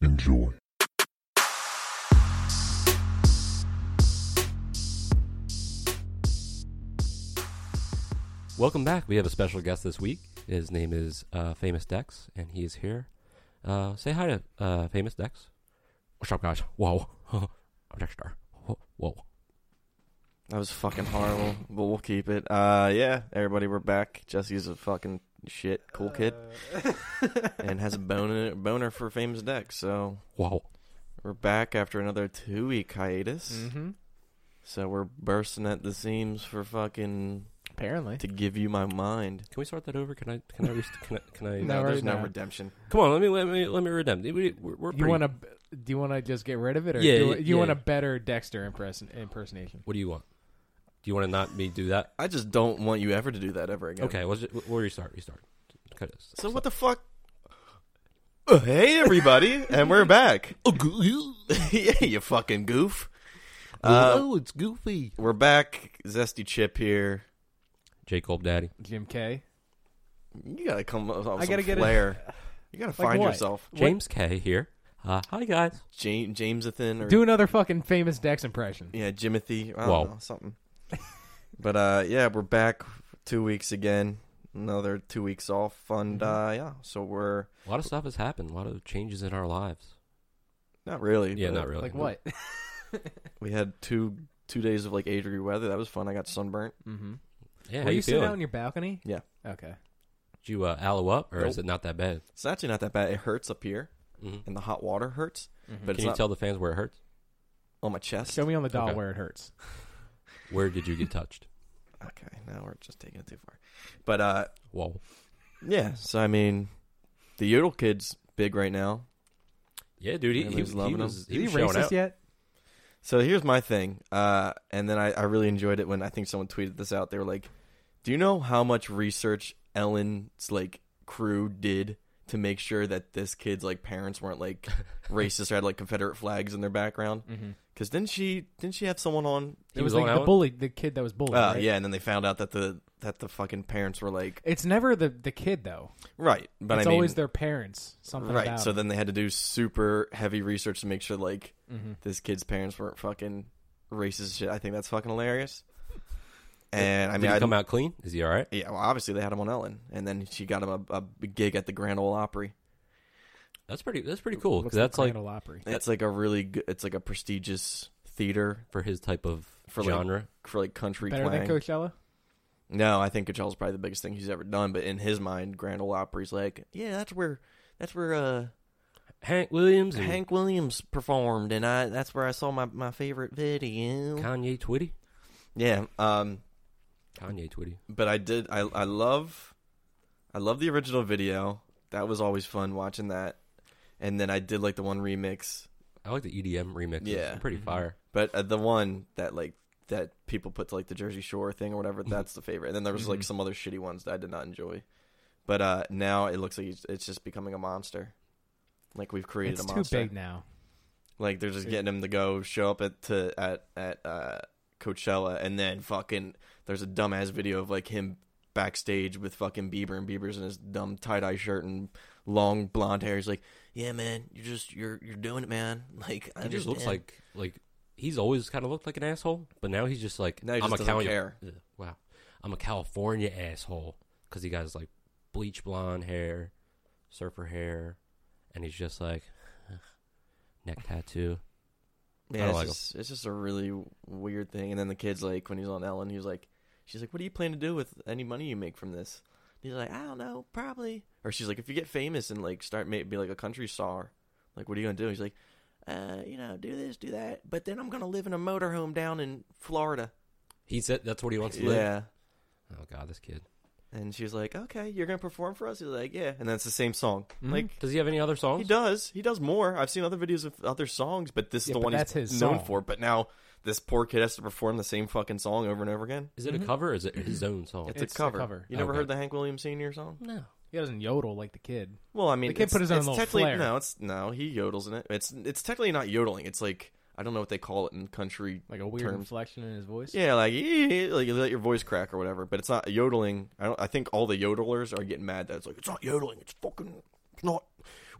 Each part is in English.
Enjoy. Welcome back. We have a special guest this week. His name is uh, Famous Dex, and he is here. Uh, say hi to uh, Famous Dex. What's up, guys? Whoa. I'm Dexter. Whoa. Whoa. That was fucking horrible, but we'll keep it. Uh, yeah, everybody, we're back. Jesse's a fucking shit, cool kid, Uh. and has a boner boner for famous Dex. So Whoa. we're back after another two week hiatus. Mm-hmm. So we're bursting at the seams for fucking Apparently. to give you my mind. Can we start that over? Can I? Can I? Rest- can I? Can I No, there's right no now. redemption. Come on. Let me. Let me. Let me redeem. We, we're, we're You pretty- want to? Do you want to just get rid of it, or Yeah, do yeah, you want yeah. a better Dexter imperson- impersonation? What do you want? Do you want to not me do that? I just don't want you ever to do that ever again. Okay. We'll, just, we'll restart. Restart. Cut this. So what the fuck? Uh, hey everybody, and we're back. yeah, you fucking goof. Uh, oh, it's goofy. We're back. Zesty Chip here. Jacob Daddy. Jim K. You gotta come up with I some gotta get a- flair. You gotta Like find what? yourself. James K here. Uh, hi guys. James Jamesathan or Do another fucking famous Dex impression. yeah, Jimothy. I don't Wow. know, something. but uh, yeah, we're back two weeks again. Another two weeks off, and uh, yeah, so we're A lot of stuff has happened. A lot of changes in our lives. not really. Yeah, but not really. Like what? We had two two days of like age degree weather. That was fun. I got sunburnt. mm-hmm. Yeah, Were how you, you sitting feeling? out on your balcony? Yeah, Okay. Did you uh, aloe up, or is it not that bad? it's actually not that bad. It hurts up here, Mhm. and the hot water hurts, but it's Mm-hmm. Can you not tell the fans where it hurts? on my chest. Show me on the doll Okay. where it hurts. Where did you get touched? Okay, now we're just taking it too far. But uh, Whoa. yeah, so I mean, the Yodel kid's big right now. Yeah, dude, he, Yeah, he, he's was loving he 'em. was, he Is was he showing racist out. yet? So here's my thing, uh, and then I, I really enjoyed it when I think someone tweeted this out. They were like, "Do you know how much research Ellen's like crew did to make sure that this kid's like parents weren't like racist or had like Confederate flags in their background?" Mm-hmm. Because didn't she didn't she have someone on? He It was was on like that the one? bully, the kid that was bullied. Uh, right? Yeah, and then they found out that the that the fucking parents were like It's never the the kid though. right, but it's I mean, always their parents. Something right. About So it. then they had to do super heavy research to make sure like Mm-hmm. this kid's parents weren't fucking racist as shit. I think that's fucking hilarious. And I Did mean, he I come out clean? Is he all right? Yeah, well, obviously they had him on Ellen, and then she got him a, a gig at the Grand Ole Opry. That's pretty. That's pretty cool. 'cause What's that's the like Grand Ole Opry? It's like a really, good, it's like a prestigious theater for his type of For, like, genre. for like country better twang. than Coachella. No, I think Coachella's probably the biggest thing he's ever done, but in his mind, Grand Ole Opry's like, yeah, that's where, that's where uh, Hank Williams and Hank Williams performed, and I that's where I saw my my favorite video. Kanye Twitty. yeah, um, Kanye Twitty. but I did I I love I love the original video. That was always fun watching that. And then I did like the one remix, I like the EDM remix. Yeah. pretty fire. but uh, the one that like that people put to like the Jersey Shore thing or whatever, that's the favorite. And then there was like some other shitty ones that I did not enjoy. But uh now it looks like it's- it's just becoming a monster. Like we've created It's a too monster. big now. Like they're just getting him to go show up at to at at uh, Coachella, and then fucking there's a dumbass video of like him backstage with fucking Bieber, and Bieber's in his dumb tie dye shirt and long blonde hair. He's like, "Yeah, man, you're just you're you're doing it, man." Like I He just looks understand." like like he's always kind of looked like an asshole, but now he's just like Now he I'm just a doesn't Cali- care. Ugh, wow, I'm a California asshole because he got his like bleach blonde hair, surfer hair, and he's just like neck tattoo. I yeah, don't it's, like just, it's just a really weird thing. And then the kid's like, when he's on Ellen, he's like, she's like, "What do you plan to do with any money you make from this?" And he's like, "I don't know, probably." Or she's like, "If you get famous and like start ma- be like a country star, like what are you gonna do?" He's like, "Uh, you know, do this, do that, but then I'm gonna live in a motorhome down in Florida." He said that's what he wants to live. Yeah. Oh god, this kid. And she's like, "Okay, you're gonna perform for us." He's like, "Yeah," and that's the same song. Like Does he have any other songs? he does, he does more. I've seen other videos of other songs, but this is Yeah, the but one he's that's his known song. for. But now this poor kid has to perform the same fucking song over and over again. Is it a cover? or Is it his own song? Mm-hmm. It's, It's a a cover. cover. You never Okay. heard the Hank Williams Senior song? no. He doesn't yodel like the kid. Well, I mean, The kid it's- put his own it's little technically, flair. No, it's no, he yodels in it. It's it's technically not yodeling. It's like I don't know what they call it in country Like a weird terms. inflection in his voice. Yeah, like "Ee," like you let your voice crack or whatever, but it's not yodeling. I don't. I think all the yodelers are getting mad that it's like it's not yodeling. It's fucking. It's not.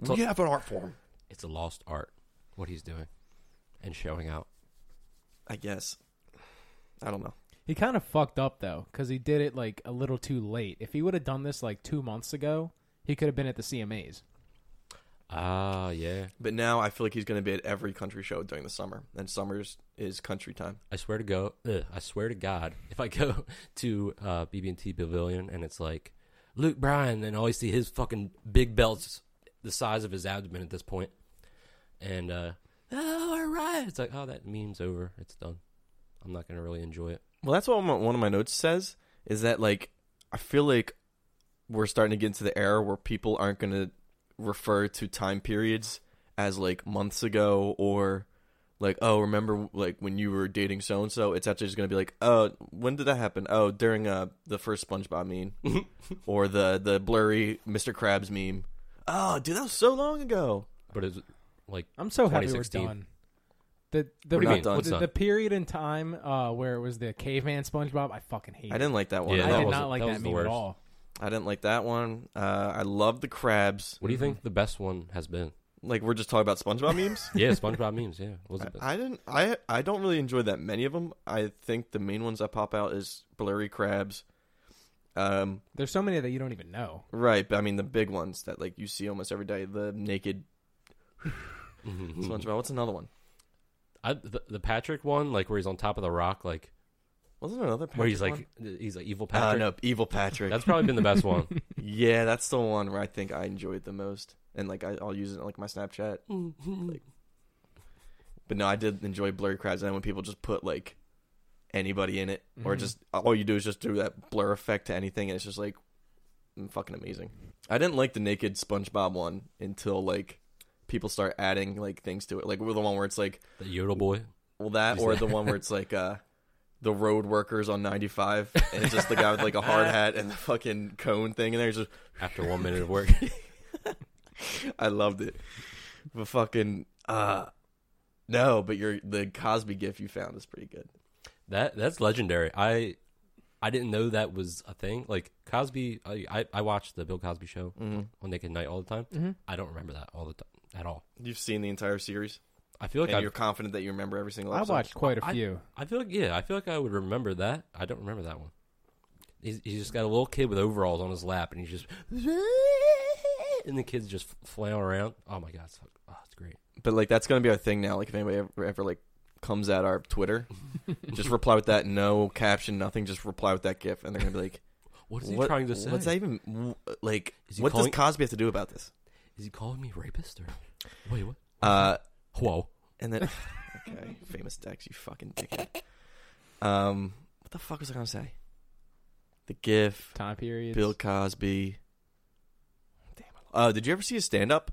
So- We have an art form. It's a lost art. What he's doing and showing out. I guess. I don't know. He kind of fucked up though, because he did it like a little too late. If he would have done this like two months ago, he could have been at the CMAs. Ah, yeah. But now I feel like he's going to be at every country show during the summer, and summers is country time. I swear to go. Ugh, I swear to God, if I go to uh, BB&T Pavilion and it's like Luke Bryan, and I always see his fucking big belts the size of his abdomen at this point, and uh, oh, all right, it's like oh, that meme's over. It's done. I'm not gonna really enjoy it. Well, that's what my- one of my notes says is that like I feel like we're starting to get into the era where people aren't going to refer to time periods as like months ago or like oh remember like when you were dating so and so. It's actually just going to be like oh when did that happen? Oh during uh the first SpongeBob meme or the the blurry Mr. Krabs meme. Oh dude, that was so long ago. But it's like I'm so happy we're 2016. done. The the, What do you the- mean? the- What's the done? period in time uh, where it was the caveman SpongeBob, I fucking hate. I didn't like that one. Yeah, I at that did all. was- not like that that, was the meme at worst. all. I didn't like that one. Uh, I love the crabs. What do you think the best one has been? Like we're just talking about SpongeBob memes. Yeah, SpongeBob memes. Yeah, was it? I didn't. I I don't really enjoy that many of them. I think the main ones that pop out is blurry crabs. Um, There's so many that you don't even know. right. But I mean the big ones that like you see almost every day. The naked SpongeBob. What's another one? I, the, the Patrick one, like where he's on top of the rock, like Wasn't there another Patrick where he's one? like he's like evil Ah, Patrick. no, evil Patrick. That's probably been the best one. yeah, that's the one where I think I enjoyed the most, and like I, I'll use it in, like my Snapchat. like, but no, I did enjoy blurry crabs, and then when people just put like anybody in it, or just all you do is just do that blur effect to anything, and it's just like mm, fucking amazing. I didn't like the naked SpongeBob one until like people start adding like things to it, like the one where it's like The Yodel Boy. well, that or the one where it's like uh, the road workers on 95, and it's just the guy with like a hard hat and the fucking cone thing in there. It's just, After one minute of work, I loved it. But fucking, uh, no, but your the Cosby gif you found is pretty good. that that's legendary. I I didn't know that was a thing. Like Cosby, I I, I watched the Bill Cosby Show Mm-hmm. on Naked Night all the time. I don't remember that all the time at all. You've seen the entire series, I feel like and I you're confident that you remember every single I episode. watched quite a I- few. I feel like yeah, I feel like I would remember that. I don't remember that one. He's, he's just got a little kid with overalls on his lap, and he's just and the kids just flailing around. Oh my god, it's, oh, it's great. But like, that's gonna be our thing now. Like, if anybody ever, ever like comes at our Twitter, just reply with that no caption, nothing. Just reply with that gif, and they're gonna be like, What is he "What- trying to say? What's that even w- like? Is he What calling- does Cosby have to do about this?" Is he calling me rapist or wait what? Uh, Whoa. and then okay, famous Dex, you fucking dickhead. Um, what the fuck was I gonna say? The GIF, Time periods. Bill Cosby. Damn. I love- Uh, did you ever see his stand up,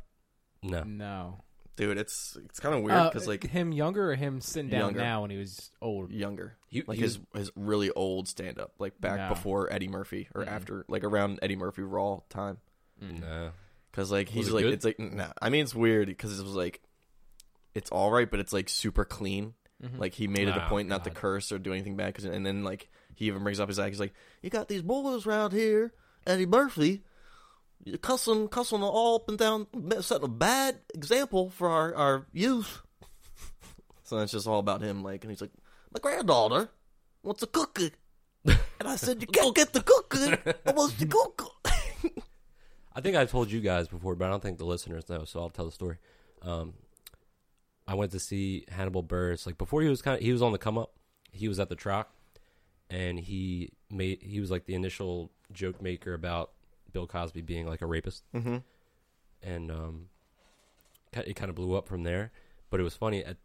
No. No. dude? It's it's kind of weird Uh, because like him younger or him sitting down Younger. now when he was old. younger, You- like you- his his really old stand up, like back No. before Eddie Murphy or Mm-mm. after, like around Eddie Murphy Raw time. No. Because like he's it like good? it's like nah. I mean it's weird because it was like it's all right, but it's like super clean. Like he made it a Oh, point not to God. curse or do anything bad. 'cause- and then like he even brings up his act. He's like, "You got these boys around here, Eddie Murphy, you cussing, cussing all up and down, setting a bad example for our our youth." so it's just all about him. Like, and he's like, "My granddaughter wants a cookie," and I said, "You can't get the cookie. I want the cookie." I think I told you guys before, but I don't think the listeners know, so I'll tell the story. Um, I went to see Hannibal Buress. Like before, he was kind of he was on the come up. He was at the truck, and he made he was like the initial joke maker about Bill Cosby being like a rapist, mm-hmm. and um, ki- it kind of blew up from there. But it was funny. At,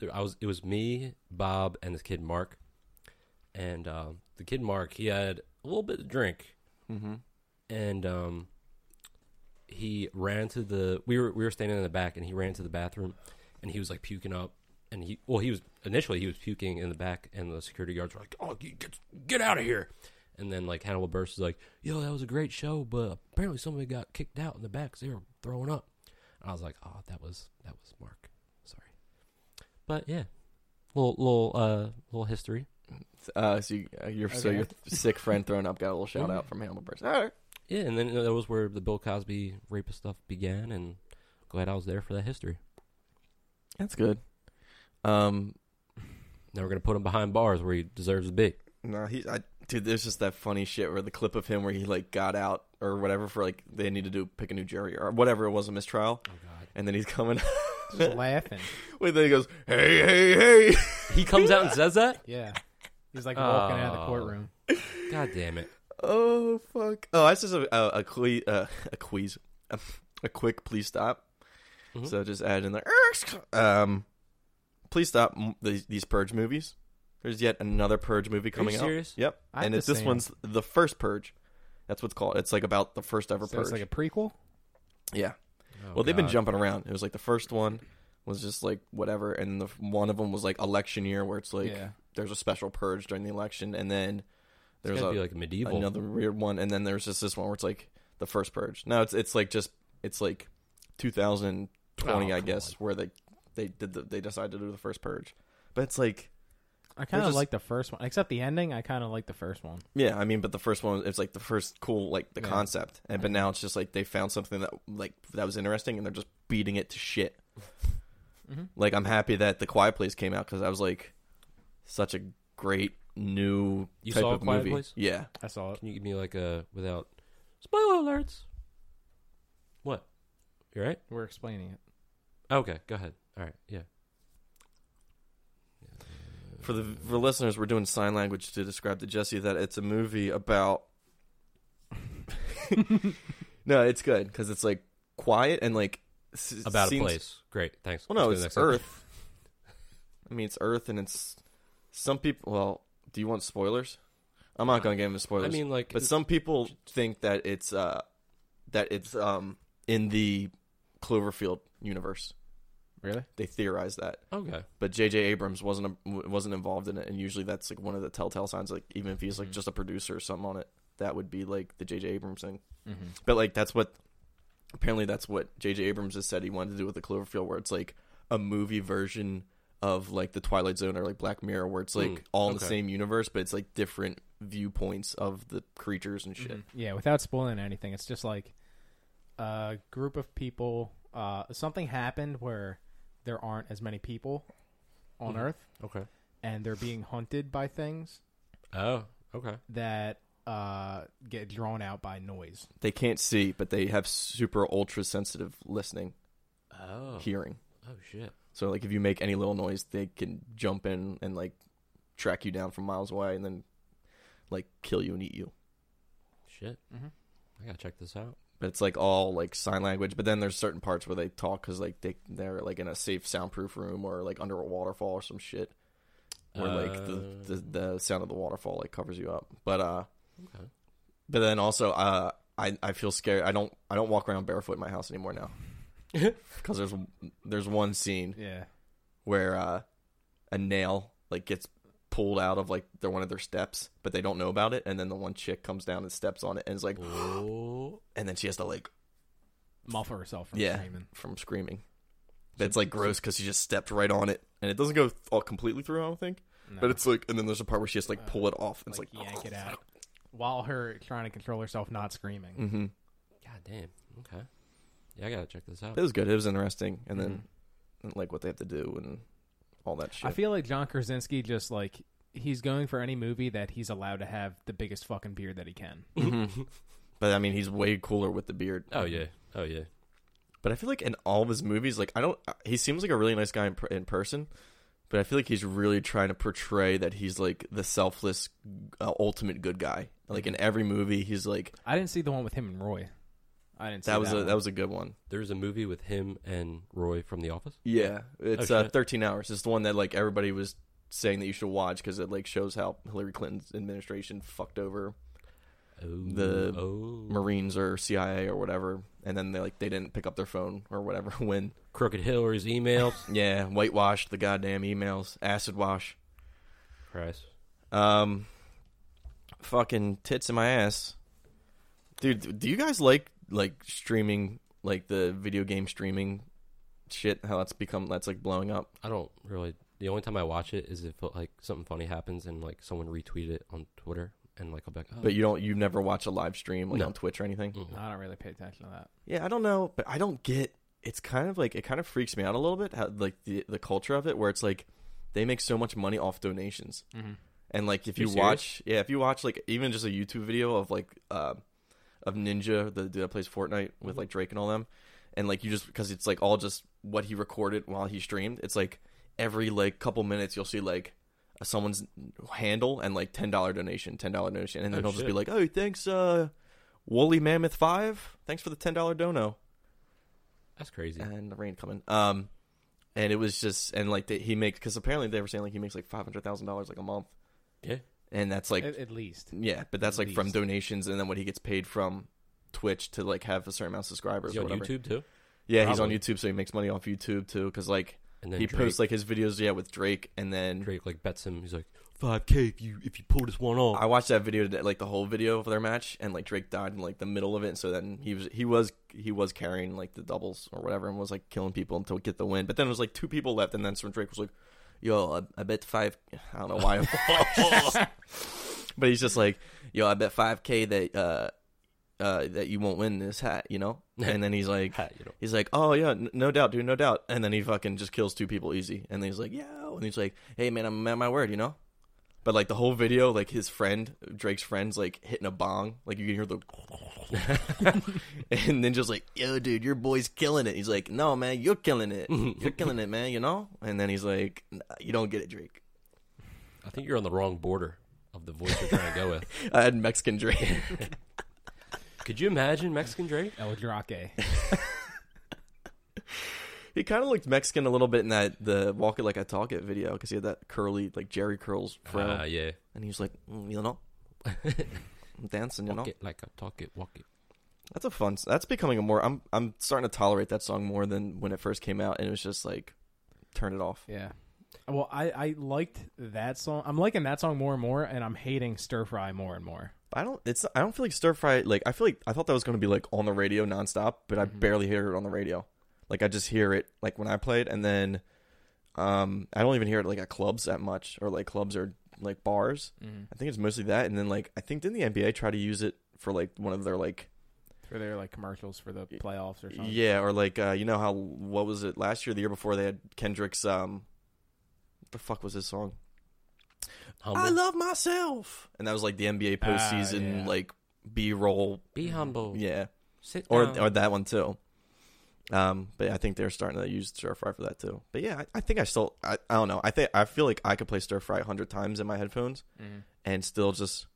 there- I was it was me, Bob, and this kid Mark, and um, the kid Mark, he had a little bit of drink, and um, he ran to the. We were we were standing in the back, and he ran to the bathroom, and he was like puking up, and he well he was initially he was puking in the back, and the security guards were like, "Oh, get get- get out of here." And then like Hannibal Burst is like, "Yo, that was a great show, but apparently somebody got kicked out in the back 'cause they were throwing up." And I was like, "Oh, that was that was Mark. Sorry." But yeah, little little uh little history. Uh, so you, uh, your so your sick friend thrown up got a little shout out from Hannibal Buress. All right. Yeah, and then that was where the Bill Cosby rapist stuff began, and glad I was there for that history. That's good. Um, Now we're gonna put him behind bars where he deserves to be. no, he, I, dude, there's just that funny shit where the clip of him where he like got out or whatever for like they need to do pick a new jury or whatever it was a mistrial, and then he's coming. Just laughing. Wait, then he goes, hey, hey, hey. He comes out and says that. Yeah. He's like walking out of the Oh. courtroom. God damn it! Oh fuck! Oh, that's just a a, a, cle- uh, a queeze, a, a quick please stop. So just add in there. Um, please stop m- these, these purge movies. There's yet another purge movie coming out. serious? Yep, I have and to it's, this say- one's the first purge. That's what's called. It's like about the first ever So purge. it's like a prequel? yeah. well, they've been God. jumping around. It was like the first one was just like whatever, and the one of them was like election year, where it's like Yeah. there's a special purge during the election, and then It's there's gotta a be like medieval. another weird one, and then there's just this one where it's like the first purge. No, it's it's like just it's like 2020, Oh, I come guess, where they they did the, they decided to do the first purge. But it's like I kind of just- like the first one, except the ending. I kind of like the first one. yeah, I mean, but the first one it's like the first cool like the concept, and but now it's just like they found something that like that was interesting, and they're just beating it to shit. Mm-hmm. Like I'm happy that the Quiet Place came out because I was like such a great new You type saw of Quiet movie. Place? Yeah, I saw it. Can you give me like a without spoiler alerts? What? You all right? We're explaining it. Okay, go ahead. All right, yeah. for the for listeners, we're doing sign language to describe to Jesse that it's a movie about. no, it's good because it's like quiet and like s- About seems- a place. Great, thanks. Well, Let's no, go to it's the next Earth. I mean, it's Earth, and it's some people. Well, do you want spoilers? I'm not gonna give him spoilers. I mean, like- but some people think that it's uh that it's um in the Cloverfield universe. Really? They theorize that one. Okay. but J.J. Abrams wasn't a, wasn't involved in it, and usually that's like one of the telltale signs. Like even if he's like just a producer or something on it, that would be like the J.J. Abrams thing. But like that's what apparently that's what J.J. Abrams has said he wanted to do with the Cloverfield, where it's like a movie version of like the Twilight Zone or like Black Mirror, where it's like all in the okay. same universe, but it's like different viewpoints of the creatures and shit. Yeah, without spoiling anything, it's just like a group of people. Uh, something happened where there aren't as many people on Mm-hmm. Earth, Okay. and they're being hunted by things Oh, okay. that uh, get drawn out by noise. They can't see, but they have super ultra sensitive listening, Oh. hearing. Oh shit. So like if you make any little noise, they can jump in and like track you down from miles away and then like kill you and eat you. Shit. Mm-hmm. I gotta check this out. But it's like all like sign language. But then there's certain parts where they talk because like they they're like in a safe soundproof room or like under a waterfall or some shit where like the, the the sound of the waterfall like covers you up. But uh, Okay. but then also uh, I I feel scared. I don't I don't walk around barefoot in my house anymore now because there's there's one scene Yeah, where uh, a nail like gets pulled out of like their one of their steps, but they don't know about it, and then the one chick comes down and steps on it, and is like, Oh. and then she has to like, muffle herself from yeah, screaming. from screaming. But it's like gross because she just stepped right on it, and it doesn't go th- all completely through. I don't think, but it's like, and then there's a part where she has to like pull it off. And Like it's like, yank it out while her trying to control herself, not screaming. God damn. Okay. Yeah, I gotta check this out. it "Oh, was good. It was interesting, and then and, like what they have to do and all that shit. Mm-hmm. I feel like John Krasinski just like he's going for any movie that he's allowed to have the biggest fucking beard that he can. but I mean, he's way cooler with the beard. Oh yeah. Oh yeah. But I feel like in all of his movies, like I don't, uh, he seems like a really nice guy in, per- in person, but I feel like he's really trying to portray that he's like the selfless, uh, ultimate good guy. Like in every movie, he's like I didn't see the one with him and Roy. I didn't. See that was a one. that was a good one. There's a movie with him and Roy from The Office. Yeah, it's Oh, uh, shit. thirteen hours. It's the one that like everybody was saying that you should watch because it like shows how Hillary Clinton's administration fucked over Oh, the oh. Marines or CIA or whatever, and then they like they didn't pick up their phone or whatever when crooked Hillary's emails. yeah whitewashed the goddamn emails, acid wash, Christ, um, fucking tits in my ass, dude. Do you guys like like streaming like the video game streaming shit? How that's become that's like blowing up. I don't really. The only time I watch it is if like something funny happens and like someone retweeted it on Twitter and like I'll be like, oh. But you don't, you never watch a live stream like No. on Twitch or anything. I don't really pay attention to that. Yeah, I don't know, but I don't get. It's kind of like it kind of freaks me out a little bit, how, like the the culture of it, where it's like they make so much money off donations, and like if Mm-hmm. You you, serious? watch, yeah, if you watch like even just a YouTube video of like uh, of Ninja, the dude that plays Fortnite with Mm-hmm. like Drake and all them, and like you just because it's like all just what he recorded while he streamed. It's like every like couple minutes you'll see like someone's handle and like ten dollar donation, ten dollar donation, and Oh, then he'll just be shit. like, "Oh, thanks, uh, Woolly Mammoth Five, thanks for the ten dollar dono." that's crazy. And the rain coming. Um, and it was just and like they, he makes because apparently they were saying like he makes like five hundred thousand dollars like a month, yeah, and that's like At, at least. yeah, but that's like from least. donations and then what he gets paid from Twitch to like have a certain amount of subscribers. is he or on whatever. YouTube too? Yeah, Probably. he's on YouTube, so he makes money off YouTube too. Because like And then he Drake. posts like his videos, yeah, with Drake, and then Drake like bets him. He's like five k if you if you pull this one off. I watched that video today, like the whole video of their match, and like Drake died in like the middle of it. And so then he was he was he was carrying like the doubles or whatever, and was like killing people until get the win. But then it was like two people left, and then some Drake was like, "Yo, I, I bet five. I don't know why, but he's just like, "Yo, I bet five k that uh, uh that you won't win this hat, you know." And then he's like, Hat, you know. he's like, "Oh yeah, n- no doubt, dude, no doubt." And then he fucking just kills two people easy, and then he's like, "Yo," and he's like, "Hey man, I'm a man of my word, you know." But like the whole video, like his friend Drake's friend's like hitting a bong, like you can hear the, and then just like, yo, dude, your boy's killing it. He's like, no, man, you're killing it, you're killing it, man, you know. And then he's like, nah, you don't get it, Drake. I think you're on the wrong border of the voice you're trying to go with. I had Mexican Drake. Could you imagine Mexican Drake? El Drake. he kind of looked Mexican a little bit in that the walk it like I talk it video because he had that curly like Jerry curls fro, Uh, yeah. and he was like, mm, you know, I'm dancing, you know. Walk it like I talk it. Walk it. That's a fun. That's becoming a more. I'm I'm starting to tolerate that song more than when it first came out, and it was just like, turn it off. Yeah. Well, I, I liked that song. I'm liking that song more and more, and I'm hating Stir Fry more and more. I don't. It's. I don't feel like stir fry. Like I feel like I thought that was going to be like on the radio nonstop, but I barely hear it on the radio. Like I just hear it like when I play it, and then, um, I don't even hear it like at clubs that much, or like clubs or like bars. I think it's mostly that, and then like I think didn't the NBA try to use it for like one of their like For their like commercials for the playoffs or something. yeah, or like uh, you know how what was it last year, the year before they had Kendrick's um, the fuck was his song? Humble. I love myself, and that was like the NBA Ah, postseason yeah. like B roll. Be humble. Yeah. Sit or down. or that one too. Um, but I think they're starting to use stir fry for that too. But yeah, I, I think I still I, I don't know. I think I feel like I could play stir fry a hundred times in my headphones Mm-hmm. and still just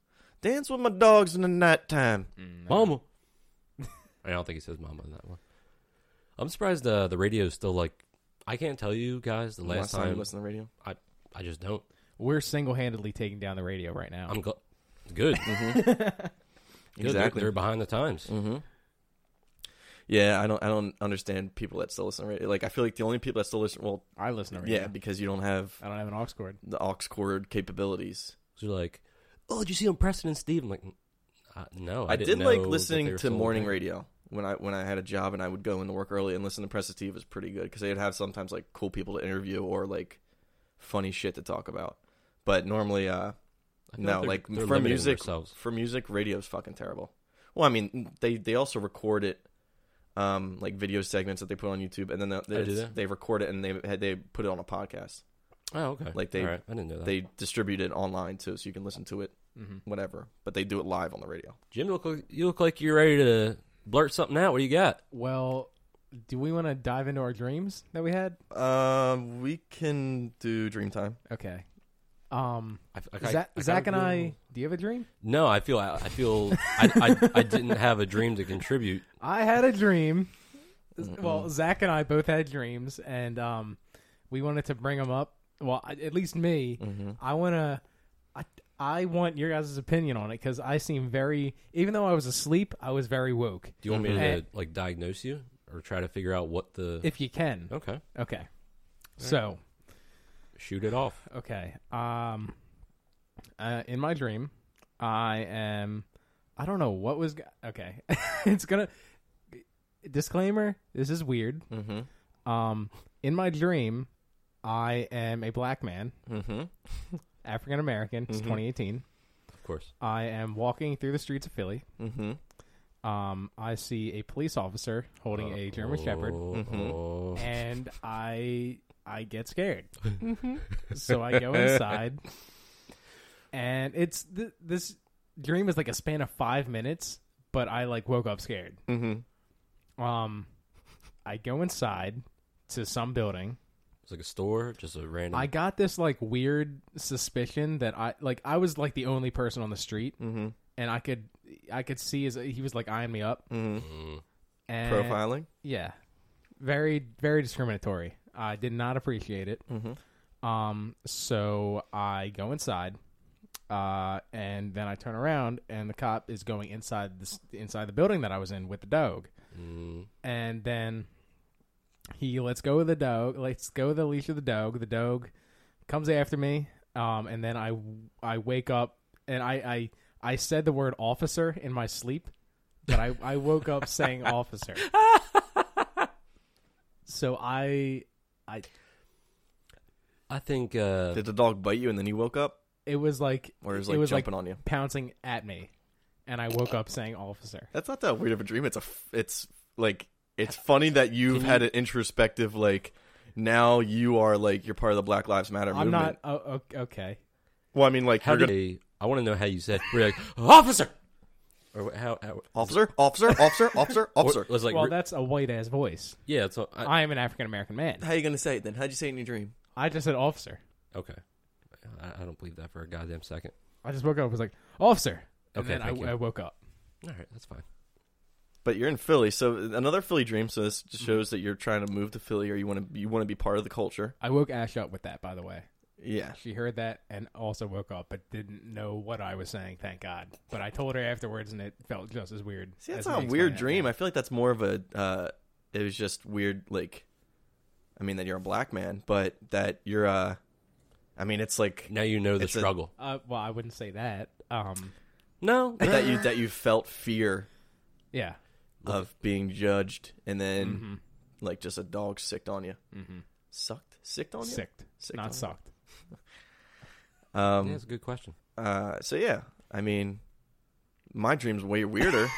dance with my dogs in the nighttime. Mama. I don't think he says mama in that one. I'm surprised uh, the radio is still like. I can't tell you guys the last, Last time you time, listened to the radio, I I just don't. We're single handedly taking down the radio right now. I'm gl- good. Good. Mm-hmm. Exactly. Mm. They're, they're behind the times. yeah, I don't I don't understand people that still listen to radio. Like I feel like the only people that still listen, well, I listen to radio. yeah, because you don't have I don't have an aux cord. the aux cord capabilities. So you're like, oh, did you see on Preston and Steve? I'm like, "N- uh, no. I, I, didn't did like know that they were listening to still morning there." radio when I when I had a job and I would go into work early and listen to Press T was pretty good because they'd have sometimes like cool people to interview or like funny shit to talk about. But normally, uh, I feel no, they're- like they're for limiting music, themselves. for music, radio's fucking terrible. Well, I mean, they they also record it, um, like video segments that they put on YouTube, and then they, Oh, do they, that. they record it and they they put it on a podcast. Oh, okay. like, they- All right. I didn't know that. They distribute it online too, so you can listen to it Mm-hmm. whenever. But they do it live on the radio. Jim, you look like, you look like you're ready to blurt something out. What do you got? Well, do we want to dive into our dreams that we had? Um, we can do Dreamtime. Okay. Um, I, I, Zach, I- I Zach and kinda I, feel- do you have a dream? No, I feel. I, I feel. I, I, I didn't have a dream to contribute. I had a dream. Well, Zach and I both had dreams, and um, we wanted to bring them up well, I- at least me, I want to. I, I want your guys' opinion on it because I seem very, even though I was asleep, I was very woke. Do you want me to Mhm. like diagnose you or try to figure out what the? If you can, okay, okay. So, shoot it off. okay. Um, uh, in my dream, I am. I don't know what was. go- Okay, it's gonna. Disclaimer: This is weird. Mm-hmm. Um, in my dream, I am a black man, Mm-hmm. African American. It's 2018. Of course. I am walking through the streets of Philly. Mm-hmm. Eh. Um, I see a police officer holding a German Shepherd, Oh, Mm-hmm. oh. and I I get scared. so I go inside, and it's th- this dream is like a span of five minutes, but I like woke up scared. Mm-hmm. Um, I go inside to some building. It's like a store, just a random. I got this like weird suspicion that I like I was like the only person on the street, and I could I could see as he was like eyeing me up and Profiling. Yeah, very very discriminatory. I did not appreciate it. Um, so I go inside, uh, and then I turn around, and the cop is going inside this inside the building that I was in with the dog, and then he lets go of the dog, lets go of the leash of the dog. The dog comes after me, um, and then I I wake up and I I, I said the word officer in my sleep, but I I woke up saying officer. So I I I think uh, Did the dog bite you and then you woke up, it was like or is it like was jumping like on you? pouncing at me, and I woke up saying officer. That's not that weird of a dream. It's a. f- It's like it's funny that you've had an introspective like. Now you are like you're part of the Black Lives Matter I'm movement. not oh, o- okay. Well, I mean, like how you're did gonna they- I want to know how you said. We're like "Oh, officer, or wh- how? how officer, officer, officer, officer, or, officer. it was like well, re- that's a white ass voice. yeah. It's a- I- I am an African American man. How you gonna say it then? How'd you say it in your dream? I just said officer. okay. I, I don't believe that for a goddamn second. I just woke up. and was like officer. And Okay, then I, thank you. I woke up. All right, that's fine. But you're in Philly, so another Philly dream. So this Mm-hmm. just shows that you're trying to move to Philly, or you want to you want to be part of the culture. I woke Ash up with that, by the way. Yeah, She heard that and also woke up, but didn't know what I was saying. Thank God. But I told her afterwards, and it felt just as weird. see, that's as me not a weird explaining dream. it. I feel like that's more of a. Uh, it was just weird, like, I mean, that you're a black man, but that you're. Uh, I mean, it's like Now you know the It's a- struggle. Uh, well, I wouldn't say that. Um, no, that you that you felt fear yeah. of being judged, and then like just a dog sicked on you, sucked, sicked on you, Sicked. Sicked on Not you. sucked. Um, Yeah, that's a good question. Uh, so yeah, I mean, my dream's way weirder.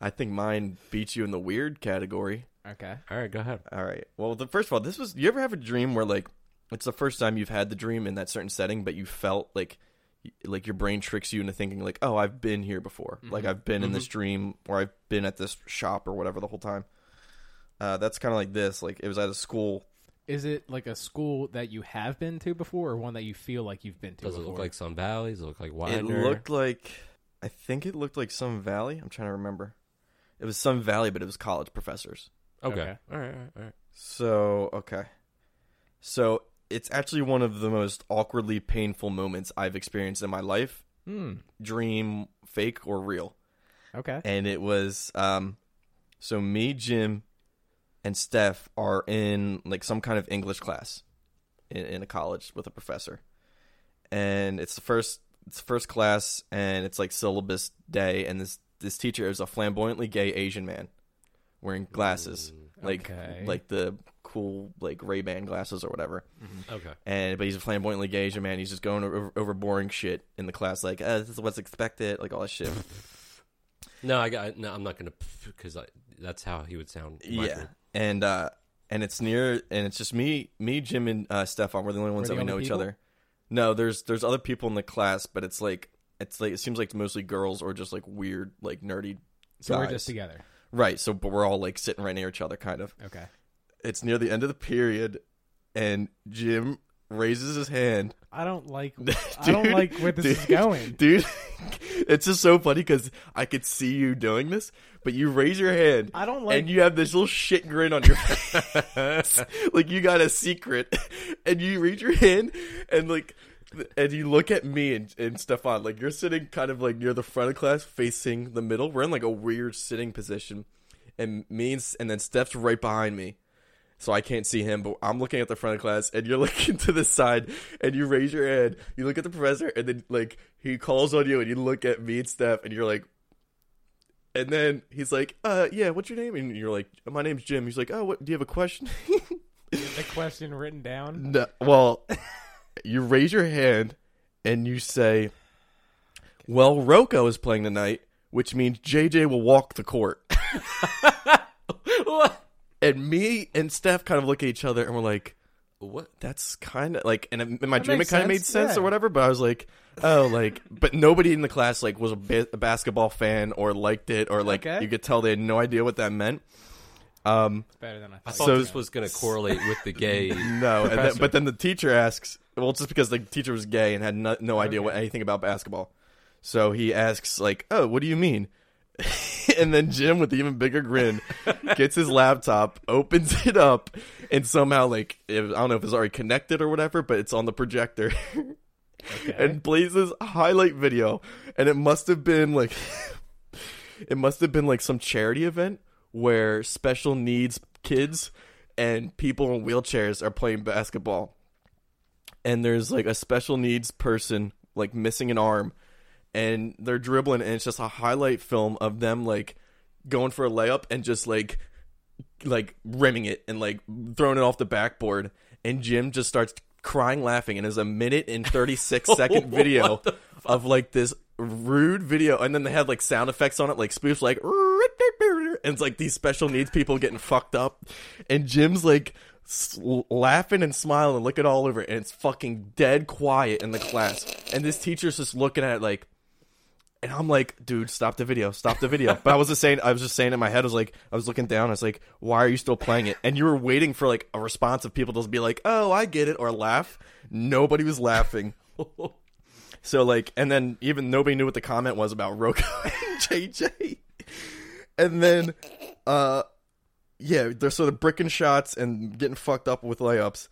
I think mine beats you in the weird category. Okay. All right, go ahead. All right. Well, the first of all, this was. You ever have a dream where like it's the first time you've had the dream in that certain setting, but you felt like y- like your brain tricks you into thinking like, oh, I've been here before. Like I've been in this dream, or I've been at this shop or whatever the whole time. Uh, that's kind of like this. Like it was at a school. Is it like a school that you have been to before, or one that you feel like you've been to? Does it look before? like Sun Valley? Does it look like Widener? It looked like I think it looked like some valley. I'm trying to remember. It was some valley, but it was college professors. okay. Okay. All right, all right, all right. So, okay. So, it's actually one of the most awkwardly painful moments I've experienced in my life. Dream, fake or real. okay? And it was um so me, Jim, and Steph are in like some kind of English class in, in a college with a professor. And it's the first it's the first class and it's like syllabus day and this this teacher is a flamboyantly gay Asian man wearing glasses. Like okay. like the cool like Ray Ban glasses or whatever. Okay. And but he's a flamboyantly gay Asian man. He's just going over, over boring shit in the class, like uh, this is what's expected, like all that shit. No, I got. No, I'm not gonna because that's how he would sound. in my yeah, dream. and uh, and it's near, and it's just me, me, Jim, and uh, Stefan. We're the only ones We're that the we know only each people? other. No, there's there's other people in the class, but it's like it's like it seems like it's mostly girls or just like weird, like nerdy. so we're guys. just together. right. So, but we're all like sitting right near each other, kind of. Okay. It's near the end of the period, and Jim raises his hand I don't like. I don't like where this is going. dude. It's just so funny because I could see you doing this, but you raise your hand. I don't like- and you have this little shit grin on your face, like you got a secret, and you raise your hand, and like, and you look at me and, and Stefan, like you're sitting kind of like near the front of class, facing the middle. We're in like a weird sitting position, and me and, and then Steph's right behind me so I can't see him, but I'm looking at the front of class, and you're looking to the side, and you raise your hand, you look at the professor, and then like he calls on you, and you look at me and Steph, and you're like, and then he's like, uh, yeah, what's your name? And you're like, my name's Jim. He's like, oh, what? Do you have a question? The question written down. no, well, you raise your hand, and you say, well, Rocco is playing tonight, which means JJ will walk the court. What? And me and Steph kind of look at each other, and we're like. What? that's kind of like and in my dream it makes kind of made sense, sense yeah. or whatever but i was like oh like but nobody in the class like was a, ba- a basketball fan or liked it or like Okay. you could tell they had no idea what that meant It's better than I I thought. thought So- this was going to correlate with the gay. no and then, but then the teacher asks well just because the teacher was gay and had no, no idea what anything about basketball so he asks like oh what do you mean and then jim with the even bigger grin gets his laptop opens it up and somehow like it, i don't know if it's already connected or whatever but it's on the projector and plays this highlight video and it must have been like it must have been like some charity event where special needs kids and people in wheelchairs are playing basketball and there's like a special needs person like missing an arm and they're dribbling and it's just a highlight film of them like going for a layup and just like like rimming it and like throwing it off the backboard and Jim just starts crying laughing and it's a minute and 36 second video of like this rude video and then they had like sound effects on it like spoofs like and it's like these special needs people getting fucked up and Jim's like s- laughing and smiling and looking all over it, and it's fucking dead quiet in the class and this teacher's just looking at it like and I'm like, dude, stop the video, stop the video. But I was just saying, I was just saying in my head, I was like, I was looking down, I was like, why are you still playing it? And you were waiting for like a response of people to just be like, oh, I get it, or laugh. Nobody was laughing. so like, and then even nobody knew what the comment was about Roko and JJ. And then, uh, yeah, they're sort of bricking shots and getting fucked up with layups.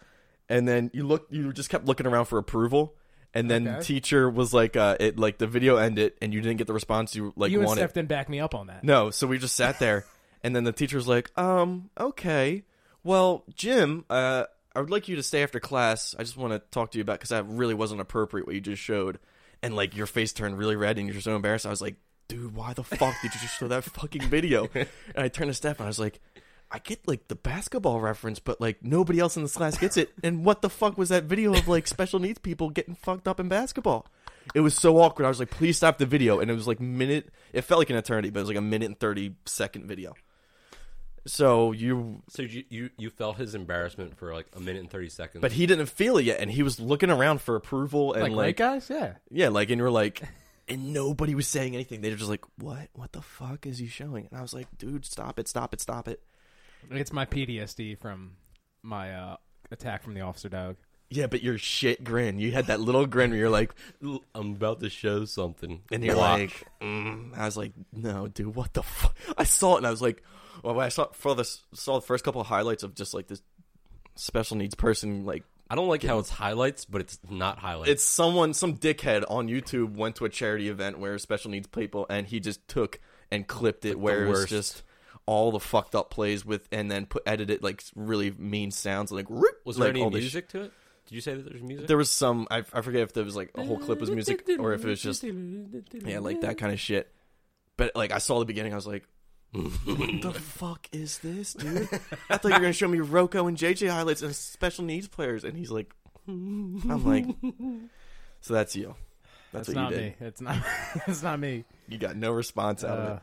And then you look, you just kept looking around for approval. And then Okay. teacher was like, uh, it like the video ended and you didn't get the response you like You and wanted. Steph didn't back me up on that. No, so we just sat there, and then the teacher's like, "Um, okay, well, Jim, uh, I would like you to stay after class. I just want to talk to you about because that really wasn't appropriate what you just showed, and like your face turned really red and you're so embarrassed. I was like, dude, why the fuck did you just show that fucking video? And I turned to Steph and I was like. I get like the basketball reference, but like nobody else in this class gets it. And what the fuck was that video of like special needs people getting fucked up in basketball? It was so awkward. I was like, please stop the video. And it was like minute. It felt like an eternity, but it was like a minute and thirty second video. So you, So you, you you felt his embarrassment for like a minute and thirty seconds. but he didn't feel it yet, and he was looking around for approval and like, like, right, guys? Yeah. yeah, like, and you were like, and nobody was saying anything. They were just like, what, what the fuck is he showing? And I was like, dude, stop it, stop it, stop it. It's my PTSD from my uh, attack from the officer dog. Yeah, but your shit grin. You had that little grin where you're like, I'm about to show something, And you're Watch. like, mm. I was like, no, dude, what the fuck? I saw it and I was like, well, when I saw for the saw the first couple of highlights of just like this special needs person, like I don't like how it's highlights, but it's not highlights. it's someone, some dickhead on YouTube went to a charity event where special needs people, and he just took and clipped it where it was worst. just all the fucked up plays with, and then put edited like really mean sounds like. rip, was there like, any all this sh- music to it? Did you say that there's music? there was some I, I forget if there was like a whole clip was music or if it was just yeah like that kind of shit but like i saw the beginning i was like what the fuck is this dude i thought you were gonna show me rocco and jj highlights and special needs players and he's like i'm like so that's you that's, That's what not you did me. It's not. it's not me. you got no response out of Uh, it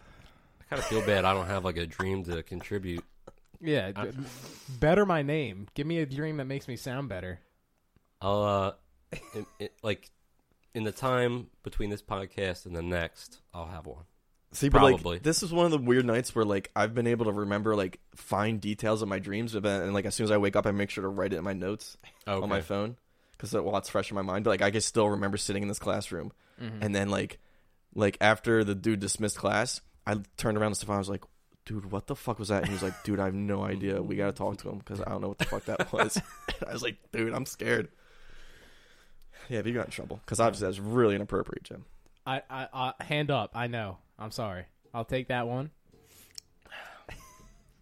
I kind of feel bad. I don't have like a dream to contribute. Yeah. d- better my name. Give me a dream that makes me sound better. I'll uh, in, in, like in the time between this podcast and the next, I'll have one. See, but Probably. like this is one of the weird nights where like I've been able to remember like fine details of my dreams, but then- and like as soon as I wake up, I make sure to write it in my notes Okay. on my phone because well, it's fresh in my mind. But, like I can still remember sitting in this classroom, Mm-hmm. and then like like after the dude dismissed class, I turned around to Stefan. I was like, "Dude, what the fuck was that?" And he was like, "Dude, I have no idea. We gotta talk to him because I don't know what the fuck that was." And I was like, "Dude, I'm scared." Yeah, but you got in trouble because obviously that's really inappropriate, Jim. I, I, I hand up. I know. I'm sorry. I'll take that one.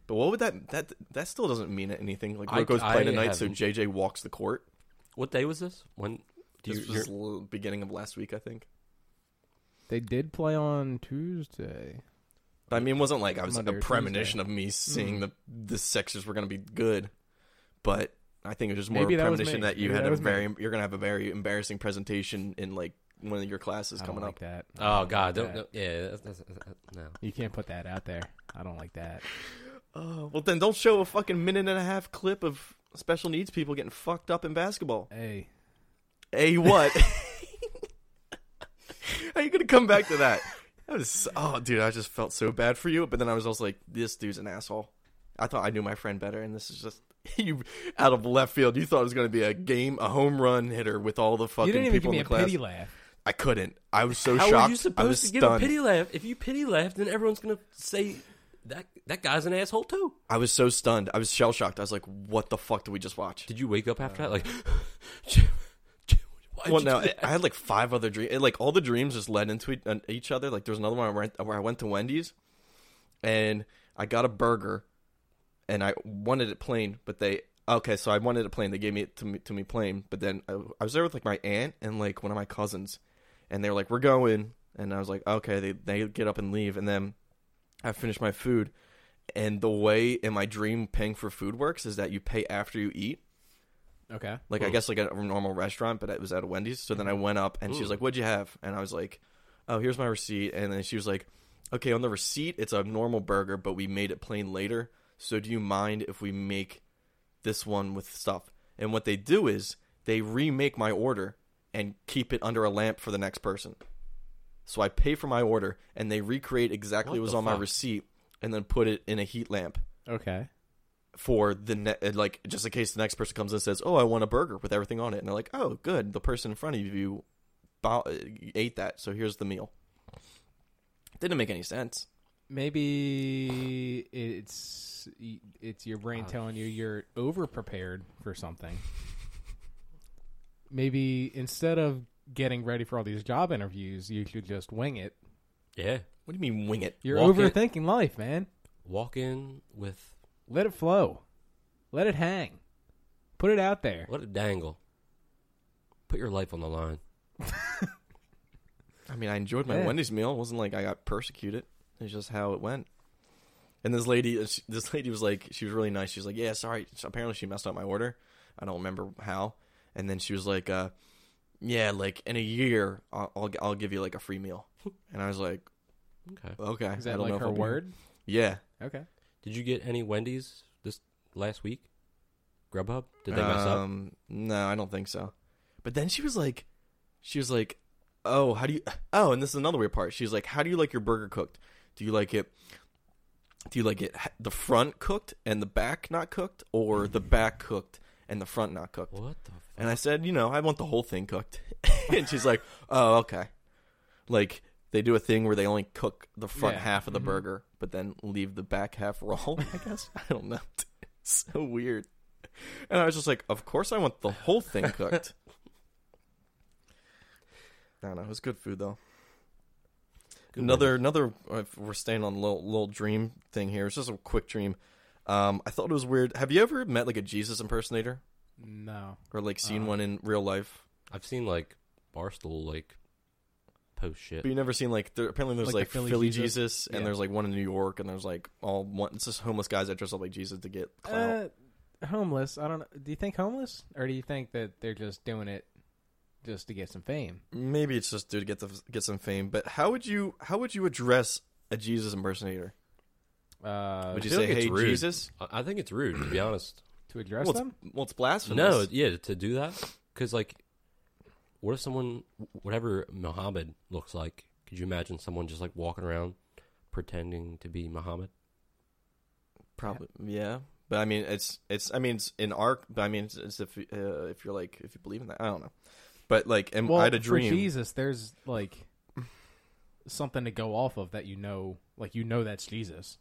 But what would that that that still doesn't mean anything? Like I- Rocco's playing I tonight, so haven't- JJ walks the court. What day was this? When do you? This was you're- l- beginning of last week, I think. They did play on Tuesday. But I mean, it wasn't like I was Monday a or Mm-hmm. premonition of me seeing the the Sixers were going to be good, but I think it was just more Maybe of a that was premonition me. that you Maybe had that a was me. very you're going to have a very embarrassing presentation in like one of your classes I coming don't up. like that. oh God! Don't, don't- yeah, that's, that's, that's- no. You can't put that out there. I don't like that. Oh, well, then don't show a fucking minute and a half clip of special needs people getting fucked up in basketball. Hey, A what? How you going to come back to that? That was oh, dude, I just felt so bad for you, but then I was also like, this dude's an asshole. I thought I knew my friend better, and this is just you out of left field. You thought it was going to be a game, a home run hitter with all the fucking you didn't even give people me in a the class. pity laugh. I couldn't. I was so How shocked. are you I supposed was to give stunned. a pity laugh? If you pity laugh, then everyone's gonna say that that guy's an asshole too. I was so stunned. I was shell shocked. I was like, what the fuck did we just watch? Did you wake up after that? Like, Jim, Jim, why well, you do no, I, that? I had like five other dreams. Like all the dreams just led into e- on each other. Like there was another one where I went, where I went to Wendy's, and I got a burger, and I wanted it plain, but they okay, so I wanted it plain. They gave me it to me to me plain, but then I, I was there with like my aunt and like one of my cousins, and they were like, "We're going," and I was like, "Okay." They they get up and leave, and then I finished my food, and the way in my dream paying for food works is that you pay after you eat. Okay. Like Hmm. I guess like at a normal restaurant, but it was at a Wendy's. So then I went up and she Hmm. was like, "What'd you have?" And I was like, "Oh, here's my receipt." And then she was like, "Okay, on the receipt, it's a normal burger, but we made it plain later. So do you mind if we make this one with stuff?" And what they do is they remake my order and keep it under a lamp for the next person. So I pay for my order and they recreate exactly what was the on my fuck? receipt and then put it in a heat lamp Okay. for the ne- uh, like just in case the next person comes in and says, "Oh, I want a burger with everything on it," and they're like, "Oh, good, the person in front of you bo- uh, ate that, so here's the meal." Didn't make any sense. Maybe it's it's your brain telling you you're over prepared for something. Maybe instead of getting ready for all these job interviews, you should just wing it. yeah, What do you mean wing it? You're Walk it. overthinking life, man. walk in with Let it flow. Let it hang. Put it out there. let it dangle. Put your life on the line. I mean, I enjoyed my Yeah. Wendy's meal. It wasn't like I got persecuted. It's just how it went. And this lady, uh, this lady was like, she was really nice. She was like, "Yeah, sorry. So apparently, she messed up my order. I don't remember how." And then she was like, uh, "Yeah, like in a year, I'll, I'll I'll give you like a free meal." And I was like, Okay. "Okay." Is I don't that know like if her I'll be- word? Yeah, Okay. Did you get any Wendy's this last week? Grubhub? Did they mess up? Um, No, I don't think so. But then she was like, she was like, oh, how do you? Oh, and this is another weird part. She's like, how do you like your burger cooked? Do you like it? Do you like it h- the front cooked and the back not cooked, or the back cooked and the front not cooked? What the? F- And I said, you know, I want the whole thing cooked. and she's like, oh, okay. Like they do a thing where they only cook the front Yeah, half of the burger, but then leave the back half raw. Mm-hmm. I guess I don't know. It's so weird. And I was just like, of course I want the whole thing cooked. I don't know. It was good food though. another another. uh, If we're staying on little little dream thing here. It's just a quick dream. Um, I thought it was weird. Have you ever met like a Jesus impersonator? No. or like seen one in real life. I've seen like Barstool like post shit. But you never seen like there, apparently there's Like like, the Philly, Philly Jesus, Jesus? and Yeah. there's like one in New York, and there's like all one. It's just homeless guys that dress up like Jesus to get clout. Uh, homeless. I don't know. Do you think homeless, or do you think that they're just doing it just to get some fame? Maybe it's just to get the get some fame. But how would you how would you address a Jesus impersonator? Uh, Would I you feel say, like it's "Hey rude. Jesus"? I I think it's rude to be honest. to address Well, them? it's, well, it's blasphemous. No, yeah, to do that because like, what if someone, whatever Muhammad looks like? Could you imagine someone just like walking around pretending to be Muhammad? probably yeah. But I mean, it's it's I mean, it's in arc. But I mean, it's, it's if uh, if you're like if you believe in that, I don't know. But like, am, Well, I had a for dream. Jesus, there's like something to go off of that you know, like you know that's Jesus.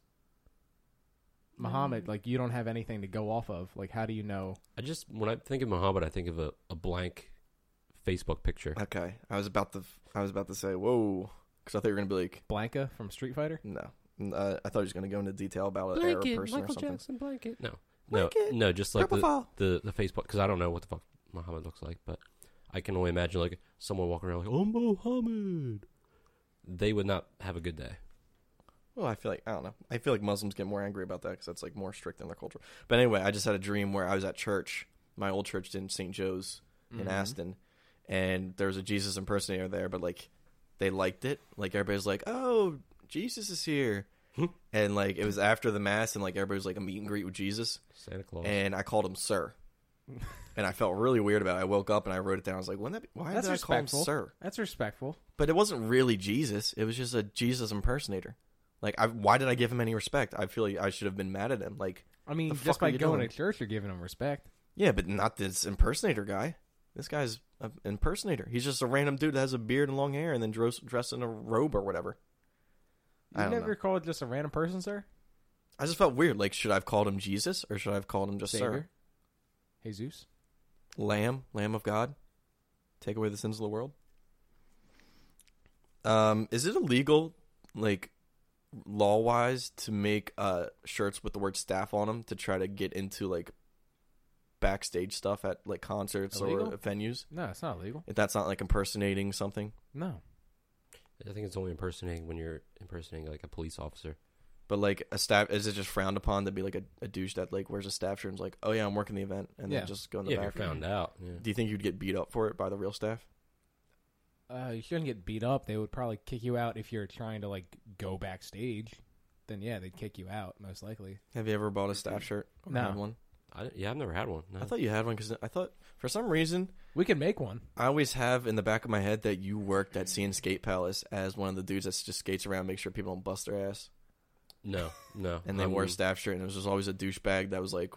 Mm. Muhammad, like you don't have anything to go off of. Like, how do you know? I just when I think of Muhammad, I think of a, a blank Facebook picture. Okay, I was about to I was about to say whoa because I thought you were gonna be like Blanca from Street Fighter. no. Uh, I thought he was gonna go into detail about an Arab person or something. blanket. No, Blanket. no, no, just like Purple the, fall. the the Facebook because I don't know what the fuck Muhammad looks like, but I can only imagine like someone walking around like oh Muhammad. They would not have a good day. Well, I feel like I don't know. I feel like Muslims get more angry about that because that's like more strict in their culture. But anyway, I just had a dream where I was at church, my old church in St. Joe's in Aston, and there was a Jesus impersonator there. But like, they liked it. Like everybody's like, "Oh, Jesus is here," and like it was after the mass, and like everybody was like a meet and greet with Jesus, Santa Claus. and I called him Sir, and I felt really weird about it. I woke up and I wrote it down. I was like, "When that? Be, why That's did I call him respectful. Sir?" That's respectful. But it wasn't really Jesus. It was just a Jesus impersonator. Like, I, why did I give him any respect? I feel like I should have been mad at him. Like, I mean, The just fuck are by you going doing? to church, you're giving them respect. yeah, but not this impersonator guy. This guy's an impersonator. He's just a random dude that has a beard and long hair and then dress, dressed in a robe or whatever. I You don't never know. called just a random person, sir. I just felt weird. Like, should I have called him Jesus or should I have called him just Savior. Jesus. Sir? Lamb, Lamb of God, take away the sins of the world. Um, is it illegal, like, law wise to make uh shirts with the word staff on them to try to get into like backstage stuff at like concerts Illegal? or venues No, it's not illegal. if that's not like impersonating something No. I think it's only impersonating when you're impersonating like a police officer. but like a staff is it just frowned upon to be like a, a douche that like wears a staff shirt and's like oh yeah i'm working the event and Yeah. then just go in the Yeah, if back you're found out. Yeah. do you think you'd get beat up for it by the real staff Uh, you shouldn't get beat up. They would probably kick you out if you're trying to like go backstage. Then yeah, they'd kick you out most likely. have you ever bought a staff shirt Or No. had one I, yeah, I've never had one. No. i thought you had one because i thought for some reason We could make one. I always have in the back of my head that you worked at CN Skate Palace as one of the dudes that just skates around, make sure people don't bust their ass, no, no. Um, and they I'm wore a staff shirt, and it was just always a douchebag that was like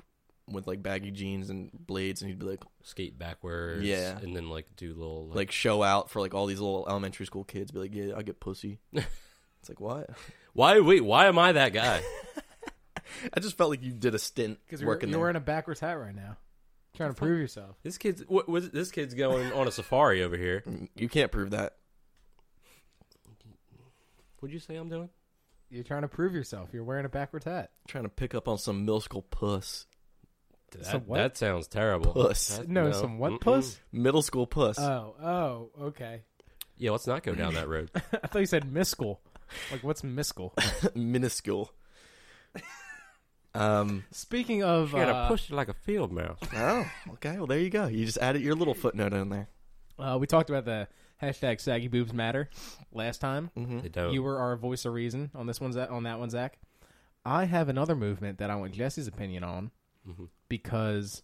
with like baggy jeans and blades, and he'd be like skate backwards. Yeah. and then like do little like, like show out for like all these little elementary school kids, be like, yeah, I get pussy. it's like what? why wait why am I that guy? I just felt like you did a stint Because you're, working you're there. wearing a backwards hat right now, trying to prove yourself. this kid's what, was this kid's going on a safari over here. you can't prove that. What'd you say I'm doing? You're trying to prove yourself. You're wearing a backwards hat. trying to pick up on some milschool puss, That, Some what? that sounds terrible. puss, That- No, some what Mm-mm. puss? middle school puss. Oh, oh, okay. Yeah, let's not go down that road. I thought you said miskel. Like what's miskel? minuscule. um. Speaking of, uh, push it like a field mouse. Oh. Okay. Well, there you go. You just added your little footnote in there. uh, we talked about the hashtag saggy boobs matter last time. They don't. You were our voice of reason on this one, Zach- on that one, Zach. I have another movement that I want Jesse's opinion on because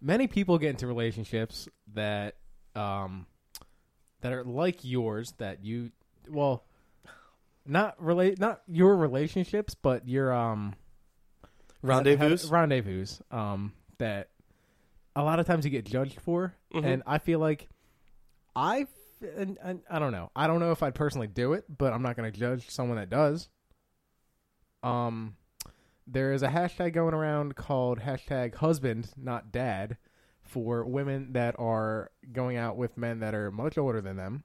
many people get into relationships that um, that are like yours that you well not relate not your relationships but your um Rendezvous. ha- rendezvous um that a lot of times you get judged for and I feel like I and, and I don't know. I don't know if I'd personally do it, but I'm not going to judge someone that does. Um, there is a hashtag going around called hashtag husband not dad for women that are going out with men that are much older than them.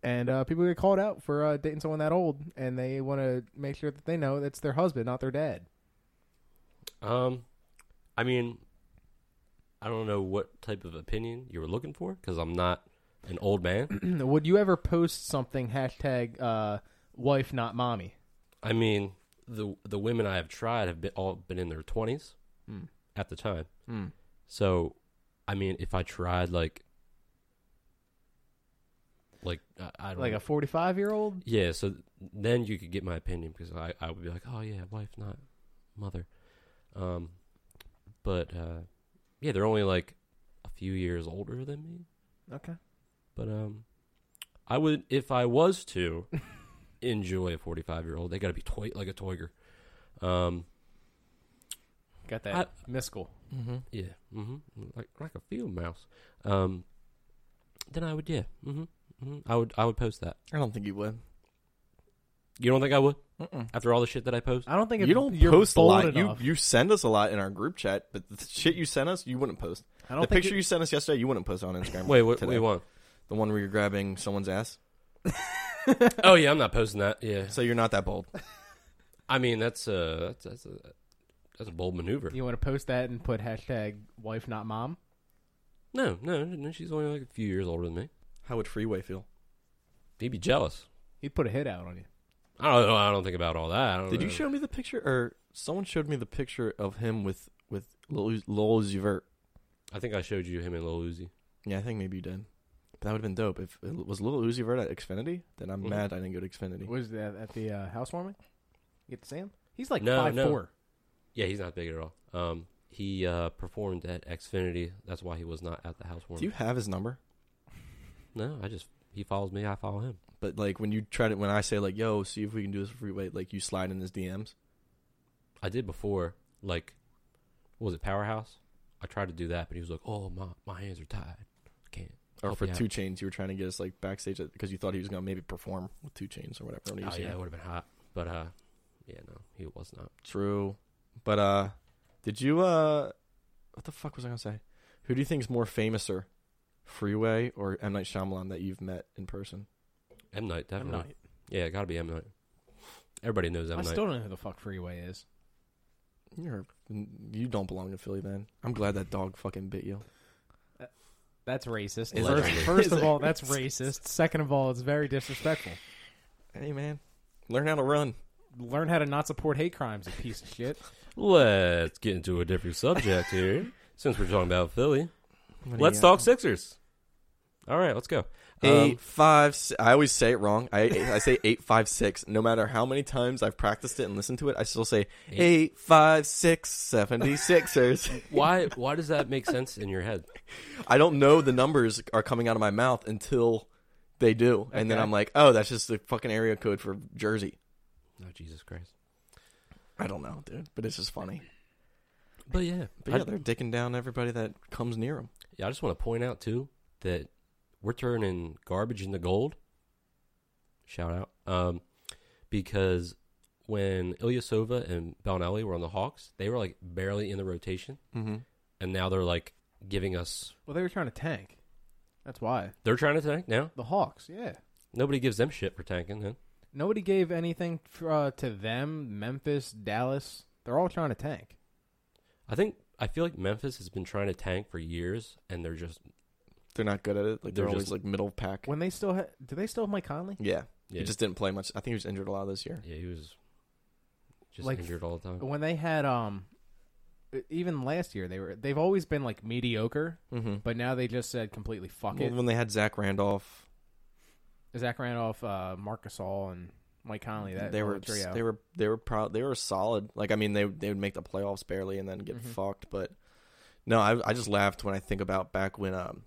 And uh, people get called out for uh, dating someone that old, and they want to make sure that they know that's their husband, not their dad. Um, I mean, I don't know what type of opinion you were looking for because I'm not an old man. Would you ever post something hashtag uh, wife not mommy? I mean, the the women I have tried have been, all been in their 20s at the time. So, I mean, if I tried like, like I, I don't Like know. a 45 year old? Yeah, so then you could get my opinion because I, I would be like, oh yeah, wife, not mother. Um, but uh, yeah, they're only like a few years older than me. Okay. But um, I would if I was to enjoy a forty-five year old, they got to be toy like a toiger. Um, Got that I- miscal. Yeah. hmm Like like a field mouse. Um, then I would yeah. hmm hmm I would I would post that. I don't think you would. You don't think I would? After all the shit that I post, I don't think You if don't you're post a bold lot. Enough. You you send us a lot in our group chat, but the shit you sent us, you wouldn't post. I don't the think picture it- you sent us yesterday, you wouldn't post on Instagram. wait, what? today. Wait, what? The one where you're grabbing someone's ass. Oh yeah, I'm not posting that. Yeah. So you're not that bold. I mean that's uh that's that's a that's a bold maneuver. you want to post that and put hashtag wife not mom. No, no, no. She's only like a few years older than me. How would Freeway feel? He'd be jealous. He'd put a hit out on you. I don't. know, I don't think about all that. I don't Did you know. show me the picture, or someone showed me the picture of him with with Lil, Lil Uzi Vert? I think I showed you him and Lil Uzi. Yeah, I think maybe you did. But that would have been dope if it was Lil Uzi Vert at Xfinity. Then I'm Mhm. mad I didn't go to Xfinity. Was that at the uh, housewarming? You get to see him? He's like No, five no. four. Yeah, he's not big at all. Um, he uh performed at Xfinity. That's why he was not at the house Do warming. you have his number? No, I just he follows me. I follow him. But like when you try to, when I say like, "Yo, see if we can do this for Freeway," like you slide in his DMs. I did before, like, what was it Powerhouse? I tried to do that, but he was like, "Oh, my my hands are tied. I can't." Or help for you out." Two Chains, you were trying to get us like backstage because you thought he was gonna maybe perform with Two Chains or whatever. when he Oh was yeah, here. it would have been hot, but uh, yeah, no, he was not. True. But uh did you uh what the fuck was I gonna say? Who do you think's more famous or Freeway or M Night Shyamalan that you've met in person? M Night I'm definitely. not. Yeah, gotta be M Night. Everybody knows M I Night. still don't know who the fuck Freeway is. You're you don't belong to Philly, man. I'm glad that dog fucking bit you. That's racist. Is First, it? first Is of it all, that's racist. Second of all, it's very disrespectful. Hey man, learn how to run. Learn how to not support hate crimes, you piece of shit. Let's get into a different subject here, since we're talking about Philly. What do Let's you got? talk Sixers. All right, let's go. Eight Um, five si- I always say it wrong. I I say eight five six. No matter how many times I've practiced it and listened to it, I still say eight five six seventy sixers. why why does that make sense in your head? I don't know the numbers are coming out of my mouth until they do, and then Okay. I'm like, oh, that's just the fucking area code for Jersey. Oh Jesus Christ! I don't know, dude, but it's just funny. But yeah, But I- yeah, they're dicking down everybody that comes near them. Yeah, I just want to point out too that we're turning garbage into gold. Shout out, um, because when Ilyasova and Bellinelli were on the Hawks, they were like barely in the rotation, Mm-hmm. and now they're like giving us. Well, they were trying to tank. That's why They're trying to tank now. the Hawks. Yeah. Nobody gives them shit for tanking. Then Nobody gave anything f- uh, to them. Memphis, Dallas. They're all trying to tank. I think I feel like Memphis has been trying to tank for years, and they're just They're not good at it. Like they're, They're always just- like middle pack. When they still ha- do, they still have Mike Conley. yeah. Yeah. he just didn't play much. I think he was injured a lot this year. yeah, he was just Like, injured all the time. When they had um, even last year they were they've always been like mediocre, Mm-hmm. but now they just said completely fuck it. Well, when they had Zach Randolph, Zach Randolph, uh, Marcus All, and Mike Conley. That they whole were trio. they were they were proud. They were solid. Like I mean, they they would make the playoffs barely and then get Mhm. fucked. But no, I I just laughed when I think about back when um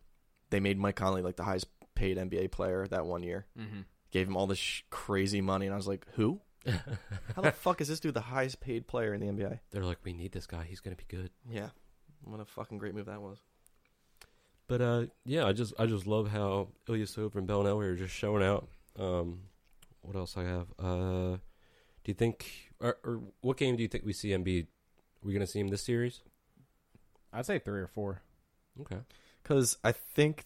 they made Mike Conley like the highest paid NBA player that one year. Mhm. Gave him all this sh- crazy money, and I was like, who? How the fuck is this dude the highest paid player in the NBA? They're like, we need this guy. He's gonna be good. Yeah, what a fucking great move that was. But uh, yeah, I just I just love how Ilyasova and Bellinelli are just showing out. Um, what else I have? Uh, do you think or, or what game do you think we see Embiid? Are we gonna see him this series? I'd say three or four. Okay. Because I think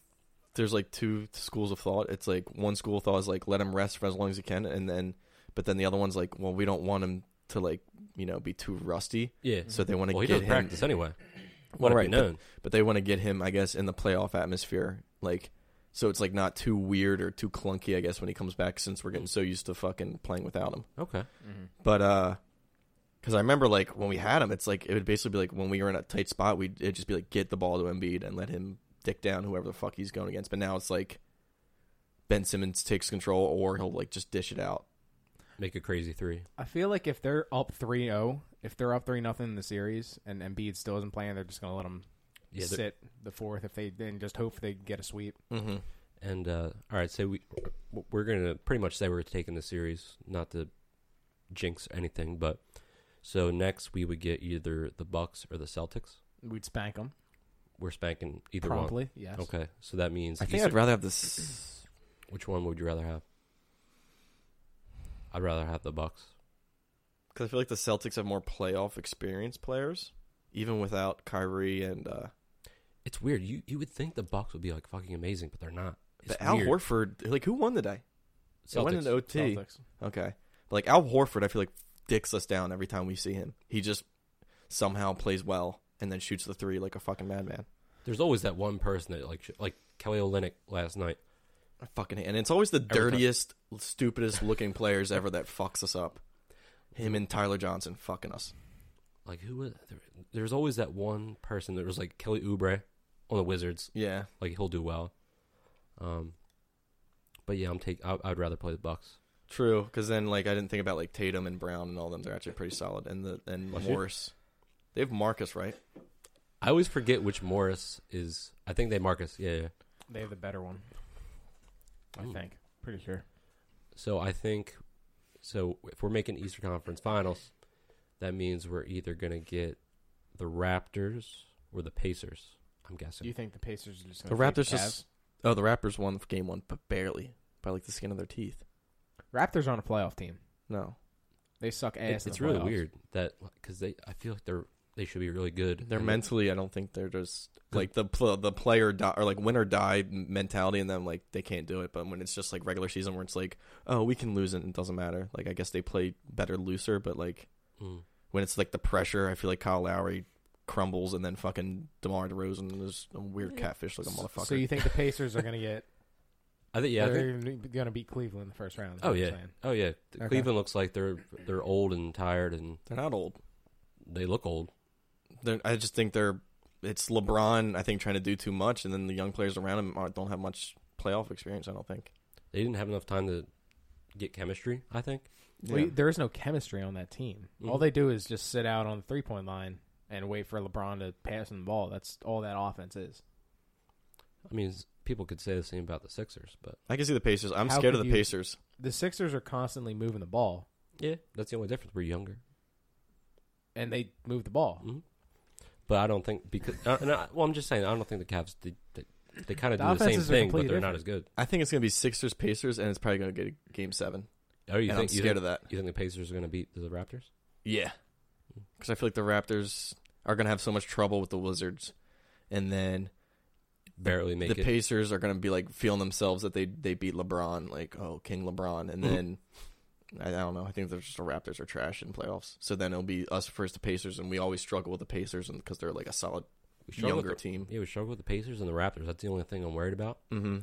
there's like two schools of thought. It's like one school of thought is like let him rest for as long as he can, and then but then the other one's like, well, we don't want him to like you know be too rusty, Yeah. so they want to Mm-hmm. well, he Mm-hmm. get doesn't him. practice anyway. Well, Let it right, be but- known. But they want to get him, I guess, in the playoff atmosphere, like. So it's like not too weird or too clunky, I guess, when he comes back, since we're getting so used to fucking playing without him. Okay. But uh, because I remember like when we had him, it's like it would basically be like when we were in a tight spot, we'd it'd just be like get the ball to Embiid and let him dick down whoever the fuck he's going against. But now it's like Ben Simmons takes control, or he'll like just dish it out. Make a crazy three. I feel like if they're up 3-0, if they're up three nothing in the series, and Embiid still isn't playing, they're just gonna let him Yeah. they're- sit the fourth if they then just hope they get a sweep. Mm-hmm. And uh, all right, so we we're gonna pretty much say we're taking the series, not to jinx anything, but So next we would get either the Bucks or the Celtics. We'd spank them We're spanking either promptly. Yes. one. Okay, so that means I think Eastern- I'd rather have this. which one would you rather have? I'd rather have the Bucks. Because I feel like the Celtics have more playoff experience players, even without Kyrie and uh, It's weird. You you would think the Bucks would be like fucking amazing, but they're not. It's but Al weird. Horford. oh- Like, who won today? They won in Celtics. OT. Celtics. Okay, but like Al Horford, I feel like dicks us down every time we see him. He just somehow plays well and then shoots the three like a fucking madman. There's always that one person that like sh- like Kelly Olynyk last night. I fucking hate. and it's always the time. dirtiest, stupidest looking players ever that fucks us up. Him and Tyler Johnson fucking us. Like who was there, there's always that one person that was like Kelly Oubre on the Wizards. Yeah, Like he'll do well. Um, but yeah, I'm take. I, I'd rather play the Bucks. true. Because then like I didn't think about like Tatum and Brown and all them. They're actually pretty solid. And the and Morris, they have Marcus right. I always forget which Morris is. I think they Marcus. Yeah, yeah. They have the better one. I think. Pretty sure. So I think. So if we're making Eastern Conference Finals, that means we're either gonna get the Raptors or the Pacers. I'm guessing. Do you think the Pacers are just The gonna Raptors fade just oh the Raptors won game one, but barely by like the skin of their teeth. Cavs? Raptors aren't a playoff team. No, They suck ass. It- in it's the really playoffs. weird that because they. I feel like they're they should be really good. they're And mentally. I don't think they're just like the pl- the player die, or like win or die mentality in them. Like they can't do it. But when it's just like regular season where it's like oh we can lose it, it doesn't matter. Like I guess they play better looser, but like Mm. when it's like the pressure, I feel like Kyle Lowry crumbles and then fucking DeMar DeRozan is a weird catfish like a motherfucker. So you think the Pacers are gonna get? I think yeah. I think, they're gonna beat Cleveland in the first round. is oh what I'm yeah. saying. Oh yeah. Okay. Cleveland looks like they're they're old and tired and they're not old. they look old. They're, I just think they're it's LeBron. I think trying to do too much, and then the young players around him are, don't have much playoff experience. I don't think. They didn't have enough time to get chemistry. I think. Well, you- there is no chemistry on that team. All Mm-hmm. Mhm. they do is just sit out on the three point line and wait for LeBron to pass him the ball. That's all that offense is. I mean, s- people could say the same about the Sixers, but I can see the Pacers. I'm How scared of could the you- Pacers. The Sixers are constantly moving the ball, yeah, that's the only difference. We're younger, and they move the ball. Mm-hmm. but I don't think because. uh, and I, well, I'm just saying I don't think the Cavs. They, they, they kind of The do the same offenses are thing, but completely they're not as good. I think it's gonna be Sixers Pacers, and it's probably gonna get a game seven. Oh, you And think I'm you think, scared of that. You think the Pacers are going to beat the Raptors? Yeah, because I feel like the Raptors are gonna have so much trouble with the Wizards, and then Barely make the it. Pacers are gonna be like feeling themselves that they they beat LeBron, like oh King LeBron, and Mm-hmm. then. I I don't know. I think they're just the Raptors are trash in playoffs. So then it'll be us versus the Pacers, and we always struggle with the Pacers because they're like a solid we struggle younger with the, team. Yeah, we struggle with the Pacers and the Raptors. That's the only thing I'm worried about. hmm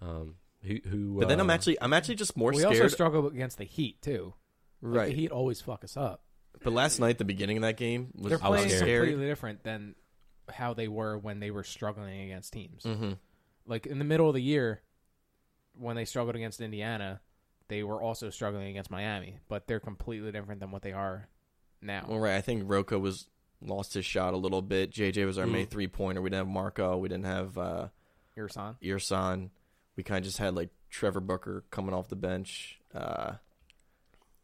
Um, who? who But then I'm uh, actually I'm actually just more we also scared. struggle against the Heat too. Like, right. the Heat always fuck us up. But last night, the beginning of that game was They're I was playing scared. completely different than how they were when they were struggling against teams. hmm Like in the middle of the year, when they struggled against Indiana, they were also struggling against Miami, but they're completely different than what they are now. Well, right. I think Rocco was lost his shot a little bit. JJ was our main Mm-hmm. three pointer. We didn't have Marco. We didn't have uh, Irsan. Irsan. We kind of just had like Trevor Booker coming off the bench. Uh,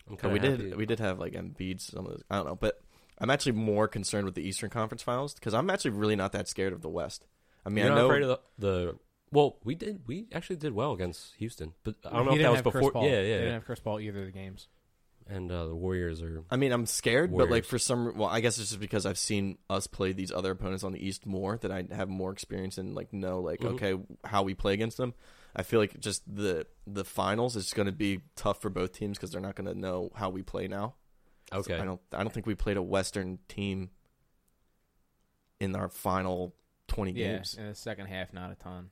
I'm but kinda we happy. did we did have like Embiid. Some of those. I don't know. But I'm actually more concerned with the Eastern Conference Finals because I'm actually really not that scared of the West. I mean, You're I not know afraid of the, the. Well, we did. We actually did well against Houston, but I don't know He if didn't that was have Chris before. Paul. Yeah, They yeah. didn't yeah. have Chris Paul either of the games. And uh, the Warriors are. I mean, I'm scared, but like Warriors. for some, well, I guess it's just because I've seen us play these other opponents on the East more that I have more experience and like know like okay how we play against them. I feel like just the the finals is going to be tough for both teams because they're not going to know how we play now. So Okay. I don't I don't think we played a Western team in our final twenty Yeah, games, in the second half, not a ton.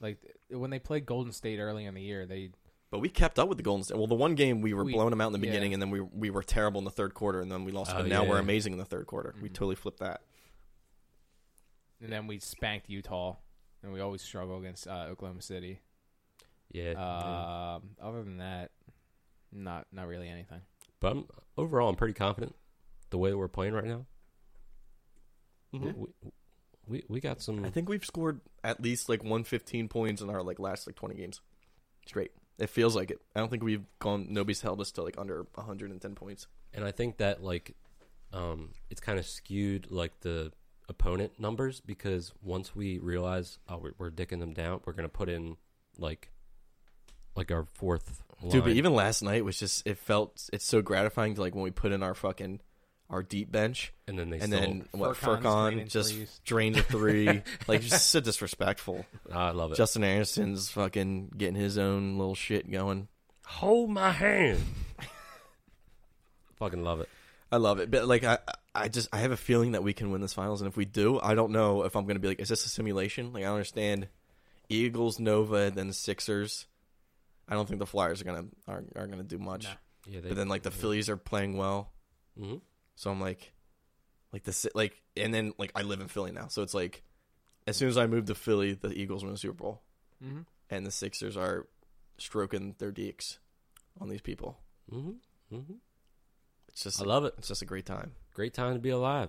Like th- when they played Golden State early in the year, they but we kept up with the Golden State. Well, the one game we were We- blowing them out in the yeah. beginning, and then we we were terrible in the third quarter, and then we lost. Oh, but now we're yeah. amazing in the third quarter. We totally flipped that. and then we spanked Utah, and we always struggle against uh, Oklahoma City. Yeah. Um Other than that, not not really anything. but I'm, overall, I'm pretty confident the way that we're playing right now. Mm-hmm. We, we we Hmm. got some. I think we've scored at least like 115 points in our like last like 20 games straight. It feels like it. I don't think we've gone. Nobody's held us to like under 110 points. and I think that like um, it's kind of skewed like the opponent numbers because once we realize oh we're, we're dicking them down, we're gonna put in like like our fourth. Line. Dude, but even last night was just. It felt. It's so gratifying to like when we put in our fucking our deep bench, and then they and still, then what? Furcon's Furcon draining just threes. drained a three. like just so disrespectful. Ah, I love it. Justin Anderson's fucking getting his own little shit going. hold my hand. Fucking love it. I love it, but like I, I just I have a feeling that we can win this finals, and if we do, I don't know if I'm going to be like, is this a simulation? Like I don't understand. Eagles, Nova, then Sixers. I don't think the Flyers are gonna are, are gonna do much. Yeah, they, But then like the Phillies are playing well, Mhm. so I'm like, like the si- like, and then like I live in Philly now, so it's like, as soon as I move to Philly, the Eagles win the Super Bowl, Mhm. and the Sixers are stroking their deeks on these people. Mhm. Mhm. It's just I love it. It's just a great time. Great time to be alive.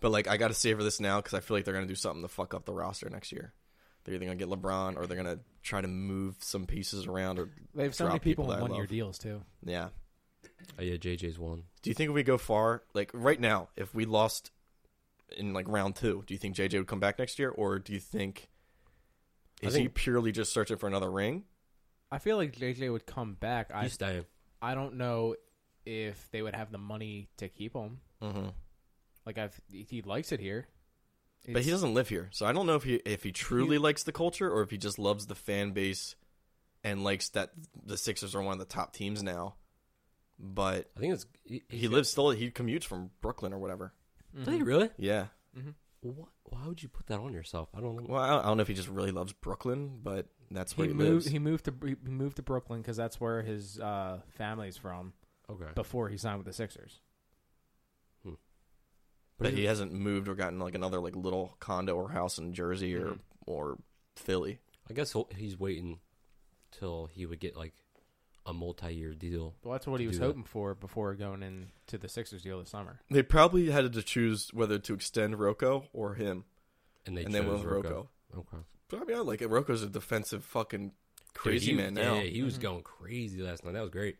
But like, I got to savor this now because I feel like they're gonna do something to fuck up the roster next year. They're either gonna get LeBron or they're gonna try to move some pieces around. Or They have so many drop people, that on I one year love. deals too. Yeah. Oh yeah, JJ's one. Do you think if we go far, like right now, if we lost in like round two, do you think JJ would come back next year, or do you think I is he think- purely just searching for another ring? I feel like JJ would come back. I He's staying. I don't know if they would have the money to keep him. Mm-hmm. Like I've he likes it here. But he It's- doesn't live here, so I don't know if he if he truly likes the culture or if he just loves the fan base and likes that the Sixers are one of the top teams now. But I think it's he, he lives still. He commutes from Brooklyn or whatever. Mm-hmm. Does mm-hmm. he really? Yeah. What? Why would you put that on yourself? I don't. Well, I don't, I don't know if he just really loves Brooklyn, but that's where He he, moved. lives. He moved to he moved to Brooklyn because that's where his uh, family's from. Okay. Before he signed with the Sixers, but he hasn't moved or gotten like another like little condo or house in Jersey or or Philly. I guess he'll- he's waiting till he would get like a multi-year deal. well, that's what he To was do that. hoping for before going into the Sixers deal this summer. They probably had to choose whether to extend Rocco or him. And they And they chose went with Rocco. Okay. But I mean, I like it. Rocco's a defensive fucking crazy Dude, he- man now. Mm-hmm. Yeah, he was going crazy last night. That was great.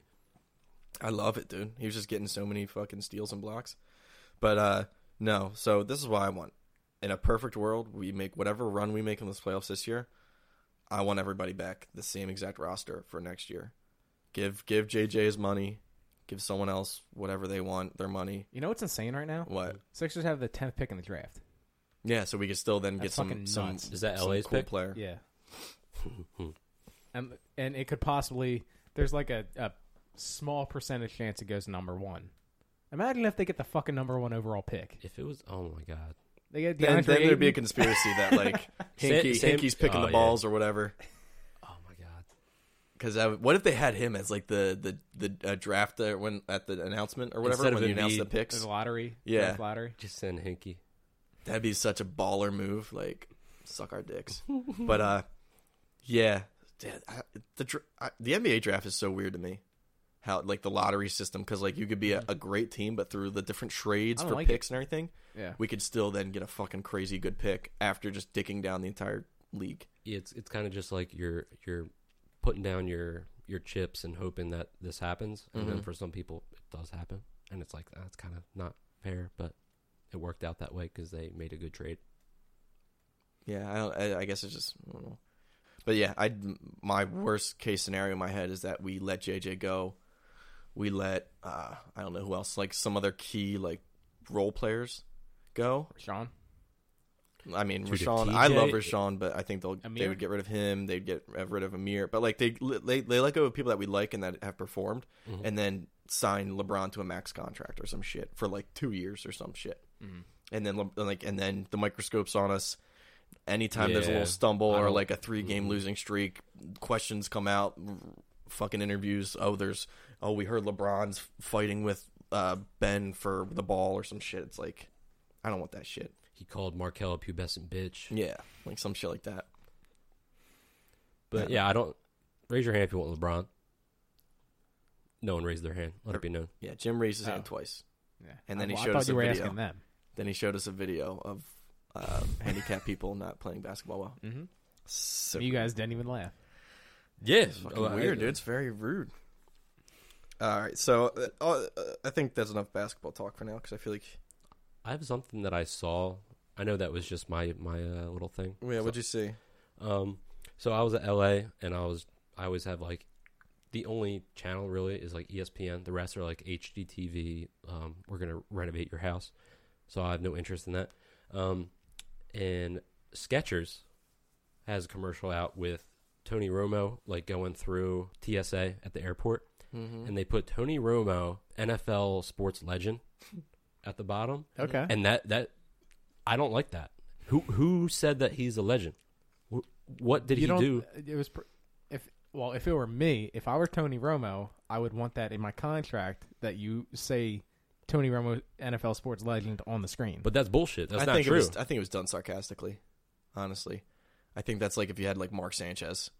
I love it, dude. He was just getting so many fucking steals and blocks. But uh no, so this is what I want. In a perfect world, we make whatever run we make in this playoffs this year. I want everybody back, the same exact roster for next year. Give give JJ his money. Give someone else whatever they want, their money. You know what's insane right now? What? Sixers have the tenth pick in the draft. Yeah, so we could still then That's get some fucking some nuts. Is that some LA's cool pick? player. Yeah. and and it could possibly there's like a, a small percentage chance it goes number one. Imagine if they get the fucking number one overall pick. If it was, oh my god, They get Then, DeAndre then there'd be a Ayton. conspiracy that like Sam- Hinkie, Sam- Hinkie's picking oh, the yeah. balls or whatever. oh my god. Because what if they had him as like the the the uh, draft uh, when at the announcement or whatever Instead of when you announce Embiid. the There's picks? a lottery. Yeah. draft lottery. Just send Hinky. That'd be such a baller move. Like suck our dicks. but uh, yeah, Dude, I- the dr- I, the NBA draft is so weird to me. How like the lottery system? Because like you could be a, a great team, but through the different trades Mm-hmm. I for don't like it. picks and everything, Yeah. we could still then get a fucking crazy good pick after just dicking down the entire league. Yeah, it's it's kind of just like you're you're putting down your your chips and hoping that this happens, and then for some people it does happen, and it's like that's kind of not fair, but it worked out that way because they made a good trade. Yeah, I, don't, I, I guess it's just. I don't know. But yeah, I my worst case scenario in my head is that we let JJ go. We let uh, I don't know who else, like some other key like role players go. Sean. I mean, Dude, if Rashawn. I love TJ Rashawn, but I think they'll they Amir? would get rid of him. They'd get rid of Amir, but like they they they let go of people that we like and that have performed, Mm-hmm. and then sign LeBron to a max contract or some shit for like two years or some shit, and then Le- like and then the microscope's on us. Anytime there's a Yeah. little stumble I or don't- Mm-hmm. like a three game losing streak, questions come out. r- Fucking interviews. Oh, there's. Oh, we heard LeBron's fighting with uh, Ben for the ball or some shit. It's like, I don't want that shit. He called Markel a pubescent bitch. Yeah, like some shit like that. But yeah, I don't raise your hand if you want LeBron. No one raised their hand. Let it be known. Yeah, Jim raised his Oh. hand twice. Yeah. And then I, he I showed thought us you a were video. asking them. Then he showed us a video of um, uh, handicapped people not playing basketball well. Mhm. So You guys didn't even laugh. Yeah, Fucking weird, dude. It's very rude. All right, so uh, uh, I think that's enough basketball talk for now because I feel like. I have something that I saw. I know that was just my my uh, little thing. Yeah, what'd you see? Um, so I was at LA, and I was I always have like the only channel really is like E ESPN. The rest are like HGTV. Um, we're gonna renovate your house, so I have no interest in that. Um, and Skechers has a commercial out with Tony Romo, like going through TSA at the airport, and they put Tony Romo, NFL sports legend, at the bottom. Okay. and that that I don't like that. Who who said that he's a legend? Wh- What did you he don't. do? It was pr- if well, if it were me, if I were Tony Romo, I would want that in my contract that you say Tony Romo, NFL sports legend, on the screen. But that's bullshit. That's I not think true. It was, I think it was done sarcastically. Honestly, I think that's like if you had like Mark Sanchez,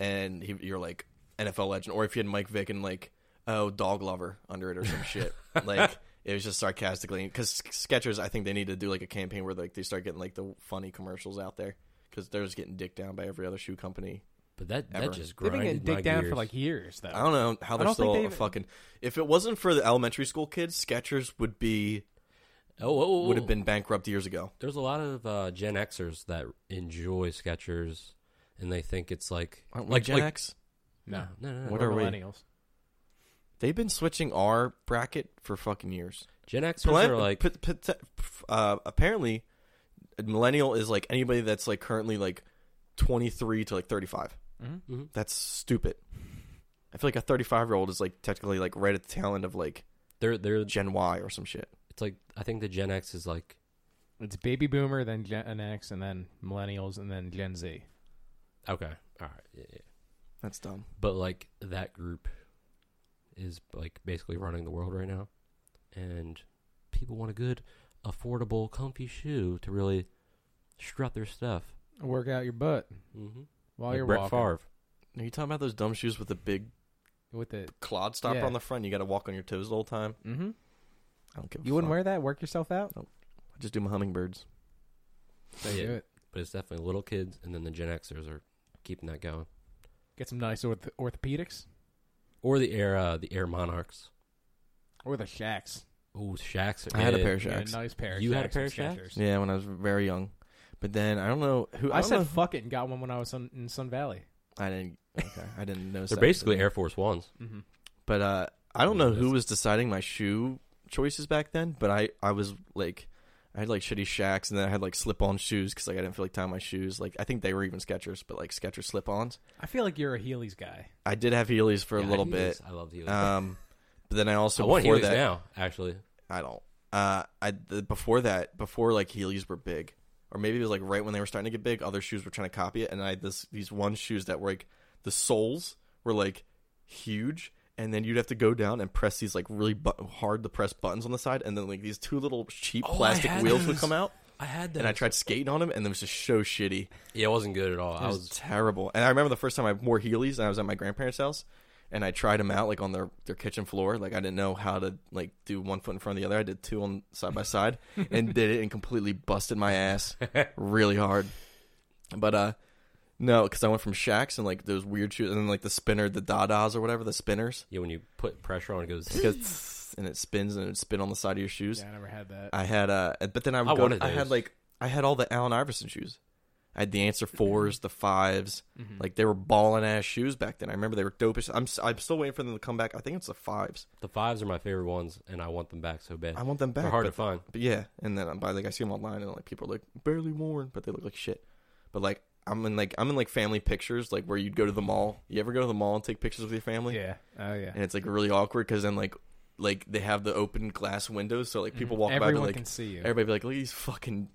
and he, you're like NFL legend, or if you had Mike Vick and like oh dog lover under it or some shit. Like it was just sarcastically because Skechers, I think they need to do like a campaign where like they start getting like the funny commercials out there because they're just getting dicked down by every other shoe company. but that ever. that just They've been getting grinded my digged down gears. for like years, though. I don't know how they're don't think still a they've- fucking. If it wasn't for the elementary school kids, Skechers would be oh, oh, oh. would have been bankrupt years ago. There's a lot of uh, Gen Xers that enjoy Skechers, and they think it's like Aren't we like Gen like, X? No, No, no, no. What we're are we? millennials. They've been switching our bracket for fucking years. Gen Xers Millenn- are like p- p- t- f- uh, apparently, millennial is like anybody that's like currently like twenty three to like thirty Mm-hmm. That's stupid. I feel like a thirty five year old is like technically like right at the tail end of like they're they're Gen Y or some shit. it's like I think the Gen X is like It's baby boomer, then Gen X, and then millennials, and then Gen Z. okay, all right, yeah, yeah. That's dumb. but like that group is like basically running the world right now, and people want a good, affordable, comfy shoe to really strut their stuff. Work out your butt Mm-hmm. while Like you're Brett walking Favre. Are you talking about those dumb shoes with the big with it. clod stopper Yeah. on the front? You got to walk on your toes the whole time. Mm-hmm. I don't give. A You wouldn't fuck. wear that. Work yourself out. I just do my hummingbirds. They Yeah. do it. but it's definitely little kids, and then the Gen Xers are keeping that going. Get some nice orth- orthopedics Or the Air, uh, the Air Monarchs. or the Shacks. Oh, Shacks. I had a pair of Get shacks. a nice pair. Of You had a Shaqs pair and of Skechers. Yeah, when I was very young. But then I don't know who don't I, know said who- fuck it and got one when I was on, in Sun Valley. I didn't. Okay, I didn't know. They're basically Air Force Ones. But uh, I don't Yeah, know Oh, who that's- was deciding my shoe choices back then. But I, I was like, I had like shitty shacks, and then I had like slip-on shoes because like I didn't feel like tying my shoes. Like I think they were even Skechers, but like Skechers slip-ons. I feel like you're a Heelys guy. I did have Heelys for a Yeah, little Heelys. bit. I love Heelys. Um, but then I also I want before Heelys that now, actually. I don't. Uh, I the, before that, before like Heelys were big, or maybe it was like right when they were starting to get big. Other shoes were trying to copy it, and I had this these one shoes that were like the soles were like huge, and then you'd have to go down and press these like really bu- hard to press buttons on the side, and then like these two little cheap Oh, I plastic had wheels would those. come out. I had that. And I tried skating on them, and it was just so shitty. Yeah, it wasn't good at all. It I was, was. terrible. And I remember the first time I wore Heelys, and I was at my grandparents' house, and I tried them out like on their their kitchen floor. Like I didn't know how to like do one foot in front of the other. I did two on side by side, and did it and completely busted my ass really hard. But uh, no, because I went from Shacks and like those weird shoes, and then like the spinner, the Dadas or whatever, the spinners, Yeah, when you put pressure on, it goes. It goes tss, and it spins and it would spin on the side of your shoes. Yeah, I never had that. I had uh, but then I would I go- wanted I had those. like I had all the Allen Iverson shoes. I had the answer Mm-hmm. fours, the 5s like they were balling ass shoes back then. I remember they were dope as I'm s- I'm still waiting for them to come back. I think it's the fives. the fives are my favorite ones, and I want them back so bad. I want them back. They're hard but, to find. But yeah, and then I'm by like I see them online and like people are like barely worn, but they look like shit. But like I'm in like I'm in like family pictures, like where you'd go to the mall. You ever go to the mall and take pictures with your family? yeah. Oh yeah. And it's like really awkward because then like like they have the open glass windows, so like people Mm-hmm. walk by Everyone they're like can see you. everybody be like, look at these fucking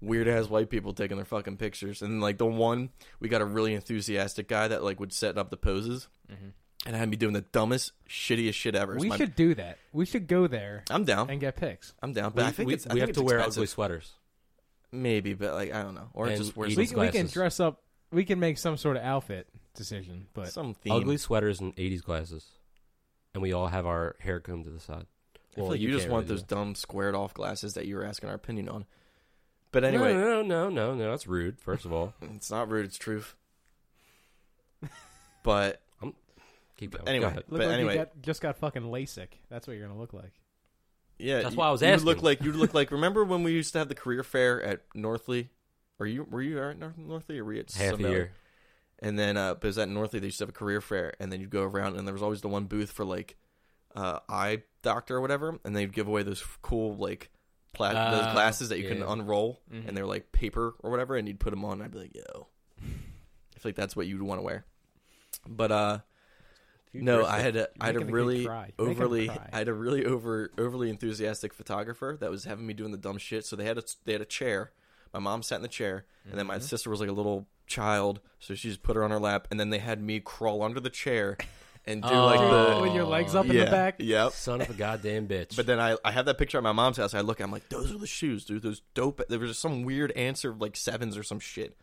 weird ass white people taking their fucking pictures. And like the one, we got a really enthusiastic guy that like would set up the poses Mm-hmm. and had me doing the dumbest, shittiest shit ever. It's we my- Oh. should do that. We should go there I'm down. and get pics. I'm down. We, But I think we, it's, I we think have it's to wear expensive. ugly sweaters. Maybe, but like I don't know. Or And just wear eat some, We, we can glasses. dress up. We can make some sort of outfit decision, but some theme. Ugly sweaters and '80s glasses, and we all have our hair combed to the side. I feel like you, just can't want really those do dumb squared off glasses that you were asking our opinion on. But that. anyway, no, no, no, no, no, no. That's rude. First of all, it's not rude. It's truth. But Keep going. anyway, Go ahead. Look but like anyway, you got, just got fucking LASIK. That's what you're gonna look like. yeah, That's you- why I was You look asking. like you look like. Remember when we used to have the career fair at Northley? Are you were you at North, Northley or were you at half some a other- year. And then, uh, but it was at Northley. They used to have a career fair, and then you'd go around, and there was always the one booth for like uh, eye doctor or whatever, and they'd give away those f- cool like pla- Ah, those glasses that you can yeah. Mm-hmm. unroll, and they were like paper or whatever, and you'd put them on. And I'd be like, yo, I feel like that's what you'd want to wear. But uh, no, I had a I had a making the kid really cry. You're making him overly cry. I had a really over overly enthusiastic photographer that was having me doing the dumb shit. So they had a they had a chair. My mom sat in the chair, and then Mm-hmm. my sister was like a little child, so she just put her on her lap, and then they had me crawl under the chair and do like the With your legs Oh, up in uh, yeah, the back. Yep. Son of a goddamn bitch. But then I, I have that picture at my mom's house. I look, I'm like, those are the shoes, dude. Those dope. There was just some weird answer of like sevens or some shit.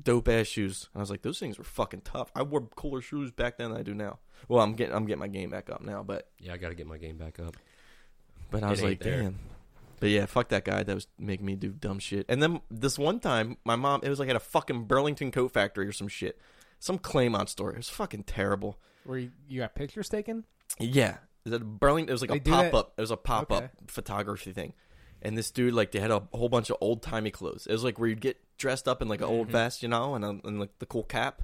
Dope ass shoes. And I was like, those things were fucking tough. I wore cooler shoes back then than I do now. Well, I'm getting I'm getting my game back up now, but yeah, I got to get my game back up. but I was ain't like, there. damn. But yeah, fuck that guy that was making me do dumb shit. And then this one time, my mom, it was like at a fucking Burlington coat factory or some shit, some Claymont store. It was fucking terrible. Where you, you got pictures taken? Yeah. Is it Burlington? It was like They a do that- pop up. It was a pop up Okay. photography thing. And this dude, like, they had a whole bunch of old timey clothes. It was like where you'd get dressed up in like an old Mm-hmm. vest, you know, and, um, and like the cool cap.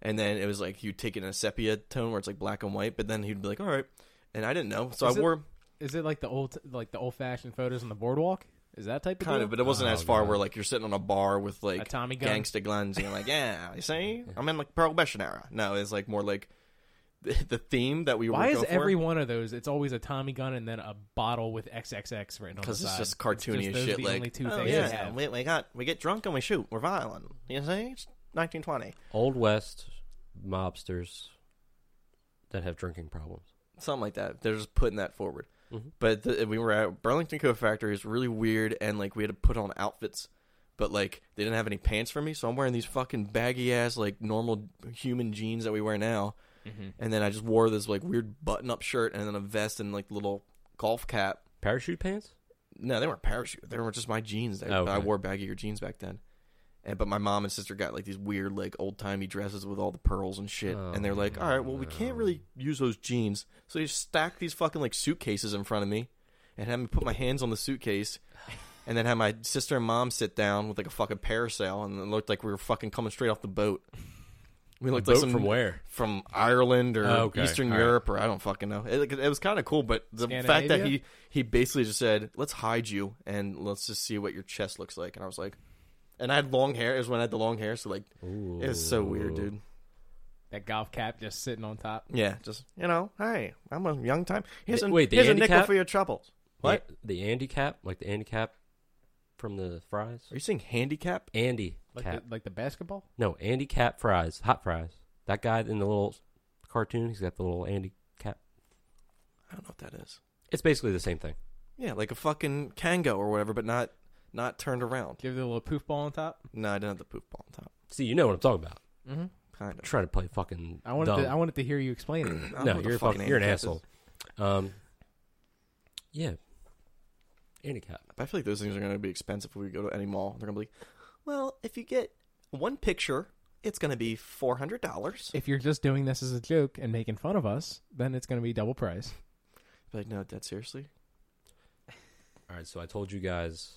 And then it was like you'd take it in a sepia tone where it's like black and white. But then he'd be like, all right. And I didn't know. So Is I it wore Is it like the old like the old fashioned photos on the boardwalk? Is that type of kind deal? of, but it Uh, wasn't as far where like you're sitting on a bar with like A Tommy gun? gangsta guns and you're like, yeah, you see, I'm in like prohibition era. No, it's like more like the, the theme that we were Why is going for. every one of those? It's always a Tommy gun and then a bottle with XXX written on the because it's side. just cartoony just as those shit. The like, only two oh, things they yeah, have. we, we got we get drunk and we shoot. We're violent. You see, it's 1920 Old West mobsters that have drinking problems. something like that. They're just putting that forward. But the, we were at Burlington Coat Factory. It's really weird, and like we had to put on outfits, but like they didn't have any pants for me, so I'm wearing these fucking baggy ass like normal human jeans that we wear now. And then I just wore this like weird button up shirt and then a vest and like little golf cap. Parachute pants? No, they weren't parachute. They were just my jeans. That Oh, okay. I wore baggier jeans back then. And but my mom and sister got like these weird like old timey dresses with all the pearls and shit. and they're Oh, like, all right, well we can't really use those jeans, so they just stacked these fucking like suitcases in front of me, and had me put my hands on the suitcase, and then had my sister and mom sit down with like a fucking parasail, and it looked like we were fucking coming straight off the boat. We looked like boat some from where? From Ireland or Oh, okay. Eastern All right. Europe or I don't fucking know. It, it was kind of cool, but the fact that Scandinavia? he he basically just said, "Let's hide you and let's just see what your chest looks like." And I was like, and I had long hair. It was when I had the long hair, so like, it was so weird, dude. That golf cap just sitting on top. Yeah, just you know, hey, I'm a young time. Here's a, Wait, the here's a Andy nickel cap? for your troubles. What? The, the Andy cap? Like the Andy cap from the fries? Are you saying handicap? Andy Like cap. the, like the basketball. No, Andy Cap fries, hot fries. That guy in the little cartoon, he's got the little Andy Cap. I don't know what that is. It's basically the same thing. Yeah, like a fucking Kango or whatever, but not not turned around. Give it a little poof ball on top. No, I didn't have the poop ball on top. See, you know what I'm talking about. Kind of. Trying to play fucking. I wanted dumb. to, I wanted to hear you explain I it. don't know no, what the you're a fucking fucking. You're an handicap is. asshole. Um. Yeah. Andy Cap. I feel like those things are going to be expensive if we go to any mall. They're going to be like, well, if you get one picture, it's going to be four hundred dollars. if you're just doing this as a joke and making fun of us, then it's going to be double price. Like, no, Dad, seriously. All right, so I told you guys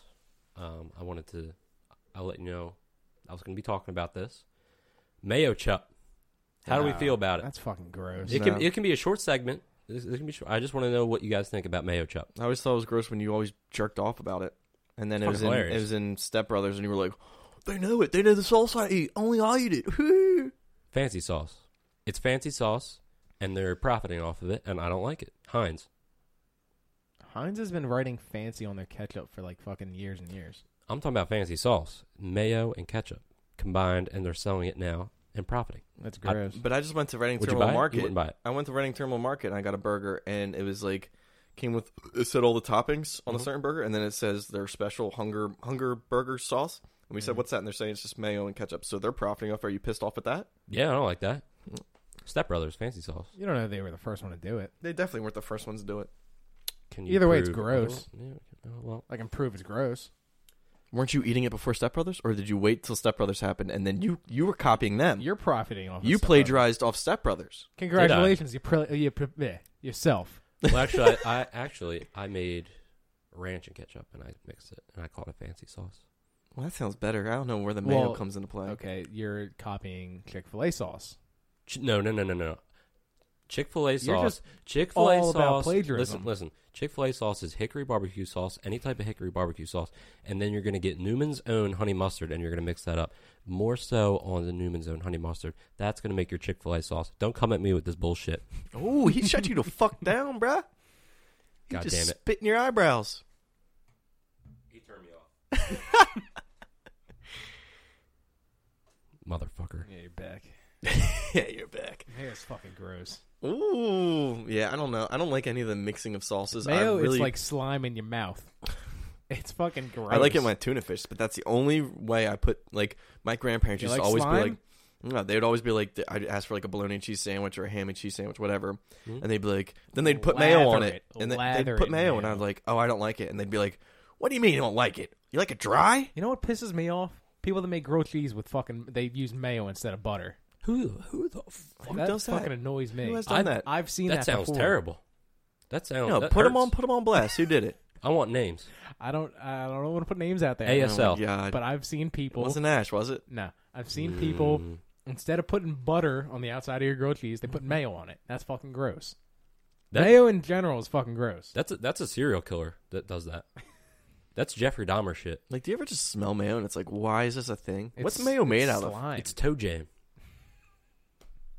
um, I wanted to. I'll let you know. I was going to be talking about this mayo chup. How do we feel about it? That's fucking gross. It can No. it can be a short segment. This, this can be short. I just want to know what you guys think about mayo chup. I always thought it was gross when you always jerked off about it, and then It's it was in, fucking hilarious. it was in Step Brothers, and you were like, they know it, they know the sauce I eat, only I eat it. Whoo. Fancy sauce. It's fancy sauce, and they're profiting off of it, and I don't like it. Heinz. Heinz has been writing fancy on their ketchup for like fucking years and years. I'm talking about fancy sauce, mayo and ketchup combined, and they're selling it now and profiting. That's I- gross. But I just went to Reading Would you Terminal buy it? You Market. wouldn't buy it. I went to Reading Terminal Market and I got a burger, and it was like came with it said all the toppings on a certain burger, and then it says their special hunger hunger burger sauce. And we said, "What's that?" And they're saying it's just mayo and ketchup. So they're profiting off. Are you pissed off at that? Yeah, I don't like that. Step Brothers fancy sauce. you don't know they were the first one to do it. They definitely weren't the first ones to do it. Can you Either way, it's prove- gross. Yeah, okay. Oh, well, Like, improve is gross. weren't you eating it before Step Brothers, or did you wait till Step Brothers happened and then you you were copying them? You're profiting off. of you stuff. plagiarized off Step Brothers. Congratulations, you, pre- you pre- yeah, yourself. Well, actually, I, I actually I made ranch and ketchup, and I mixed it, and I called it fancy sauce. Well, that sounds better. I don't know where the mayo Well, comes into play. Okay, you're copying Chick Fil A sauce. Ch- no, no, no, no, no. Chick Fil A You're sauce. just Chick Fil A all about sauce. Listen, plagiarism. listen. Chick Fil A sauce is hickory barbecue sauce, any type of hickory barbecue sauce, and then you're going to get Newman's Own honey mustard, and you're going to mix that up. More so on the Newman's Own honey mustard. That's going to make your Chick Fil A sauce. Don't come at me with this bullshit. Oh, he shut you the fuck down, bruh. He God just damn it. spit in your eyebrows. He turned me off. Motherfucker. Yeah, you're back. yeah, you're back. Mayo's fucking gross. Ooh, yeah. I don't know. I don't like any of the mixing of sauces. Mayo I really, is like slime in your mouth. It's fucking gross. I like it when I tuna fish, but that's the only way I put like my grandparents You used to like always slime? be like. No, they would always be like, I'd ask for like a bologna cheese sandwich or a ham and cheese sandwich, whatever, and they'd be like, then they'd put mayo on Lather it, it. and they- Lather they'd put it, mayo, and mayo. I'd like, oh, I don't like it, and they'd be like, what do you mean you don't like it? You like it dry? You know what pisses me off? People that make grilled cheese with fucking they use mayo instead of butter. Who who the fuck? that does that? fucking annoys me. Who has I've, done that? I've seen that. That sounds before. terrible. That sounds. no, that put them hurts. on, put them on blast. Who did it? I want names. I don't. I don't want to put names out there. AS. Oh Sell. my God, But I've seen people. wasn't Ash, was it? No, I've seen people Mm. instead of putting butter on the outside of your grilled cheese, they put mayo on it. That's fucking gross. That- mayo in general is fucking gross. That's a, that's a serial killer that does that. That's Jeffrey Dahmer shit. Like, do you ever just smell mayo and it's like, why is this a thing? What's It's- mayo made it's out of? slime. It's toe jam.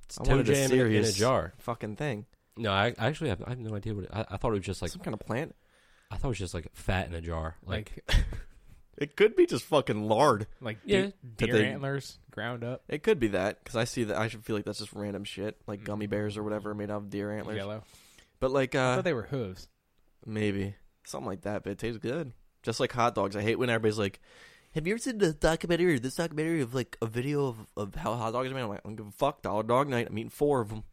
It's I toe wanted a jam in a- in a serious jar. fucking thing. No, I, I actually have I have no idea what it, I, I thought. It was just like Some kind of plant. I thought it was just like fat in a jar. Like, like It could be just fucking lard. like Yeah. de- deer they- antlers ground up, It could be that because I see that. I should feel like that's just random shit, like gummy bears or whatever made out of deer antlers. yellow. But like, I uh, thought they were hooves. maybe something like that. But it tastes good, just like hot dogs. I hate when everybody's like, "Have you ever seen the documentary or this documentary of like a video of, of how hot dogs are made?" I'm like, "I'm giving a fuck dollar dog night. I'm eating four of them,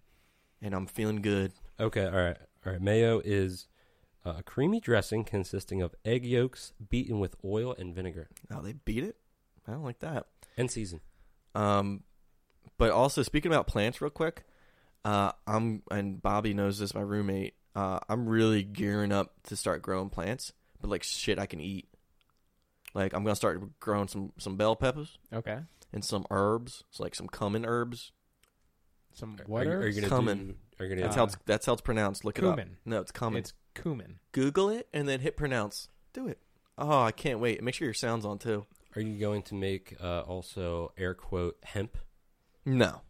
and I'm feeling good." okay, all right, all right. Mayo is uh, a creamy dressing consisting of egg yolks beaten with oil and vinegar Now they beat it. I don't like that. and season. Um, but also speaking about plants, real quick, uh, I'm and Bobby knows this. My roommate, uh, I'm really gearing up to start growing plants, but like shit I can eat. Like I'm gonna start growing some some bell peppers Okay, and some herbs, so like some cumin herbs. some Are what you- are, herbs? you gonna do? Cumin. Are you gonna? That's do- how it's that's how it's pronounced. Look it up. Cumin. No, it's cumin. It's cumin. Google it and then hit pronounce. Do it. Oh, I can't wait. Make sure your sound's on too. Are you going to make uh, also air quote hemp? No,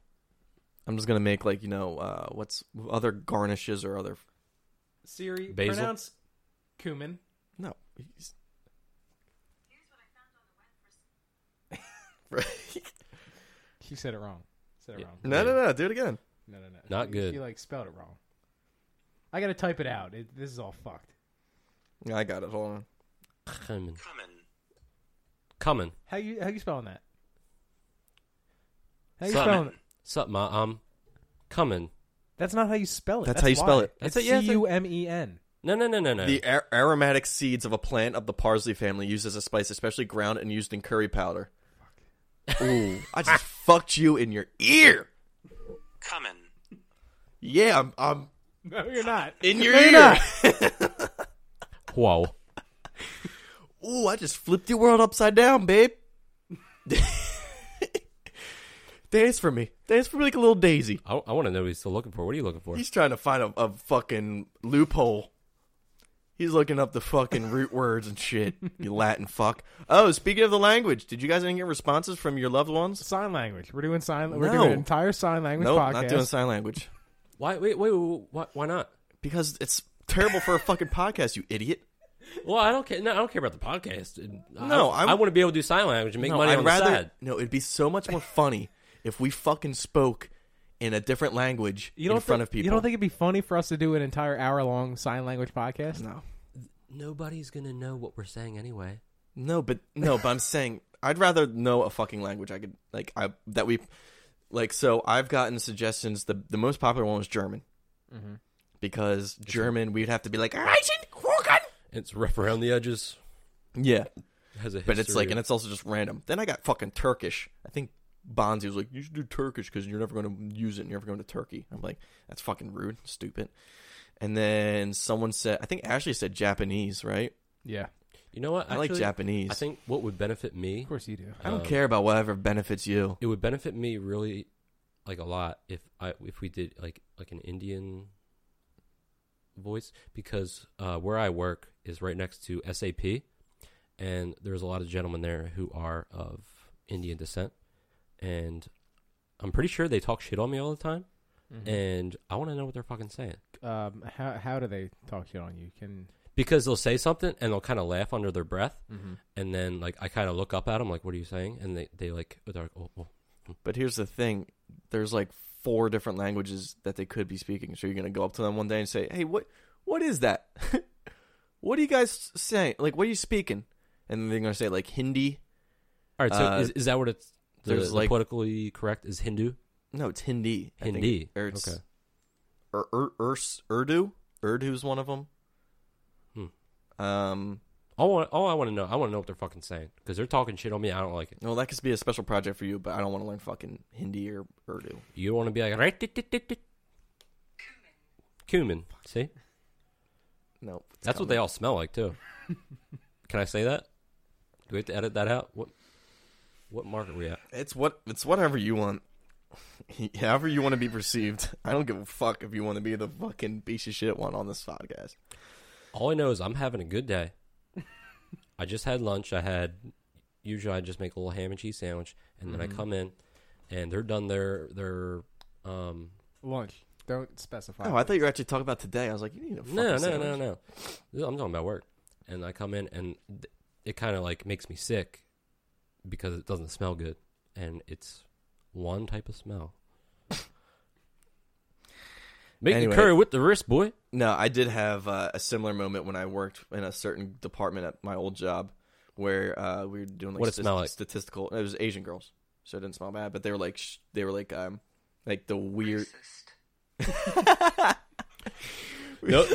I'm just gonna make like you know uh, what's other garnishes or other Siri, Basil? pronounce cumin. No. Here's what I found on the web She said it wrong. Said it Yeah. wrong. No, no, no. Do it again. No, no, no. Not She- good. She like spelled it wrong. I gotta type it out. It, this is all fucked. Yeah, I got it. Hold on. Cumin. Cumin. How you how you spelling that? How you Summon. spelling it? Sup, ma? Um, cumin. That's not how you spell it. That's how you spell why. it. It's That's a- yeah, C it's a- U M E N. No, no, no, no, no. The ar- aromatic seeds of a plant of the parsley family used as a spice, especially ground and used in curry powder. Ooh, I just fucked you in your ear. Coming. Yeah, I'm, I'm No, you're not. in your No, you're ear. not. Whoa. Ooh, I just flipped your world upside down, babe. Dance for me. Dance for me like a little daisy. I, I want to know what he's still looking for. What are you looking for? He's trying to find a, a fucking loophole. He's looking up the fucking root words and shit. You Latin fuck. Oh, speaking of the language, did you guys even get responses from your loved ones? sign language. We're doing sign. We're No. doing an entire sign language No, podcast. not doing sign language Why? Wait, wait, wait, why, why not? because it's terrible for a fucking podcast. You idiot. Well, I don't care. No, I don't care about the podcast. No, I, I'm- I want to be able to do sign language and make money on the side. no. It'd be so much more funny if we fucking spoke in a different language You don't in front thi- of people. You don't think it'd be funny for us to do an entire hour long sign language podcast? no, Nobody's gonna know what we're saying anyway. no, but no, but I'm saying I'd rather know a fucking language. I could like I that we like. So I've gotten suggestions. The the most popular one was German. Mm-hmm. Because German, we'd have to be like, "Reisen, Kuchen." It's rough around the edges. yeah. Has a but it's like, history and of- it's also just random. Then I got fucking Turkish. I think Bonzi was like, you should do Turkish because you're never going to use it and you're never going to Turkey. I'm like, that's fucking rude, stupid. And then someone said, I think Ashley said Japanese, right? Yeah, You know what? I like Actually, Japanese. I think uh, what would benefit me, um, of course you do. I don't care about whatever benefits you. it would benefit me really like a lot if I if we did like like an Indian voice because uh, where I work is right next to SAP, and there's a lot of gentlemen there who are of Indian descent, and I'm pretty sure they talk shit on me all the time, and I want to know what they're fucking saying Um, how how do they talk shit on you? Can because they'll say something and they'll kind of laugh under their breath, Mm-hmm. and then like I kind of look up at them like, "What are you saying?" and they they like they're like, "Oh, oh, But here's the thing: there's like four different languages that they could be speaking. So you're gonna go up to them one day and say, "Hey, what what is that? what are you guys saying? Like, what are you speaking?" And they're gonna say like Hindi. All right, so Uh, is, is that what it's the, there's the like- politically correct is Hindu? No, it's Hindi. I think. Hindi. Or it's Okay. Ur, Ur, Urs- Urdu. Urdu's one of them. Hmm. Um. All I want, all I want to know, I want to know what they're fucking saying because they're talking shit on me. I don't like it. Well, that could be a special project for you, but I don't want to learn fucking Hindi or Urdu. You want to be like right, dit, dit, dit, dit. cumin. See, No, it's that's what coming. they all smell like too. Can I say that? Do we have to edit that out? What what market are we at? It's what it's whatever you want. However you want to be perceived. I don't give a fuck if you want to be the fucking piece of shit one on this podcast. All I know is I'm having a good day. I just had lunch. I had usually I just make a little ham and cheese sandwich, and Mm-hmm. then I come in, and they're done their their um lunch? Don't specify. Oh, I thought you were actually talking about today. I was like, you need a fucking No, no, sandwich. no, no, no. I'm talking about work. And I come in and th- it kind of like makes me sick because it doesn't smell good. And it's one type of smell. Make Anyway. the curry with the wrist, boy. No, I did have uh, a similar moment when I worked in a certain department at my old job where uh, we were doing like, What'd it smell like? statistical. It was Asian girls, so it didn't smell bad. But they were like sh- they were like um like the weird. No,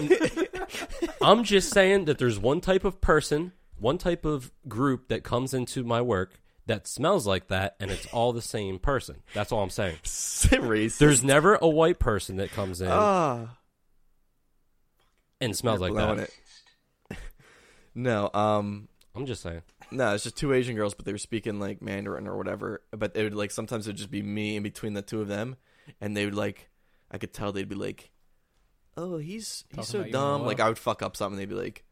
I'm just saying that there's one type of person, one type of group that comes into my work that smells like that, and it's all the same person. That's all I'm saying. Racist. There's never a white person that comes in Ah. and smells like blowing that. it. No, um, I'm just saying. No, it's just two Asian girls, but they were speaking like Mandarin or whatever. But it would like sometimes it would just be me in between the two of them, and they would like, I could tell they'd be like, "Oh, he's he's Talking so about you in the dumb." Like wild. I would fuck up something, they'd be like,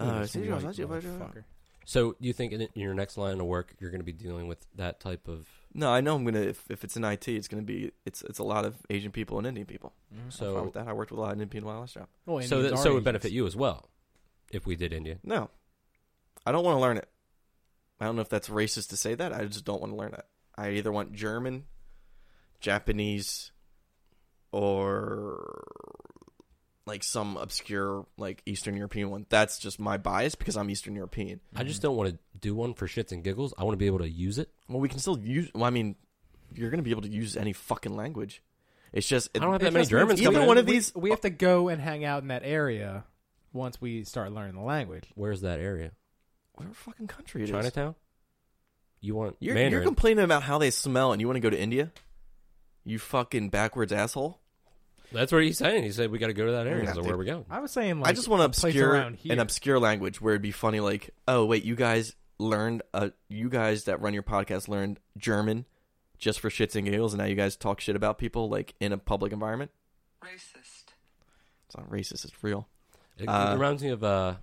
uh, Just be like, "Motherfucker." So you think in, in your next line of work you're going to be dealing with that type of "No, I know I'm gonna if, if it's in IT, it's gonna be it's it's a lot of Asian people and Indian people." Mm-hmm. So so with that, I worked with a lot of Indian people in my last job. Well, so Indians that, so are it Asians. would benefit you as well if we did Indian. No, I don't want to learn it. I don't know if that's racist to say that. I just don't want to learn it. I either want German, Japanese, or like some obscure like Eastern European one. That's just my bias because I'm Eastern European. I Mm-hmm. just don't want to do one for shits and giggles. I want to be able to use it. Well, we can still use. Well, I mean, you're gonna be able to use any fucking language. It's just I don't have that It many just means Germans we- coming either in. one of we- these. We have to go and hang out in that area once we start learning the language. Where's that area? Whatever fucking country it is. Chinatown. You want You're, Mandarin? you're complaining about how they smell, and you want to go to India? You fucking backwards asshole. That's what he's saying. He said we got to go to that area. Yeah, so where dude. we go? I was saying, like, I just want to a place obscure around here. an obscure language where it'd be funny, like, oh wait, you guys learned, uh, you guys that run your podcast learned German just for shits and giggles, and now you guys talk shit about people like in a public environment. Racist. It's not racist. It's real. It, it Uh, reminds me of uh,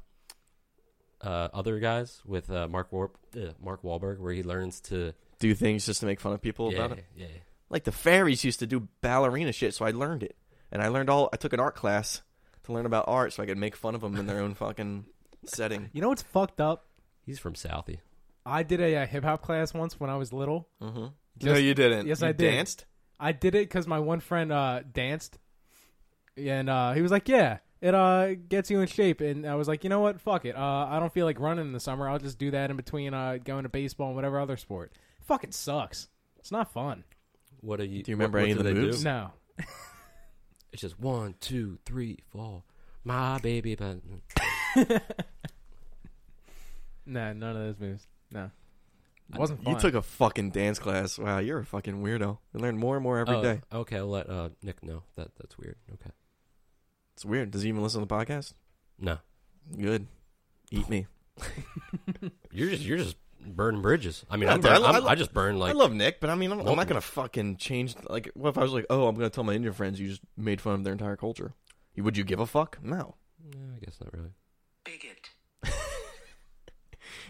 uh, other guys with uh, Mark Warp, uh, Mark Wahlberg, where he learns to Do things just to make fun of people yeah, about it. yeah. Like the fairies used to do ballerina shit, so I learned it, and I learned all. I took an art class to learn about art, so I could make fun of them in their own fucking setting. you know what's fucked up? He's from Southie. I did a, uh hip hop class once when I was little. Mm-hmm. no, you didn't. yes, You I did. Danced. I did it because my one friend uh, danced, and uh, he was like, "Yeah, it uh, gets you in shape." And I was like, "You know what? Fuck it. Uh, I don't feel like running in the summer. I'll just do that in between uh, going to baseball and whatever other sport. Fucking sucks. It's not fun. What are you? Do you remember what, any what of do the they moves? Do? No, It's just one, two, three, four. My baby, but Nah, none of those moves. No, it wasn't. You fun. took a fucking dance class. Wow, you're a fucking weirdo. You learn more and more every day. Oh, Okay, I'll let uh, Nick know. That that's weird. Okay. It's weird. Does he even listen to the podcast? No. Good. Eat me. You're just you're just burning bridges. I mean, Yeah, I'm dude, I burn, lo- I, am I lo- I just burn like I love Nick, but I mean, I'm, I'm Nope. not gonna fucking change. Like, what if I was like, oh, I'm gonna tell my Indian friends you just made fun of their entire culture? You- Would you give a fuck? No. No, I guess not really. bigot,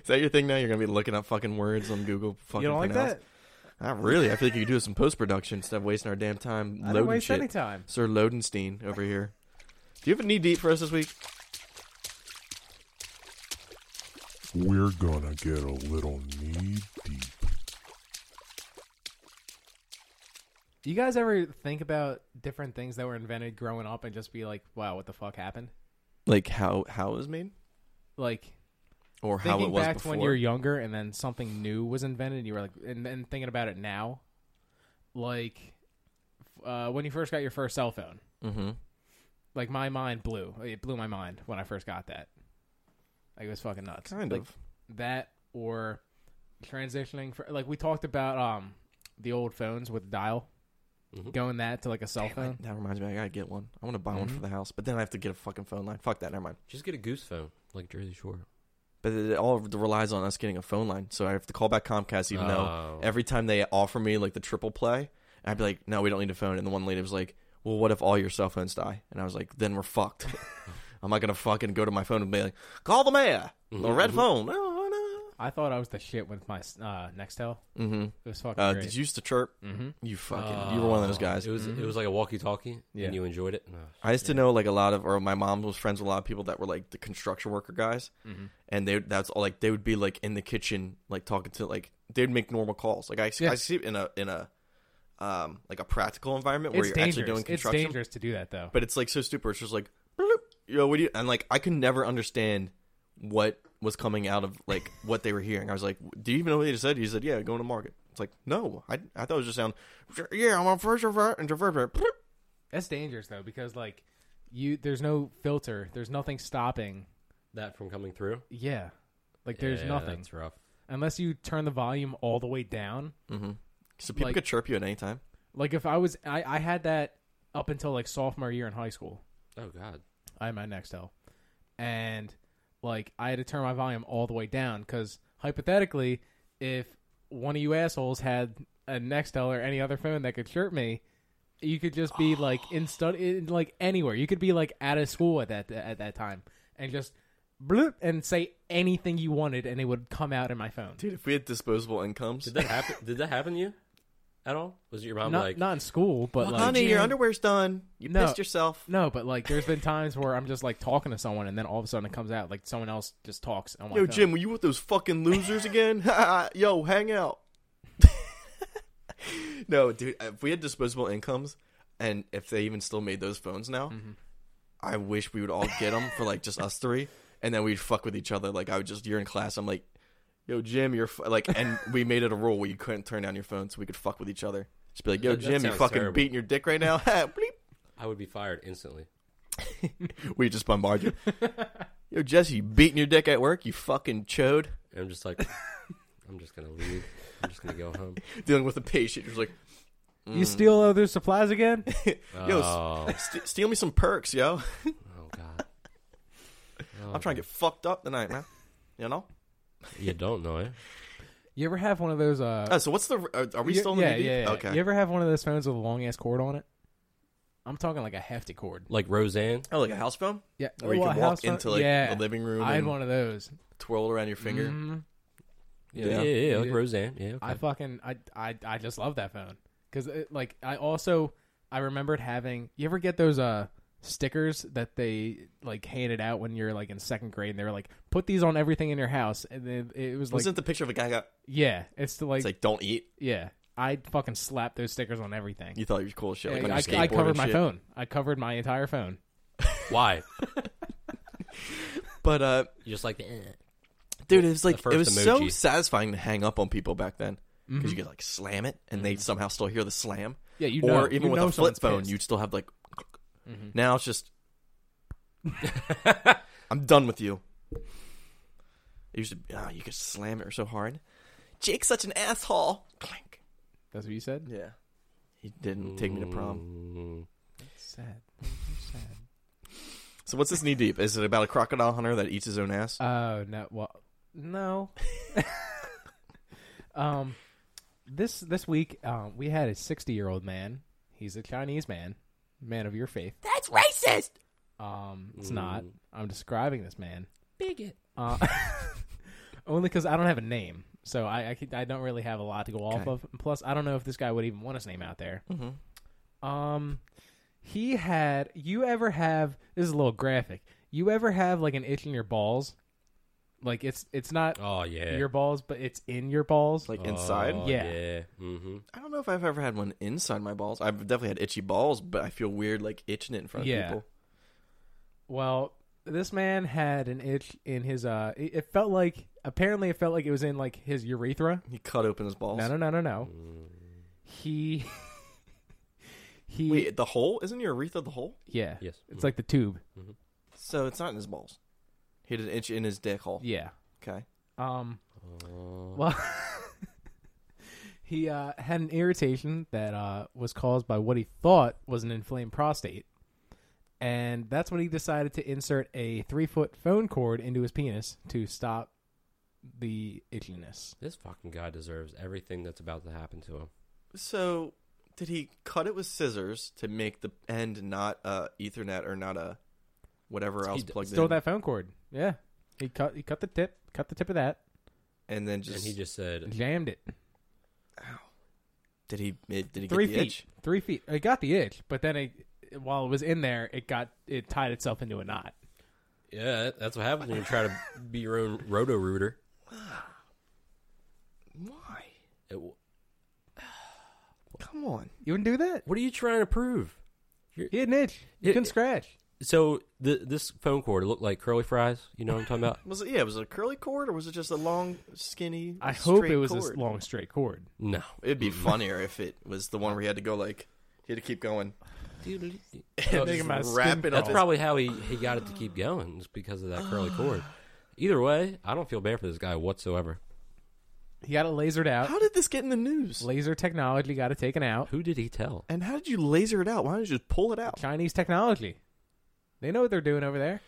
Is that your thing now? You're gonna be looking up fucking words on Google. Fucking You don't like pronounce- that? Not really. I feel like you could do some post production instead of wasting our damn time I loading didn't waste shit. any time. Sir Lodenstein over here. Do you have a knee deep for us this week? We're gonna get a little knee deep. Do you guys ever think about different things that were invented growing up and just be like, "Wow, what the fuck happened?" Like how how it was made Like or how it thinking was back to before? when you were younger, and then something new was invented, and you were like, and then thinking about it now, like f- uh, when you first got your first cell phone. mm-hmm. Like my mind blew. It blew my mind when I first got that. Like it was fucking nuts. Kind Like, of. that or transitioning for like we talked about um the old phones with dial Mm-hmm. going that to like a cell phone That reminds me, I gotta get one. I want to buy one for the house, but then I have to get a fucking phone line. Fuck that. Never mind. Just get a goose phone like Jersey Shore. But it all relies on us getting a phone line, so I have to call back Comcast. Even Oh. though every time they offer me like the triple play, I'd be like, "No, we don't need a phone." And the one lady was like, "Well, what if all your cell phones die?" And I was like, "Then we're fucked." I'm not gonna fucking go to my phone and be like, "Call the mayor." Mm-hmm. The red phone. i thought i was the shit with my uh nextel Mm-hmm. it was fucking Uh, great. did you used to chirp? Mhm. You fucking. you were one of those guys. It was it was like a walkie-talkie, Yeah. and you enjoyed it. No. I used to know like a lot of, or my mom was friends with a lot of people that were like the construction worker guys, Mm-hmm. and they that's all like they would be like in the kitchen like talking to like they'd make normal calls. Like I, see I Yeah. see it in a in a um like a practical environment where it's you're dangerous actually doing it's construction, dangerous to do that though but it's like so stupid. It's just like bloop, yo, what do you? And like I could never understand what was coming out of like what they were hearing. I was like, do you even know what they just said? He said, yeah, going to market. It's like no, I, I thought it was just sound. Yeah, I'm on first revert and reverb. bloop." that's dangerous though because like you there's no filter there's nothing stopping That from coming through. yeah like there's Yeah, nothing That's rough. unless you turn the volume all the way down So people Like- could chirp you at any time. like if i was i i had that up until like sophomore year in high school Oh God. I had my Nextel, and like I had to turn my volume all the way down because hypothetically, if one of you assholes had a Nextel or any other phone that could chirp me, you could just be like in study, in, like anywhere. You could be like out of school at that at that time and just bloop and say anything you wanted, and it would come out in my phone. Dude, if we had disposable incomes, Did that happen? did that happen to you at all? Was it your mom Not like? not in school, but like honey, your underwear's done. You No. pissed yourself. No, but like there's been times where I'm just like talking to someone, and then all of a sudden it comes out like someone else just talks. On my Yo, phone. Jim, were you with those fucking losers again? Yo, hang out. no, dude, if we had disposable incomes, and if they even still made those phones now, Mm-hmm. I wish we would all get them for like just us three, and then we'd fuck with each other. Like I would just, you're in class, I'm like, yo, Jim, you're f-, like, and we made it a rule where you couldn't turn down your phone, so we could fuck with each other. Just be like, yo, That- that Jim, you sounds fucking terrible. beating your dick right now. Bleep. I would be fired instantly. We just bombard you. Yo, Jesse, you beating your dick at work? You fucking chode. And I'm just like, I'm just gonna leave. I'm just gonna go home. Dealing with a patient. You're just Mm. You steal other supplies again? like, yo, Oh, s- st- steal me some perks, yo. oh God. Oh, I'm trying to get fucked up tonight, man. You know? You don't know eh? it. You ever have one of those? Uh, Uh, so what's the... Are, are we you- still in yeah, the knee deep? yeah, yeah. Okay. You ever have one of those phones with a long ass cord on it? I'm talking like a hefty cord. Like Roseanne. oh, like a house phone? Yeah, Where you well, can a walk house phone- into, like, yeah. the living room I had and- one of those. Twirl around your finger. Mm, Yeah, Yeah. yeah, yeah, like Roseanne. Yeah, okay. I fucking I I I just love that phone because like I also I remembered having. You ever get those uh stickers that they like handed out when you're like in second grade and they were like put these on everything in your house and then it was like Wasn't the picture of a guy got... yeah it's to like, It's like, don't eat. yeah I fucking slapped those stickers on everything. You thought you were cool as shit. Like, Yeah, on your I, I skateboard covered and my shit. phone. I covered my entire phone. Why? But, uh... You just like, eh. Dude, it was like... first It was so emoji. satisfying to hang up on people back then. Because Mm-hmm. you could, like, slam it, and they somehow still hear the slam. Yeah, you know. or even you with know a flip someone's phone, pissed. you'd still have like. Now it's just. I'm done with you. used to, oh, you could slam it so hard. Jake's such an asshole. Clank. That's what you said. Yeah. He didn't take me to prom. Mm, Sad. So what's this knee deep? Is it about a crocodile hunter that eats his own ass? Oh no. Well, no. um, this this week, um, we had a sixty year old man. He's a Chinese man, man of your faith. That's racist. Um, it's not. I'm describing this man. Bigot. Uh, only because I don't have a name, so I I, could- I don't really have a lot to go off Okay. of. Plus, I don't know if this guy would even want his name out there. Um, he had. You ever have? This is a little graphic. You ever have like an itch in your balls? Like it's it's not Oh yeah. your balls, but it's in your balls. Like inside? Oh, yeah. Mm-hmm. I don't know if I've ever had one inside my balls. I've definitely had itchy balls, but I feel weird like itching it in front of Yeah. people. Well, this man had an itch in his uh. It, it felt like apparently it felt like it was in like his urethra. He cut open his balls. No, no, no, no, no. He. he. Wait, the hole? Isn't your urethra the hole? yeah. Yes. It's like the tube. So it's not in his balls. He had an itch in his dick hole. Yeah. Okay. Um. Well. he uh, had an irritation that uh, was caused by what he thought was an inflamed prostate, and that's when he decided to insert a three-foot phone cord into his penis to stop the itchiness. This fucking guy deserves everything that's about to happen to him. So did he cut it with scissors to make the end not uh, Ethernet or not a whatever else d- plugged Stole in? that phone cord. Yeah. He cut. He cut the tip. Cut the tip of that. and then just, And he just said, Jammed it. did he it, did he three get feet. the itch? Three feet. It got the itch, but then it, while it was in there, it got it tied itself into a knot. "Yeah, that- that's what happens when you try to be your own roto rooter." Why? It w- Come on. You wouldn't do that. What are you trying to prove? He had an itch. You It- can scratch. So the, this phone cord it looked like curly fries. You know what I'm talking about? Was it yeah? Was it a curly cord or was it just a long, skinny? I hope straight it was cord? a long straight cord. No, It'd be funnier if it was the one where he had to go like he had to keep going. dude. Think about skin wrap it up. That's his- probably how he, he got it to keep going, is because of that curly cord. Either way, I don't feel bad for this guy whatsoever. He got it lasered out. How did this get in the news? Laser technology got it taken out. Who did he tell? And how did you laser it out? Why don't you just pull it out? Chinese technology. They know what they're doing over there.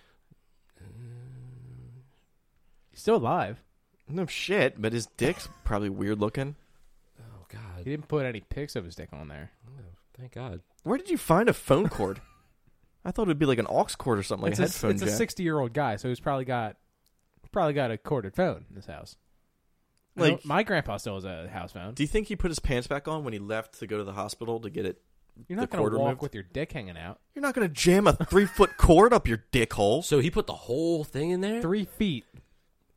He's still alive. No shit, but his dick's probably weird looking. Oh He God! didn't put any pics of his dick on there. Thank God. Where did you find a phone cord? I thought it'd be like an aux cord or something, like it's a a, headphone it's a jack. sixty-year-old guy, so he's probably got probably got a corded phone in his house. I Like- know- my grandpa still has a house phone. Do you think he put his pants back on when he left to go to the hospital to get it? You're not the going cord to walk removed? with your dick hanging out. You're not gonna jam a three foot cord up your dick hole. So he put the whole thing in there. Three feet.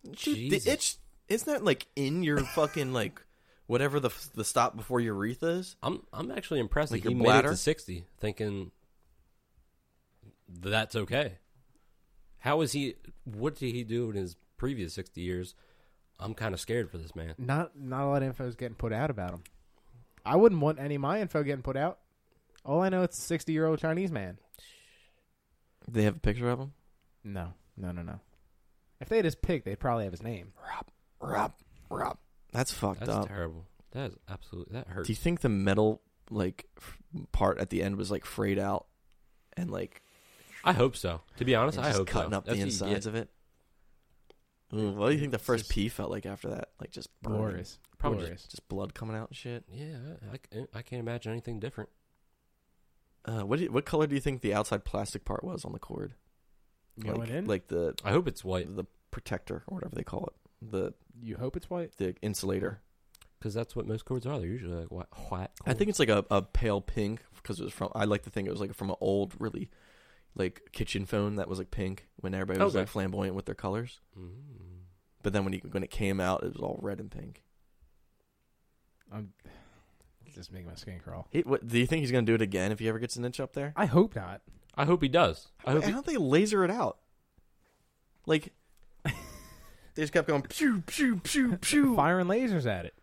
Dude, the Jesus. itch isn't that like in your fucking like whatever the the stop before your urethra is? I'm I'm actually impressed Like that he your made it bladder? to 60, thinking that's okay. How is he? What did he do in his previous 60 years? I'm kind of scared for this man. Not not a lot of info is getting put out about him. I wouldn't want any of my info getting put out. All I know it's a sixty year old Chinese man. They have a picture of him. No, no, no, no. If they had his pick, they'd probably have his name. Rob, Rob, Rob. That's fucked That's up. terrible. That is absolutely that hurts. Do you think the metal like f- part at the end was like frayed out and like I hope so. To be honest, and I just hope cutting so. up the That's what you insides get. of it? Mm, what do you think the first pee felt like after that? Like just burning, Boris. Probably Boris. just blood coming out and shit. Yeah, I, c- I can't imagine anything different. Uh, what do you, what color do you think the outside plastic part was on the cord? You know like, what in? like the I hope it's white the protector or whatever they call it, the you hope it's white. the insulator. because that's what most cords are. They're usually like white. white I think it's like a, a pale pink because it was from. I like to think it was like from an old, really, like kitchen phone that was like pink when everybody was Okay. like flamboyant with their colors. Mm. But then when he, when it came out, it was all red and pink. I'm it's just making my skin crawl. He, what, do you think he's gonna do it again if he ever gets an inch up there? I hope not. I hope he does. I How hope. He, do they laser it out? Like they just kept going pew pew pew pew. Firing lasers at it.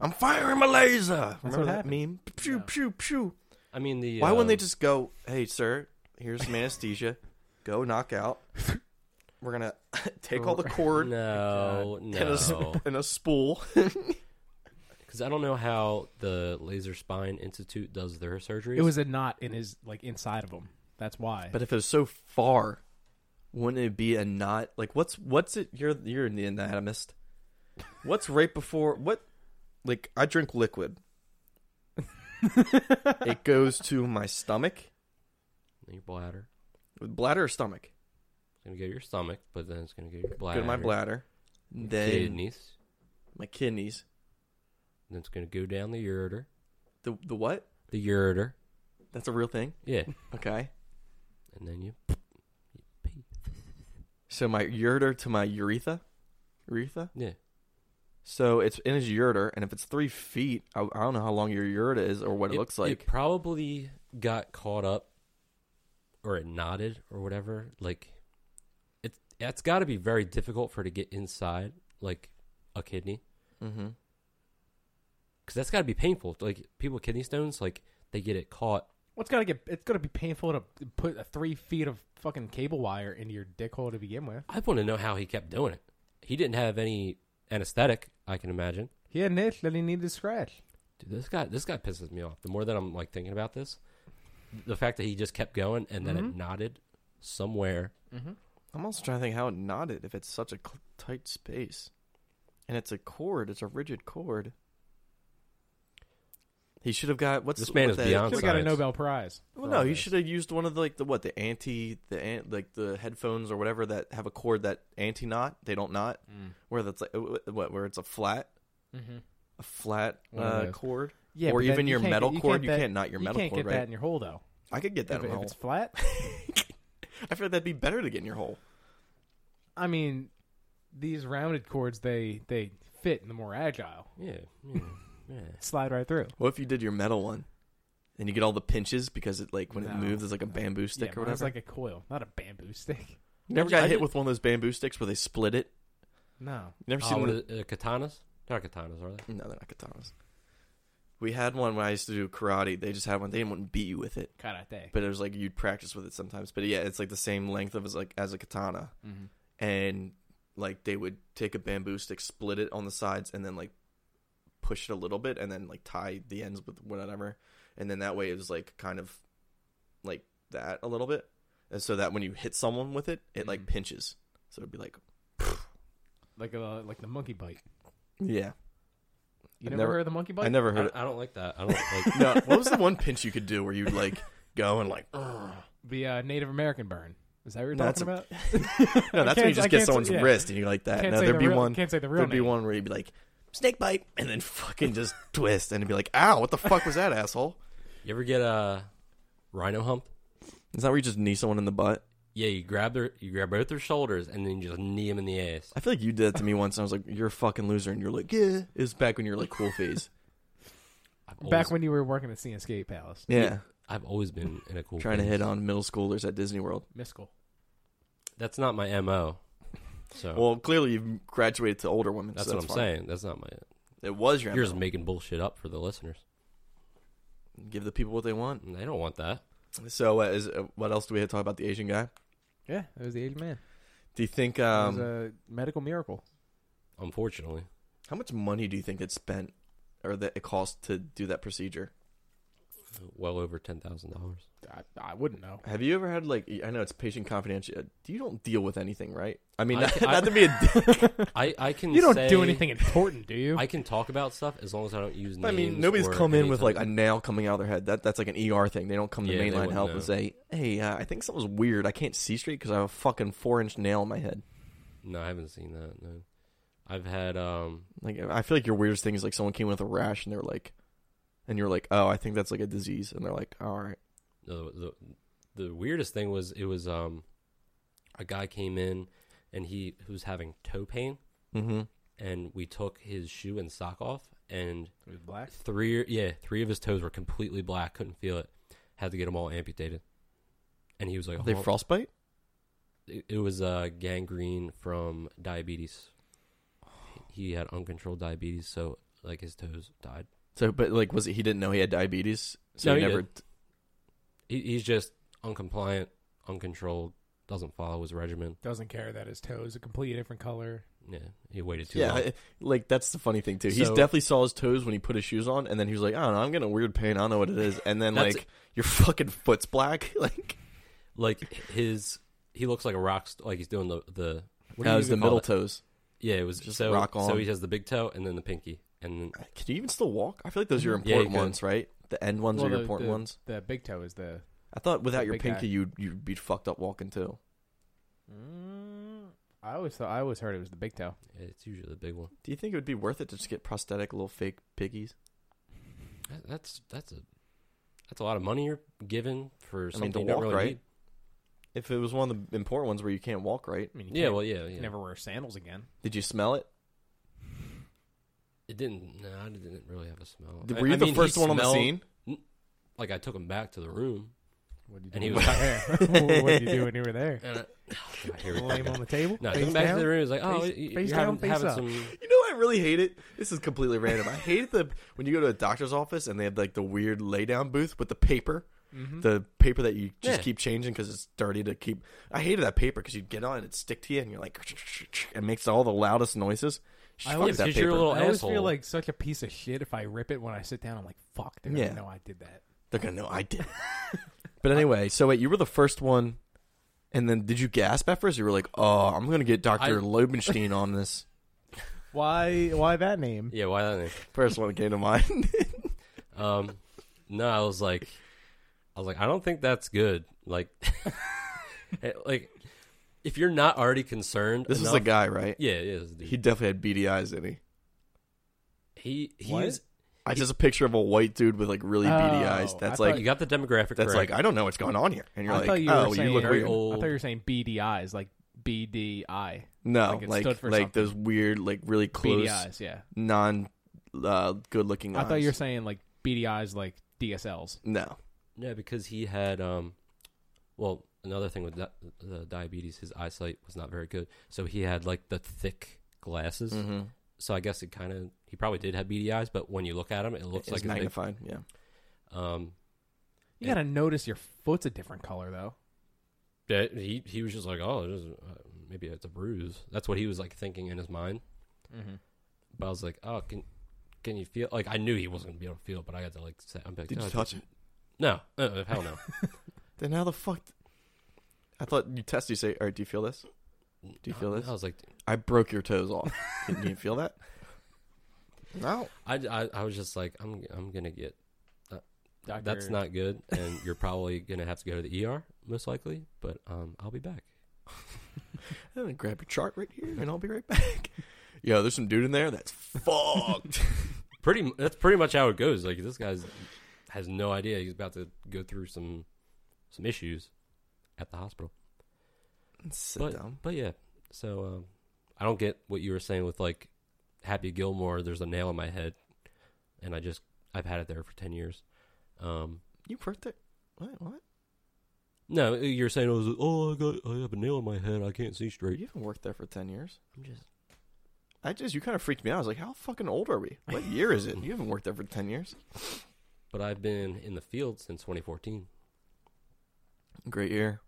I'm firing my laser. Remember what that happened. meme? Pew pew pew. I mean the. Why wouldn't they um, just go, hey, sir, here's some anesthesia. Go knock out. We're gonna take all the cord No, and, a, s- no. and a spool. Because I don't know how the Laser Spine Institute does their surgeries. It was a knot in his like inside of him. That's why. but if it was so far, wouldn't it be a knot? Like what's what's it? You're you're an anatomist. What's right before what? Like I drink liquid. it goes to my stomach. your bladder. Bladder or stomach? It's gonna go to your stomach, but then it's gonna go to your Go bladder. to my bladder. Then Kidneys. my kidneys. Then it's gonna go down the ureter. The the what? The ureter. That's a real thing. Yeah. Okay. and then you. So my ureter to my urethra, urethra. Yeah. So it's in his ureter, and if it's three feet, I, I don't know how long your ureter is or what it, looks like. It probably got caught up, or it knotted, or whatever. Like, it that's got to be very difficult for it to get inside, like a kidney, mm-hmm. because that's got to be painful. Like people with kidney stones, like they get it caught. What's gotta get? It's gonna be painful to put a three feet of fucking cable wire into your dick hole to begin with. I want to know how he kept doing it. He didn't have any anesthetic, I can imagine. He had an itch that he needed to scratch. Dude, this guy, this guy pisses me off. The more that I'm like thinking about this, the fact that he just kept going and then it knotted somewhere. I'm also trying to think how it knotted if it's such a cl- tight space, and it's a cord. It's a rigid cord. He should have got what's This man what is that- beyond Should have got a Science. Nobel Prize. Well, no, he should have used one of the, like the what the anti the an, like the headphones or whatever that have a cord that anti knot they don't knot where that's like uh, what where it's a flat a flat One of uh, those. cord Oh, Yeah, or Mm-hmm. but then even you your can't metal get- you cord you that- can't knot your metal You can't cord get that in right your hole though. I could get that If, in if my hole it's flat, I feel like that'd be better to get in your hole I mean, these rounded cords they they fit and they're more agile. Yeah, yeah, yeah. Slide right through. what if you did your metal one and you get all the pinches because it like when it No. moves it's like a bamboo stick or yeah, it's whatever like a coil, not a bamboo stick. you never I got ju- I hit ju- with one of those bamboo sticks where they split it No. you never Oh, seen what one is it, uh, katanas? They're not katanas, are they? no they're not katanas we had one when I used to do karate they just had one they didn't want to beat you with it Karate. but it was like you'd practice with it sometimes. But yeah, it's like the same length of as like as a katana, Mm-hmm. and like they would take a bamboo stick, split it on the sides, and then like push it a little bit, and then like tie the ends with whatever, and then that way it was like kind of like that a little bit, and so that when you hit someone with it, it Mm-hmm. like pinches. So it'd be like, Like a, like the monkey bite. yeah, You I've never, never- heard of the monkey bite? I never heard it. I, I don't like that. I don't like. No, what was the one pinch you could do where you'd like go and like, "Ugh." The uh, Native American burn. Is that what you're No, talking that's about? no, that's when can't- you I just get can't say- someone's yeah. wrist and you're like that. Can't no, say there'd the be real- one. can't say the real There'd be name. one where you'd be like snake bite, and then fucking just twist, and it'd be like, ow, what the fuck was that, asshole? You ever get uh, rhino humped? Is that where you just knee someone in the butt? Yeah, you grab their, you grab both their shoulders, and then you just knee them in the ass. I feel like you did that to me once, and I was like, you're a fucking loser, and you're like, yeah. It was back when you were like cool phase. I've Back always- when you were working at CN Skate Palace. Yeah, I've always been in a cool. trying to phase. hit on middle schoolers at Disney World. Miskel. That's not my mo. So Well, clearly you've graduated to older women. that's so what I'm fine. saying. That's not my. It was your. You're just making bullshit up for the listeners. Give the people what they want. They don't want that. So, uh, is, uh, what else do we have to talk about? The Asian guy. Yeah, that was the Asian man. Do you think? It Um, was a medical miracle. Unfortunately, How much money do you think it's spent or that it cost to do that procedure? well over ten thousand dollars. I, I wouldn't know. Have you ever had like I know it's patient confidential. uh, You don't deal with anything, right? I mean, I- not, I- not to be a dick. I I can. You don't say- do anything important, do you? I can talk about stuff as long as I don't use. I Names mean, nobody's or come in with like anything. a nail coming out of their head. That that's like an ER thing. They don't come to Yeah, they mainline wouldn't help know. and say, "Hey, uh, I think something's weird. I can't see straight because I have a fucking four inch nail in my head." No, I haven't seen that. No, I've had um. Like I feel like your weirdest thing is like someone came in with a rash and they're like, and you're like, "Oh, I think that's like a disease," and they're like, "All right." the the, the weirdest thing was it was um a guy came in and he who's having toe pain Mm-hmm. and we took his shoe and sock off and It was black. three yeah three of his toes were completely black couldn't feel it had to get them all amputated and he was like They "Oh, frostbite. it, it was uh gangrene from diabetes he had uncontrolled diabetes so like his toes died So, but like, was it he didn't know he had diabetes? So No, he he never. he, he's just uncompliant uncontrolled doesn't follow his regimen. Doesn't care that his toe is a completely different color. Yeah, he waited too yeah, long. I- like that's the funny thing too. He's So- definitely saw his toes when he put his shoes on, and then he was like, "I don't know, I'm getting a weird pain. I don't know what it is." And then That's- like your fucking foot's black. like Like his, he looks like a rock. St- like he's doing the the. What do that you was the even call middle that? toes. Yeah, it was Just so. rock So on. he has the big toe and then the pinky, and then Can you even still walk? I feel like those are your Yeah, you important could. ones, right? The end ones are Well, your the- important the- ones. The big toe is the. I thought without your big guy. pinky, you'd you'd be fucked up walking too. mm, I always thought I always heard it was the big toe. it's usually the big one. Do you think it would be worth it to just get prosthetic little fake piggies? That- That's that's a that's a lot of money you're giving for to something you don't walk, really right? need. If it was one of the important ones where you can't walk right, I mean, you Yeah, can't- well, yeah, you yeah. can never wear sandals again. did you smell it? It didn't. No, I didn't really have a smell. Did- I- were you I the mean, he first one on the smelled- scene? Like I took him back to the room, What did And he you was- do there? what did you do when you were there? and I, God, here we Lay him go. on the table. No, I took face him back down? to the room. He was like, "Oh, Face- you- face you're down, having, face having up. some." You know, what I really hate it. This is completely random. I hate the when you go to a doctor's office and they have like the weird lay down booth with the paper, the paper that you Mm-hmm. just Yeah. keep changing because it's dirty to keep. I hated that paper because you'd get on and it'd stick to you and you're like, it makes all the loudest noises. I Fuck always- that 'cause you're a paper. little- I always feel asshole. like such a piece of shit if I rip it when I sit down. I'm like, fuck, they're Yeah. gonna know I did that. They're gonna know I did. it. but anyway, so wait, you were the first one, and then did you gasp at first? You were like, "Oh, I'm gonna get Doctor I- Lobenstein on this." Why? Why that name? Yeah, why not? First one that came to mind. Um, no, I was like, I was like, I don't think that's good. Like, it- like if you're not already concerned, this enough, is a guy, right? Yeah, yeah, it was a He dude. definitely had beady eyes, didn't he? He he What? is. I just a picture of a white dude with like really beady eyes. Oh, That's I thought like You got the demographic that's correct. like I don't know what's going on here, and you're I like, thought you oh, were you saying look very weird. old. I thought you were saying BDIs, like BDI. No, Like it like stood like, for something. those weird, like really close, BDIs, yeah. non uh, good looking. I thought you were saying like BDIs, like DSLs. no. Yeah, because he had um, well, another thing with that, the diabetes, his eyesight was not very good, so he had like the thick glasses. Mm-hmm. So I guess it kind of he probably did have beady eyes, but when you look at him, it looks It's like like a big- magnified. Yeah, Um, You gotta notice your foot's a different color though. yeah, he he was just like, oh, it is, uh, maybe it's a bruise. That's what he was like thinking in his mind. Mm-hmm. But I was like, oh, can can you feel? Like I knew he wasn't gonna be able to feel, it, but I got to like say, I'm like, did "No, you it's- touch it? No, uh, hell no. Then how the fuck? I thought you test. You say, "All right, do you feel this? Do you feel this?" I was like, I broke your toes off. Can you feel that? No. I, I, I was just like, I'm I'm gonna get Doctor, that's not good, and you're probably gonna have to go to the ER most likely. But um, I'll be back. I'm gonna grab your chart right here, and I'll be right back. Yo, there's some dude in there that's fucked. Pretty, m- that's pretty much how it goes. Like this guy's has no idea he's about to go through some some issues at the hospital. Sit But down. but yeah, so um, I don't get what you were saying with like Happy Gilmore. There's a nail in my head, and I just I've had it there for ten years. Um, You worked there? What? What? no, you're saying it was oh I got I have a nail in my head. I can't see straight. You haven't worked there for ten years. I'm just I just you kind of freaked me out. I was like, how fucking old are we? What year is it? You haven't worked there for ten years. but I've been in the field since 2014. Great year.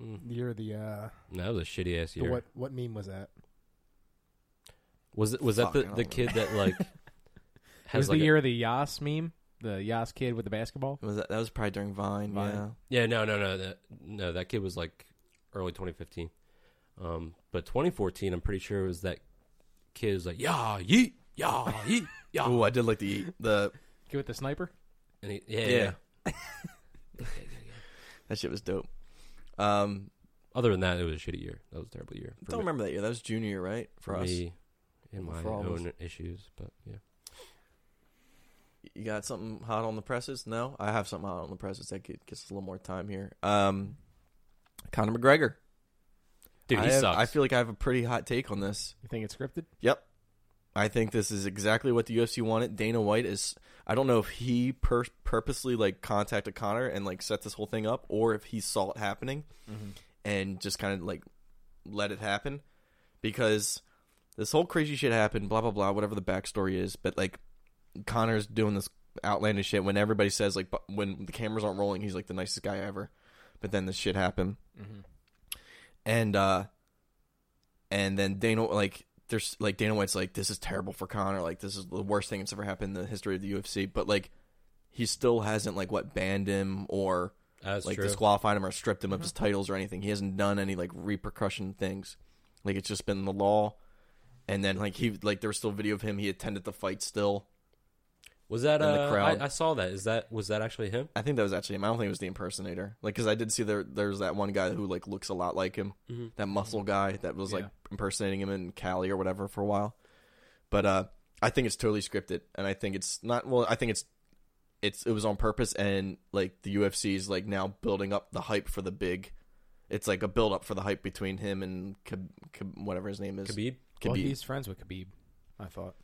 Mm. You're the uh. And That was a shitty ass year. what meme was that? Was it was that Fuck, I the, don't the kid that like It was has like the a- year of the Yas meme, the Yas kid with the basketball. Was that? That was probably during Vine. Vine. Yeah. yeah no no no that, no that kid was like early 2015, um but 2014 I'm pretty sure it was that kid who's like yeah yeet yeah yeet yeah Ooh, I did like the the Kid with the sniper. and he, yeah, yeah yeah. that shit was dope. Um, other than that it was a shitty year that was a terrible year for don't me, remember that year. That was junior year, right? for us. me and my For all of us. own issues but yeah You got something hot on the presses? No, I have something hot on the presses that get- gets a little more time here. Um, Conor McGregor. dude I he have- sucks I feel like I have a pretty hot take on this. You think it's scripted? Yep. I think this is exactly what the UFC wanted. Dana White is. I don't know if he pur- purposely like contacted Connor and like set this whole thing up, or if he saw it happening and just kind of like let it happen because this whole crazy shit happened. Blah blah blah. Whatever the backstory is, but like Connor's doing this outlandish shit when everybody says like bu- when the cameras aren't rolling, he's like the nicest guy ever. But then this shit happened, and uh, and then Dana like there's like Dana White's like this is terrible for Connor like this is the worst thing that's ever happened in the history of the UFC but like he still hasn't like what banned him or That's like true. disqualified him or stripped him of his titles or anything he hasn't done any like repercussion things like it's just been the law and then like he like there was still video of him he attended the fight still Was that in the uh, crowd. I, I saw that. Is that was that actually him? I think that was actually him. I don't think it was the impersonator. Like, because I did see there there's that one guy who like looks a lot like him, that muscle guy that was like Mm-hmm. Yeah. impersonating him in Cali or whatever for a while. But uh, I think it's totally scripted, and I think it's not. Well, I think it's it's it was on purpose, and like the UFC is like now building up the hype for the big. It's like a build up for the hype between him and Kab, Kab, whatever his name is, Khabib. Khabib. Well, he's friends with Khabib. I thought.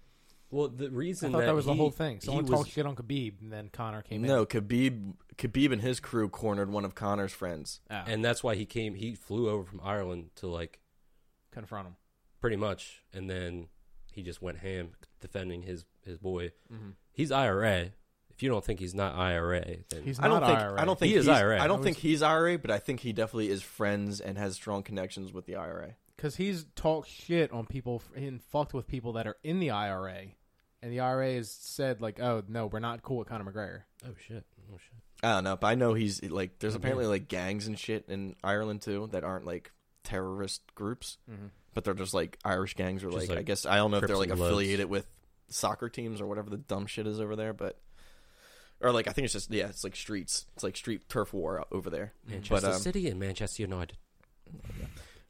Well, the reason I thought that, that, was the he- whole thing. he Someone was- talked shit on Khabib, and then Connor came in. no, Khabib. Khabib and his crew cornered one of Connor's friends. Oh, and that's why he came. He flew over from Ireland to like confront him. pretty much, and then he just went ham defending his his boy. Mm-hmm. He's IRA. If you don't think he's not IRA, then He's I don't not think IRA. I don't think He is he's- IRA. I don't I think he's IRA, but I think he definitely is friends and has strong connections with the IRA. because he's talked shit on people f- and fucked with people that are in the IRA, and the IRA has said like, "Oh no, we're not cool with Conor McGregor." oh shit, oh shit. I don't know, but I know he's like there's apparently like gangs and shit in Ireland too that aren't like terrorist groups, but they're just like Irish gangs or Just, like, I like, guess I don't know if they're Crips like and Bloods. affiliated with soccer teams or whatever the dumb shit is over there, but or like I think it's just yeah, it's like streets, it's like street turf war o- over there. Manchester but um, City and Manchester United.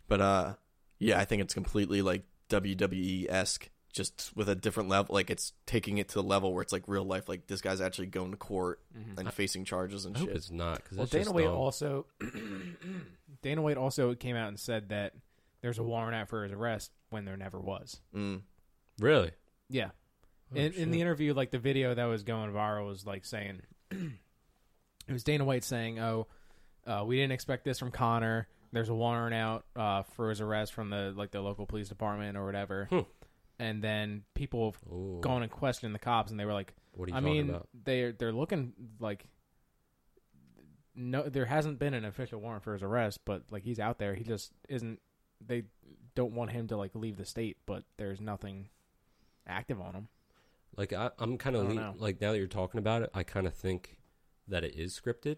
But uh, yeah, I think it's completely like WWE esque, just with a different level. Like it's taking it to the level where it's like real life. Like this guy's actually going to court and facing charges and Mm-hmm. I hope shit. it's not because Oh, Well, Dana White also Dana White also came out and said that there's a warrant out for his arrest when there never was. really. Yeah. in, in the interview, like the video that was going viral was like saying, it was Dana White saying, "Oh, uh, we didn't expect this from Connor. There's a warrant out uh, for his arrest from the like the local police department or whatever." And then people have gone and questioned the cops, and they were like, What are you I talking mean, about?" they're they're looking like." No, there hasn't been an official warrant for his arrest, but like he's out there. He just isn't. They don't want him to like leave the state, but there's nothing active on him. Like I, I'm kind of don't lean know. like now that you're talking about it, I kind of think that it is scripted,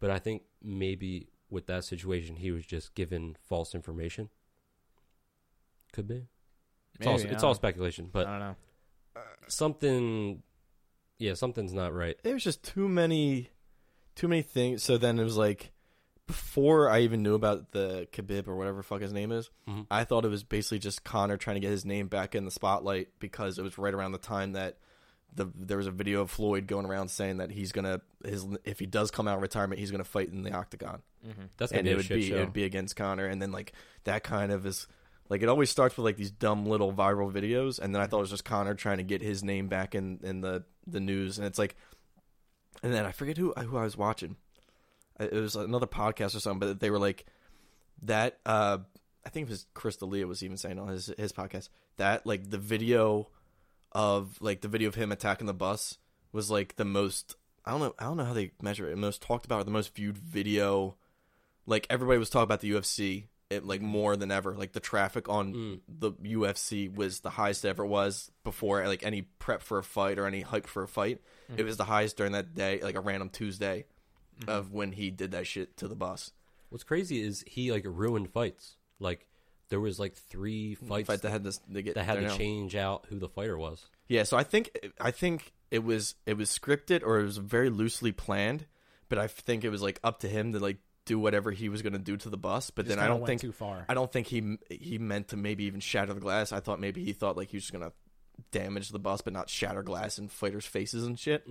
but I think maybe with that situation, he was just given false information. Could be. It's all Maybe, I it's don't all know. speculation, I but don't know. something, yeah, something's not right. it was just too many, too many things. So then it was like before I even knew about the Khabib or whatever the fuck his name is, Mm-hmm. I thought it was basically just Connor trying to get his name back in the spotlight because it was right around the time that the there was a video of Floyd going around saying that he's gonna his if he does come out of retirement he's gonna fight in the octagon. That's gonna and be it a would shit be show. it would be against Connor, and then like that kind of is like it always starts with like these dumb little viral videos, and then I thought it was just Connor trying to get his name back in in the the news, and it's like, and then I forget who who I was watching, I- it was another podcast or something, but they were like that. uh I think it was Chris D'Elia was even saying on his his podcast that like the video of like the video of him attacking the bus was like the most I don't know I don't know how they measure it the most talked about the most viewed video like everybody was talking about the UFC it, like Mm-hmm. more than ever like the traffic on Mm. the UFC was the highest it ever was before like any prep for a fight or any hype for a fight Mm-hmm. it was the highest during that day like a random Tuesday of when he did that shit to the bus What's crazy is he like ruined fights. Like there was like three fights fight that had this they get that had they're to now- change out who the fighter was. Yeah, so I think I think it was it was scripted or it was very loosely planned, but I think it was like up to him to like do whatever he was going to do to the bus. But Just then I kinda don't went think too far. I don't think he he meant to maybe even shatter the glass. I thought maybe he thought like he was just going to damage the bus, but not shatter glass in fighters' faces and shit.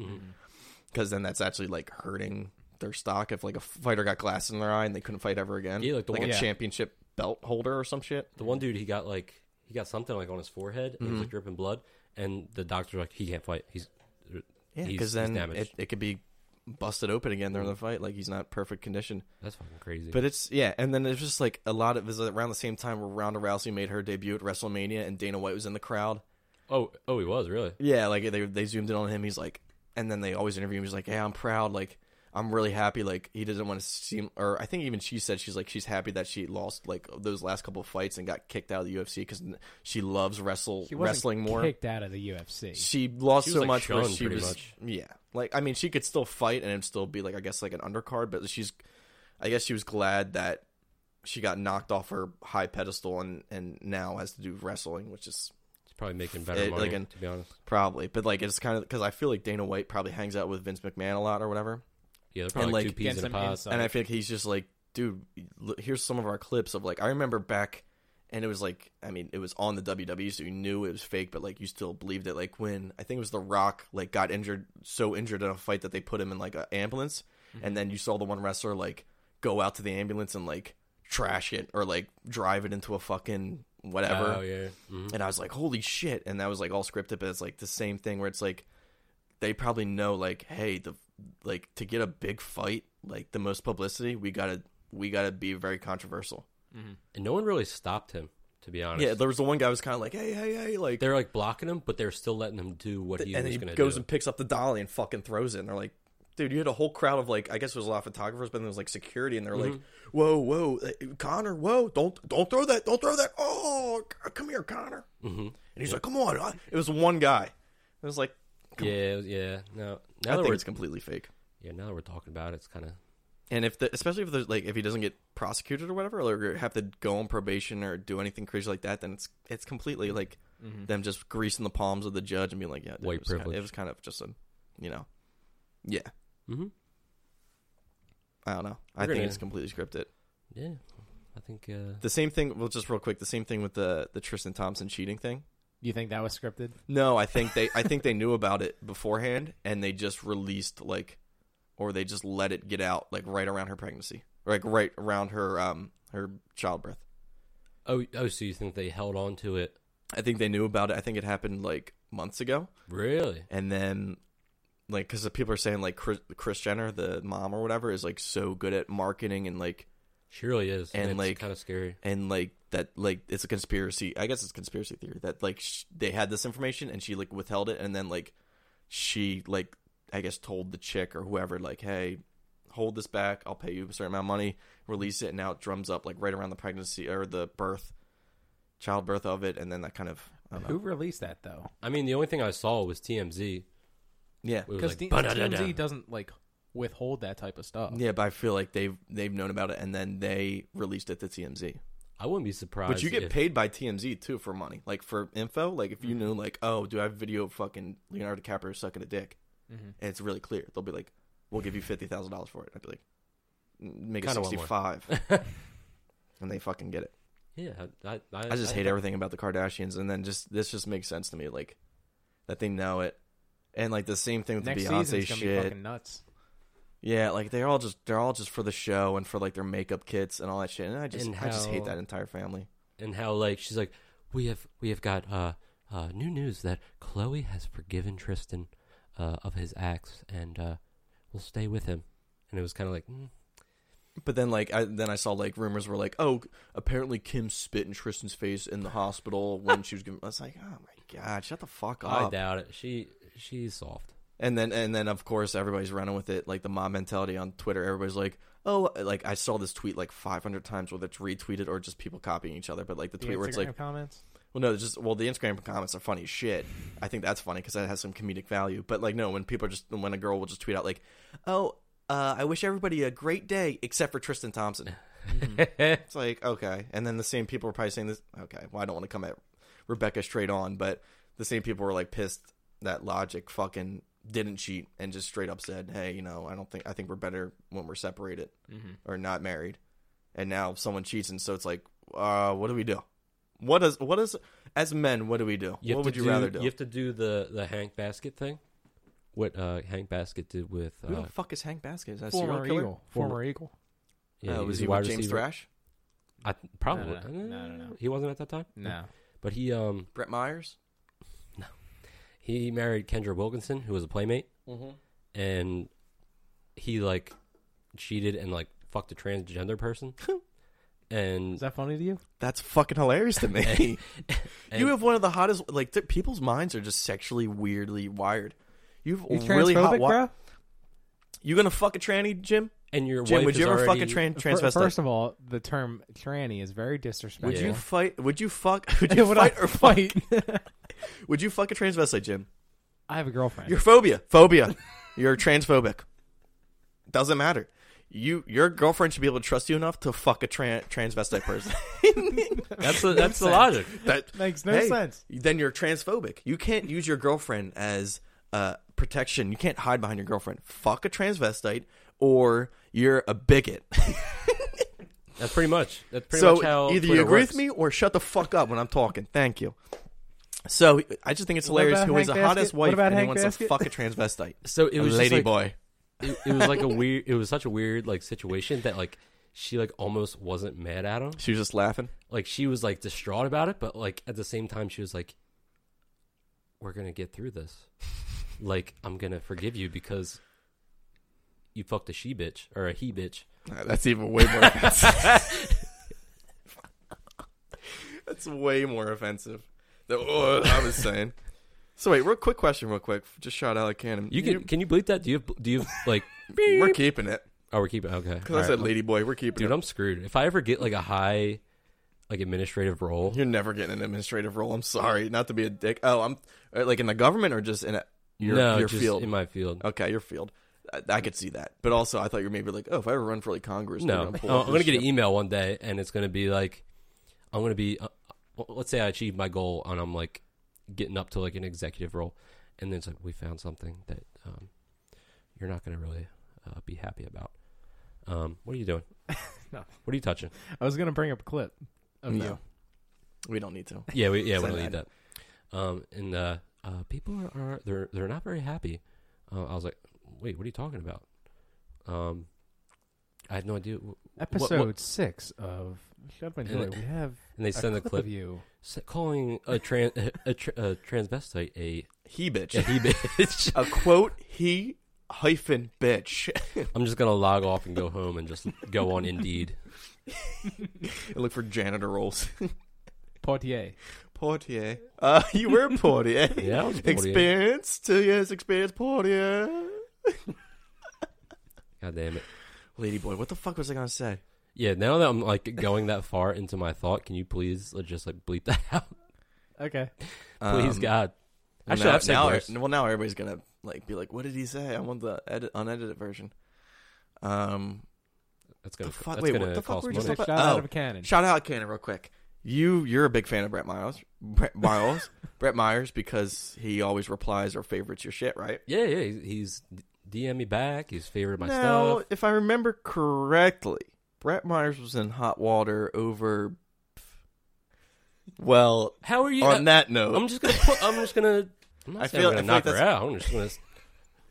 Because then that's actually like hurting their stock. If like a fighter got glass in their eye and they couldn't fight ever again, Yeah, like the a one- Yeah. championship belt holder or some shit. The one dude he got like he got something like on his forehead and he Mm-hmm. was like dripping blood, and the doctor's like he can't fight. He's Yeah, he's- because then he's damaged. it, it could be busted open again during the fight. Like he's not perfect condition. That's fucking crazy. But it's yeah, and then it's just like a lot of it was around the same time where Ronda Rousey made her debut at WrestleMania, and Dana White was in the crowd. oh, oh, he was really. Yeah, like they they zoomed in on him. He's like, and then they always interview him. He's like, yeah, I'm proud. Like I'm really happy. Like he doesn't want to seem, or I think even she said she's like she's happy that she lost like those last couple of fights and got kicked out of the UFC because she loves wrestle She wasn't wrestling more. kicked out of the UFC. She lost She was, so like, much, where shown she pretty was much. yeah. Like I mean, she could still fight and it'd still be like I guess like an undercard, but she's I guess she was glad that she got knocked off her high pedestal and and now has to do wrestling, which is It's probably making better It- money, like an- to be honest. probably. But like it's kind of because I feel like Dana White probably hangs out with Vince McMahon a lot or whatever. Yeah, they're probably like, two peas in a pod. and I feel like he's just like, dude, l- here's some of our clips of like I remember back, and it was like, I mean, it was on the WWE, so you knew it was fake, but like you still believed it. Like when I think it was The Rock, like got injured, so injured in a fight that they put him in like an ambulance, Mm-hmm. and then you saw the one wrestler like go out to the ambulance and like trash it or like drive it into a fucking whatever. Oh yeah, Mhm. And I was like, holy shit. And that was like all scripted, but it's like the same thing where it's like they probably know like, hey, the like to get a big fight, like the most publicity, we gotta we gotta be very controversial. and no one really stopped him to be honest. Yeah, there was the one guy who was kinda like, Hey, hey, hey, like they're like blocking him, but they're still letting him do what he and was he going to goes do. and picks up the dolly and fucking throws it and they're like Dude, you had a whole crowd of like I guess it was a lot of photographers, but then there was like security, and they're like, Mm-hmm. "Whoa, whoa, eh, Connor, whoa, don't, don't throw that, don't throw that! Oh, c- come here, Connor!" Mm-hmm. And he's like, "Come on!" I-" It was one guy. It was like, yeah, it was- yeah. No, I now that think we're it's completely fake. yeah, now that we're talking about it, it's kind of And if the, especially if there's like if he doesn't get prosecuted or whatever, or have to go on probation or do anything crazy like that, then it's it's completely like them just greasing the palms of the judge and being like, yeah, Mm-hmm. dude, White it was kind- privilege. it was kind of just a, you know, yeah. Mhm. I don't know. I We're think gonna- it's completely scripted. yeah. I think uh, The same thing. Well, just real quick, the same thing with the the Tristan Thompson cheating thing. you think that was scripted? No, I think they I think they knew about it beforehand and they just released like or they just let it get out like right around her pregnancy. Like right around her um her childbirth. oh oh, so you think they held on to it? I think they knew about it. I think it happened like months ago Really? and then like cuz people are saying like Chris, Kris Jenner, the mom or whatever is like so good at marketing and like She really is, And, and, it's like- kind of scary. and like that like it's a conspiracy i guess it's a conspiracy theory that like sh- they had this information and she like withheld it and then like she like i guess told the chick or whoever like hey hold this back i'll pay you a certain amount of money release it and now it drums up like right around the pregnancy or the birth childbirth of it and then that kind of I don't know. Who released that though? I mean, the only thing I saw was TMZ. It yeah was Because like, "Ba-da-da-da." TMZ doesn't like withhold that type of stuff. yeah but i feel like they've they've known about it and then they released it to tmz I wouldn't be surprised. But you get if- paid by TMZ too for money, like for info. Like if you knew, like, oh, do I have video of fucking Leonardo DiCaprio sucking a dick? And it's really clear. They'll be like, we'll give you fifty thousand dollars for it. I'd be like, "N- make it Kinda want sixty more." five, and they fucking get it. Yeah, I, I, I, I just I- hate everything about the Kardashians, and then just this just makes sense to me, like that they know it, and like the same thing with Next the season's Beyonce gonna be shit. fucking nuts. Yeah, like they're all just they're all just for the show and for like their makeup kits and all that shit. And I just And I just hate how- that entire family. and how like she's like, we have we have got uh, uh, new news that Chloe has forgiven Tristan uh, of his acts and uh, will stay with him. And it was kind of like, mm, But then, like, I, then I saw like rumors were like, oh, apparently Kim spit in Tristan's face in the hospital when she was giving. I was like, oh my god, shut the fuck I up. doubt it. She she's soft. And then, and then, of course, everybody's running with it, like the mob mentality on Twitter. Everybody's like, oh, like I saw this tweet like 500 times, whether it's retweeted or just people copying each other. But like the The tweet where it's Instagram like, comments. well, no, it's just well, the Instagram comments are funny as shit. I think that's funny because that has some comedic value. But like, no, when people are just when a girl will just tweet out like, "Oh, uh, I wish everybody a great day except for Tristan Thompson." it's like okay, and then the same people are probably saying this. Okay, well, I don't want to come at Rebecca straight on, but the same people were like pissed that Logic fucking didn't cheat and just straight up said, "Hey, you know, I don't think I think we're better when we're separated Mm-hmm. or not married." And now someone cheats, and so it's like, uh, what do we do? What is what is as men? What do we do? You have what to would you rather do? You have to do the the Hank Basket thing. What uh, Hank Basket did with uh, Who the fuck is Hank Basket? Is that a serial Former killer? Eagle. Former Eagle. Uh, yeah, was he's a he wide with James receiver. Thrash? I th- probably Uh, No, no, no, no, no. He wasn't at that time. No. But he um Brett Myers? he married Kendra Wilkinson, who was a playmate, Mm-hmm. and he like cheated and like fucked a transgender person, and Is that funny to you? That's fucking hilarious to me. you And- have one of the hottest. Like th- people's minds are just sexually weirdly wired. You have You really hot. transphobic, wi- bro? You gonna fuck a tranny, Jim? And your Jim, wife would you is ever fuck a already- tran- Fir- transvestite? First of all, the term tranny is very disrespectful. would Yeah. you fight? Would you fuck? Would you Would I fight or fuck? Would you fuck a transvestite, Jim? I have a girlfriend. Your phobia, phobia. You're transphobic. Doesn't matter. You, your girlfriend should be able to trust you enough to fuck a tran transvestite person. That's the, that's the logic. that Makes no hey, sense. Then you're transphobic. You can't use your girlfriend as uh, protection. You can't hide behind your girlfriend. Fuck a transvestite, or you're a bigot. That's pretty much. That's pretty so much how either you Twitter agree works. with me or shut the fuck up when I'm talking. Thank you. So I just think it's What hilarious about who has the Hank hottest Basket? What wife about and who Hank wants Basket? to fuck a transvestite. So it a was just lady like- boy. It, it was like a weird. It was such a weird like situation that like she like almost wasn't mad at him. She was just laughing. Like she was like distraught about it, but like at the same time she was like, "We're gonna get through this. Like I'm gonna forgive you because you fucked a she bitch or a he bitch." That's even way more. offensive. That's way more offensive. than what I was saying. So wait, real quick question, real quick. Just shout out at Cannon. You can can you bleep that? Do you have, do you have, like? We're keeping it Oh, we're keeping okay. because I said lady boy. We're keeping Dude, it. I'm screwed. If I ever get like a high, like administrative role, You're never getting an administrative role. I'm sorry, not to be a dick. Oh, I'm uh, like in the government or just in a, your no, your just field. in my field. okay, your field. I, I could see that, but also I thought you were maybe like, oh, if I ever run for like Congress, they're No, pull Oh, up I'm gonna this get an shit. email one day, and it's gonna be like, I'm gonna be. Uh, uh, let's say I achieve my goal, and I'm like getting up to like an executive role, and then it's like we found something that um, you're not gonna really uh, be happy about. Um, what are you doing? No. What are you touching? I was gonna bring up a clip of No. you. We don't need to. Yeah, we, yeah, we're gonna Send leave that. Um, and uh, uh, people are, are they're they're not very happy. Uh, I was like, wait, what are you talking about? Um, I had no idea. Episode six of Shut Up and Joy. And- We have And they a send the clip clip. of you. S- calling a trans a, tr a transvestite a, He bitch. a he bitch. a quote. He hyphen bitch. I'm just gonna log off and go home and just go on Indeed. I look for janitor roles. Portier. portier. Uh, you were a portier. Yeah, I was a portier. Experience, two years experience, portier. God damn it. Lady boy, what the fuck was I gonna say? Yeah, now that I'm like going that far into my thought, can you please like, just like bleep that out? Okay. Please, Um, God. Actually, now, I've said now- e-, worse. well, now everybody's gonna like be like, "What did he say?" I want the edit, unedited version. Um, That's gonna, the fuck- that's wait, what gonna the fuck cost were we money. just Shout talking out oh. of a cannon. shout out Cannon real quick. You, you're a big fan of Brett Miles, Brett Miles, Brett Myers, because he always replies or favorites your shit, right? yeah, yeah. He's, he's DM me back. He's favored my now, stuff. if I remember correctly, Brett Myers was in hot water over. Well, How are you? on that note, I'm just gonna put. I'm just gonna. I'm not I saying feel- I'm I gonna feel like knock her that's- out. I'm just gonna s-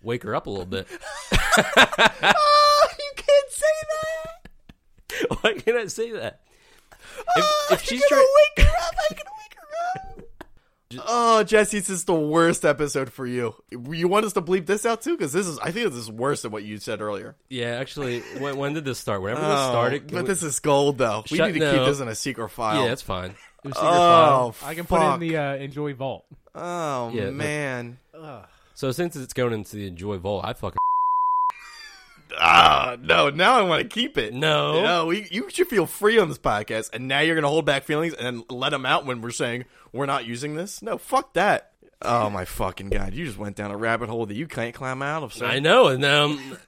wake her up a little bit. oh, you can't say that. Why can't I say that? Oh, if I'm she's gonna try- wake her up, I'm gonna wake her up. Oh, Jesse, this is the worst episode for you. You want us to bleep this out too? Because this is, I think this is worse than what you said earlier. Yeah, actually, when, when did this start? Whenever this Oh, started, can but we- this is gold though. We Shut- need to no. keep this in a secret file. yeah, that's fine. It was oh, I can put it in fuck. the uh, Enjoy Vault. Oh Yeah, no. man. So since it's going into the enjoy vault, I fucking Ah, no. Now I want to keep it. No. no. We, you should feel free on this podcast, and now you're gonna hold back feelings and then let them out when we're saying we're not using this. No, fuck that. Oh my fucking god! You just went down a rabbit hole that you can't climb out of. Sir. I know, and um,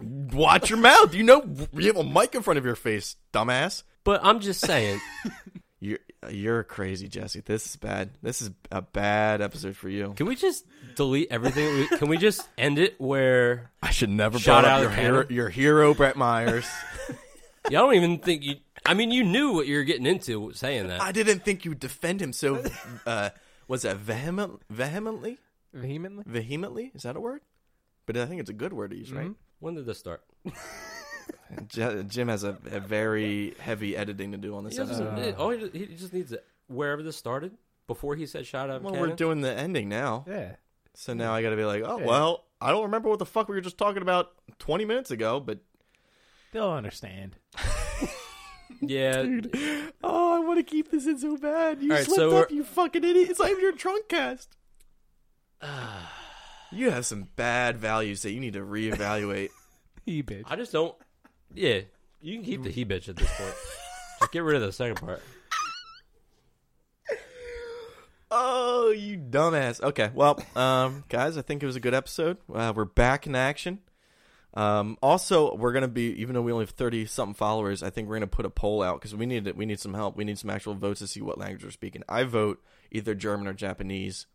Watch your mouth. You know you have a mic in front of your face, dumbass. but I'm just saying, You're you're crazy, Jesse. This is bad. This is a bad episode for you. can we just delete everything? We- Can we just end it where I should never Shout brought out up your to hero, Hannah. your hero, Brett Myers. y'all don't even think you? I mean, you knew what you were getting into saying that. I didn't think you'd defend him so. Uh, was that vehement, vehemently, Vehemently? vehemently? Is that a word? But I think it's a good word to use, right? when did this start? Je- Mm-hmm. Jim has a, a very heavy editing to do on He this doesn't- episode. it- all he, just, he just needs it wherever this started. Before he said shout out, of Well, cannon. we're doing the ending now. Yeah. So now I got to be like, oh well, I don't remember what the fuck we were just talking about twenty minutes ago, but They'll understand. yeah. oh, I want to keep this in so bad. You All right, slipped so up, we're- you fucking idiot. It's like your trunk cast. you have some bad values that you need to reevaluate. he bitch. I just don't. Yeah, you can keep the he bitch at this point. just get rid of the second part. Oh, you dumbass. Okay, well, um, guys, I think it was a good episode. Uh, we're back in action. Um, also, we're gonna be even though we only have thirty something followers, I think we're gonna put a poll out because we need it. We need some help. We need some actual votes to see what language we're speaking. I vote either German or Japanese.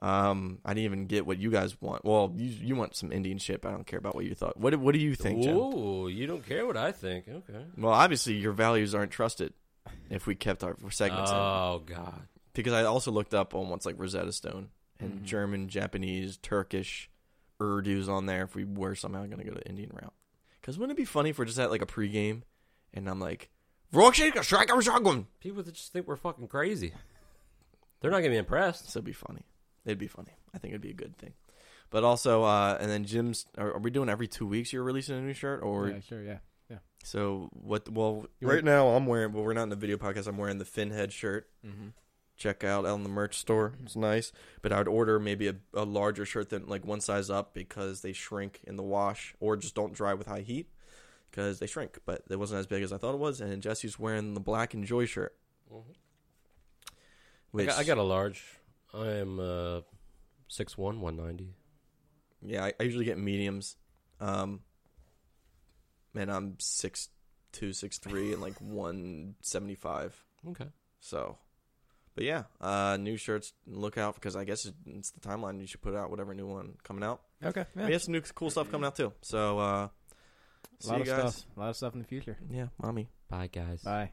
Um, I didn't even get what you guys want. Well, you you want some Indian shit. But I don't care about what you thought. What do- What do you think, Jen? Ooh, you don't care what I think. Okay. Well, obviously your values aren't trusted. If we kept our segments, in. Oh God. because I also looked up on what's like Rosetta Stone and German, Japanese, Turkish, Urdu's on there. If we were somehow going to go to the Indian route, because wouldn't it be funny if we're just at like a pregame and I'm like, "Rockshake, strike, I'm struggling." People that just think we're fucking crazy. They're not gonna be impressed. So it'd be funny. It'd be funny. I think it'd be a good thing. But also, uh, and then Jim's. Are, are we doing every two weeks? You're releasing a new shirt, or yeah, sure, yeah, yeah. so what? Well, right now I'm wearing. Well, we're not in the video podcast. I'm wearing the Finhead shirt. Check out on the merch store. It's nice, but I would order maybe a, a larger shirt than like one size up because they shrink in the wash, or just don't dry with high heat because they shrink. But it wasn't as big as I thought it was. And Jesse's wearing the black and joy shirt. Mm-hmm. I Which got, I got a large. I am uh, six one, one ninety. yeah, I, I usually get mediums. Um, and I'm six two, six three, and like one seventy five. Okay. So, but yeah, uh, new shirts. Look out because I guess it's the timeline. You should put out whatever new one coming out. Okay, yeah. We have some new cool stuff coming out too. So, uh, a see lot you of guys. stuff, a lot of stuff in the future. Yeah, mommy. Bye guys. Bye.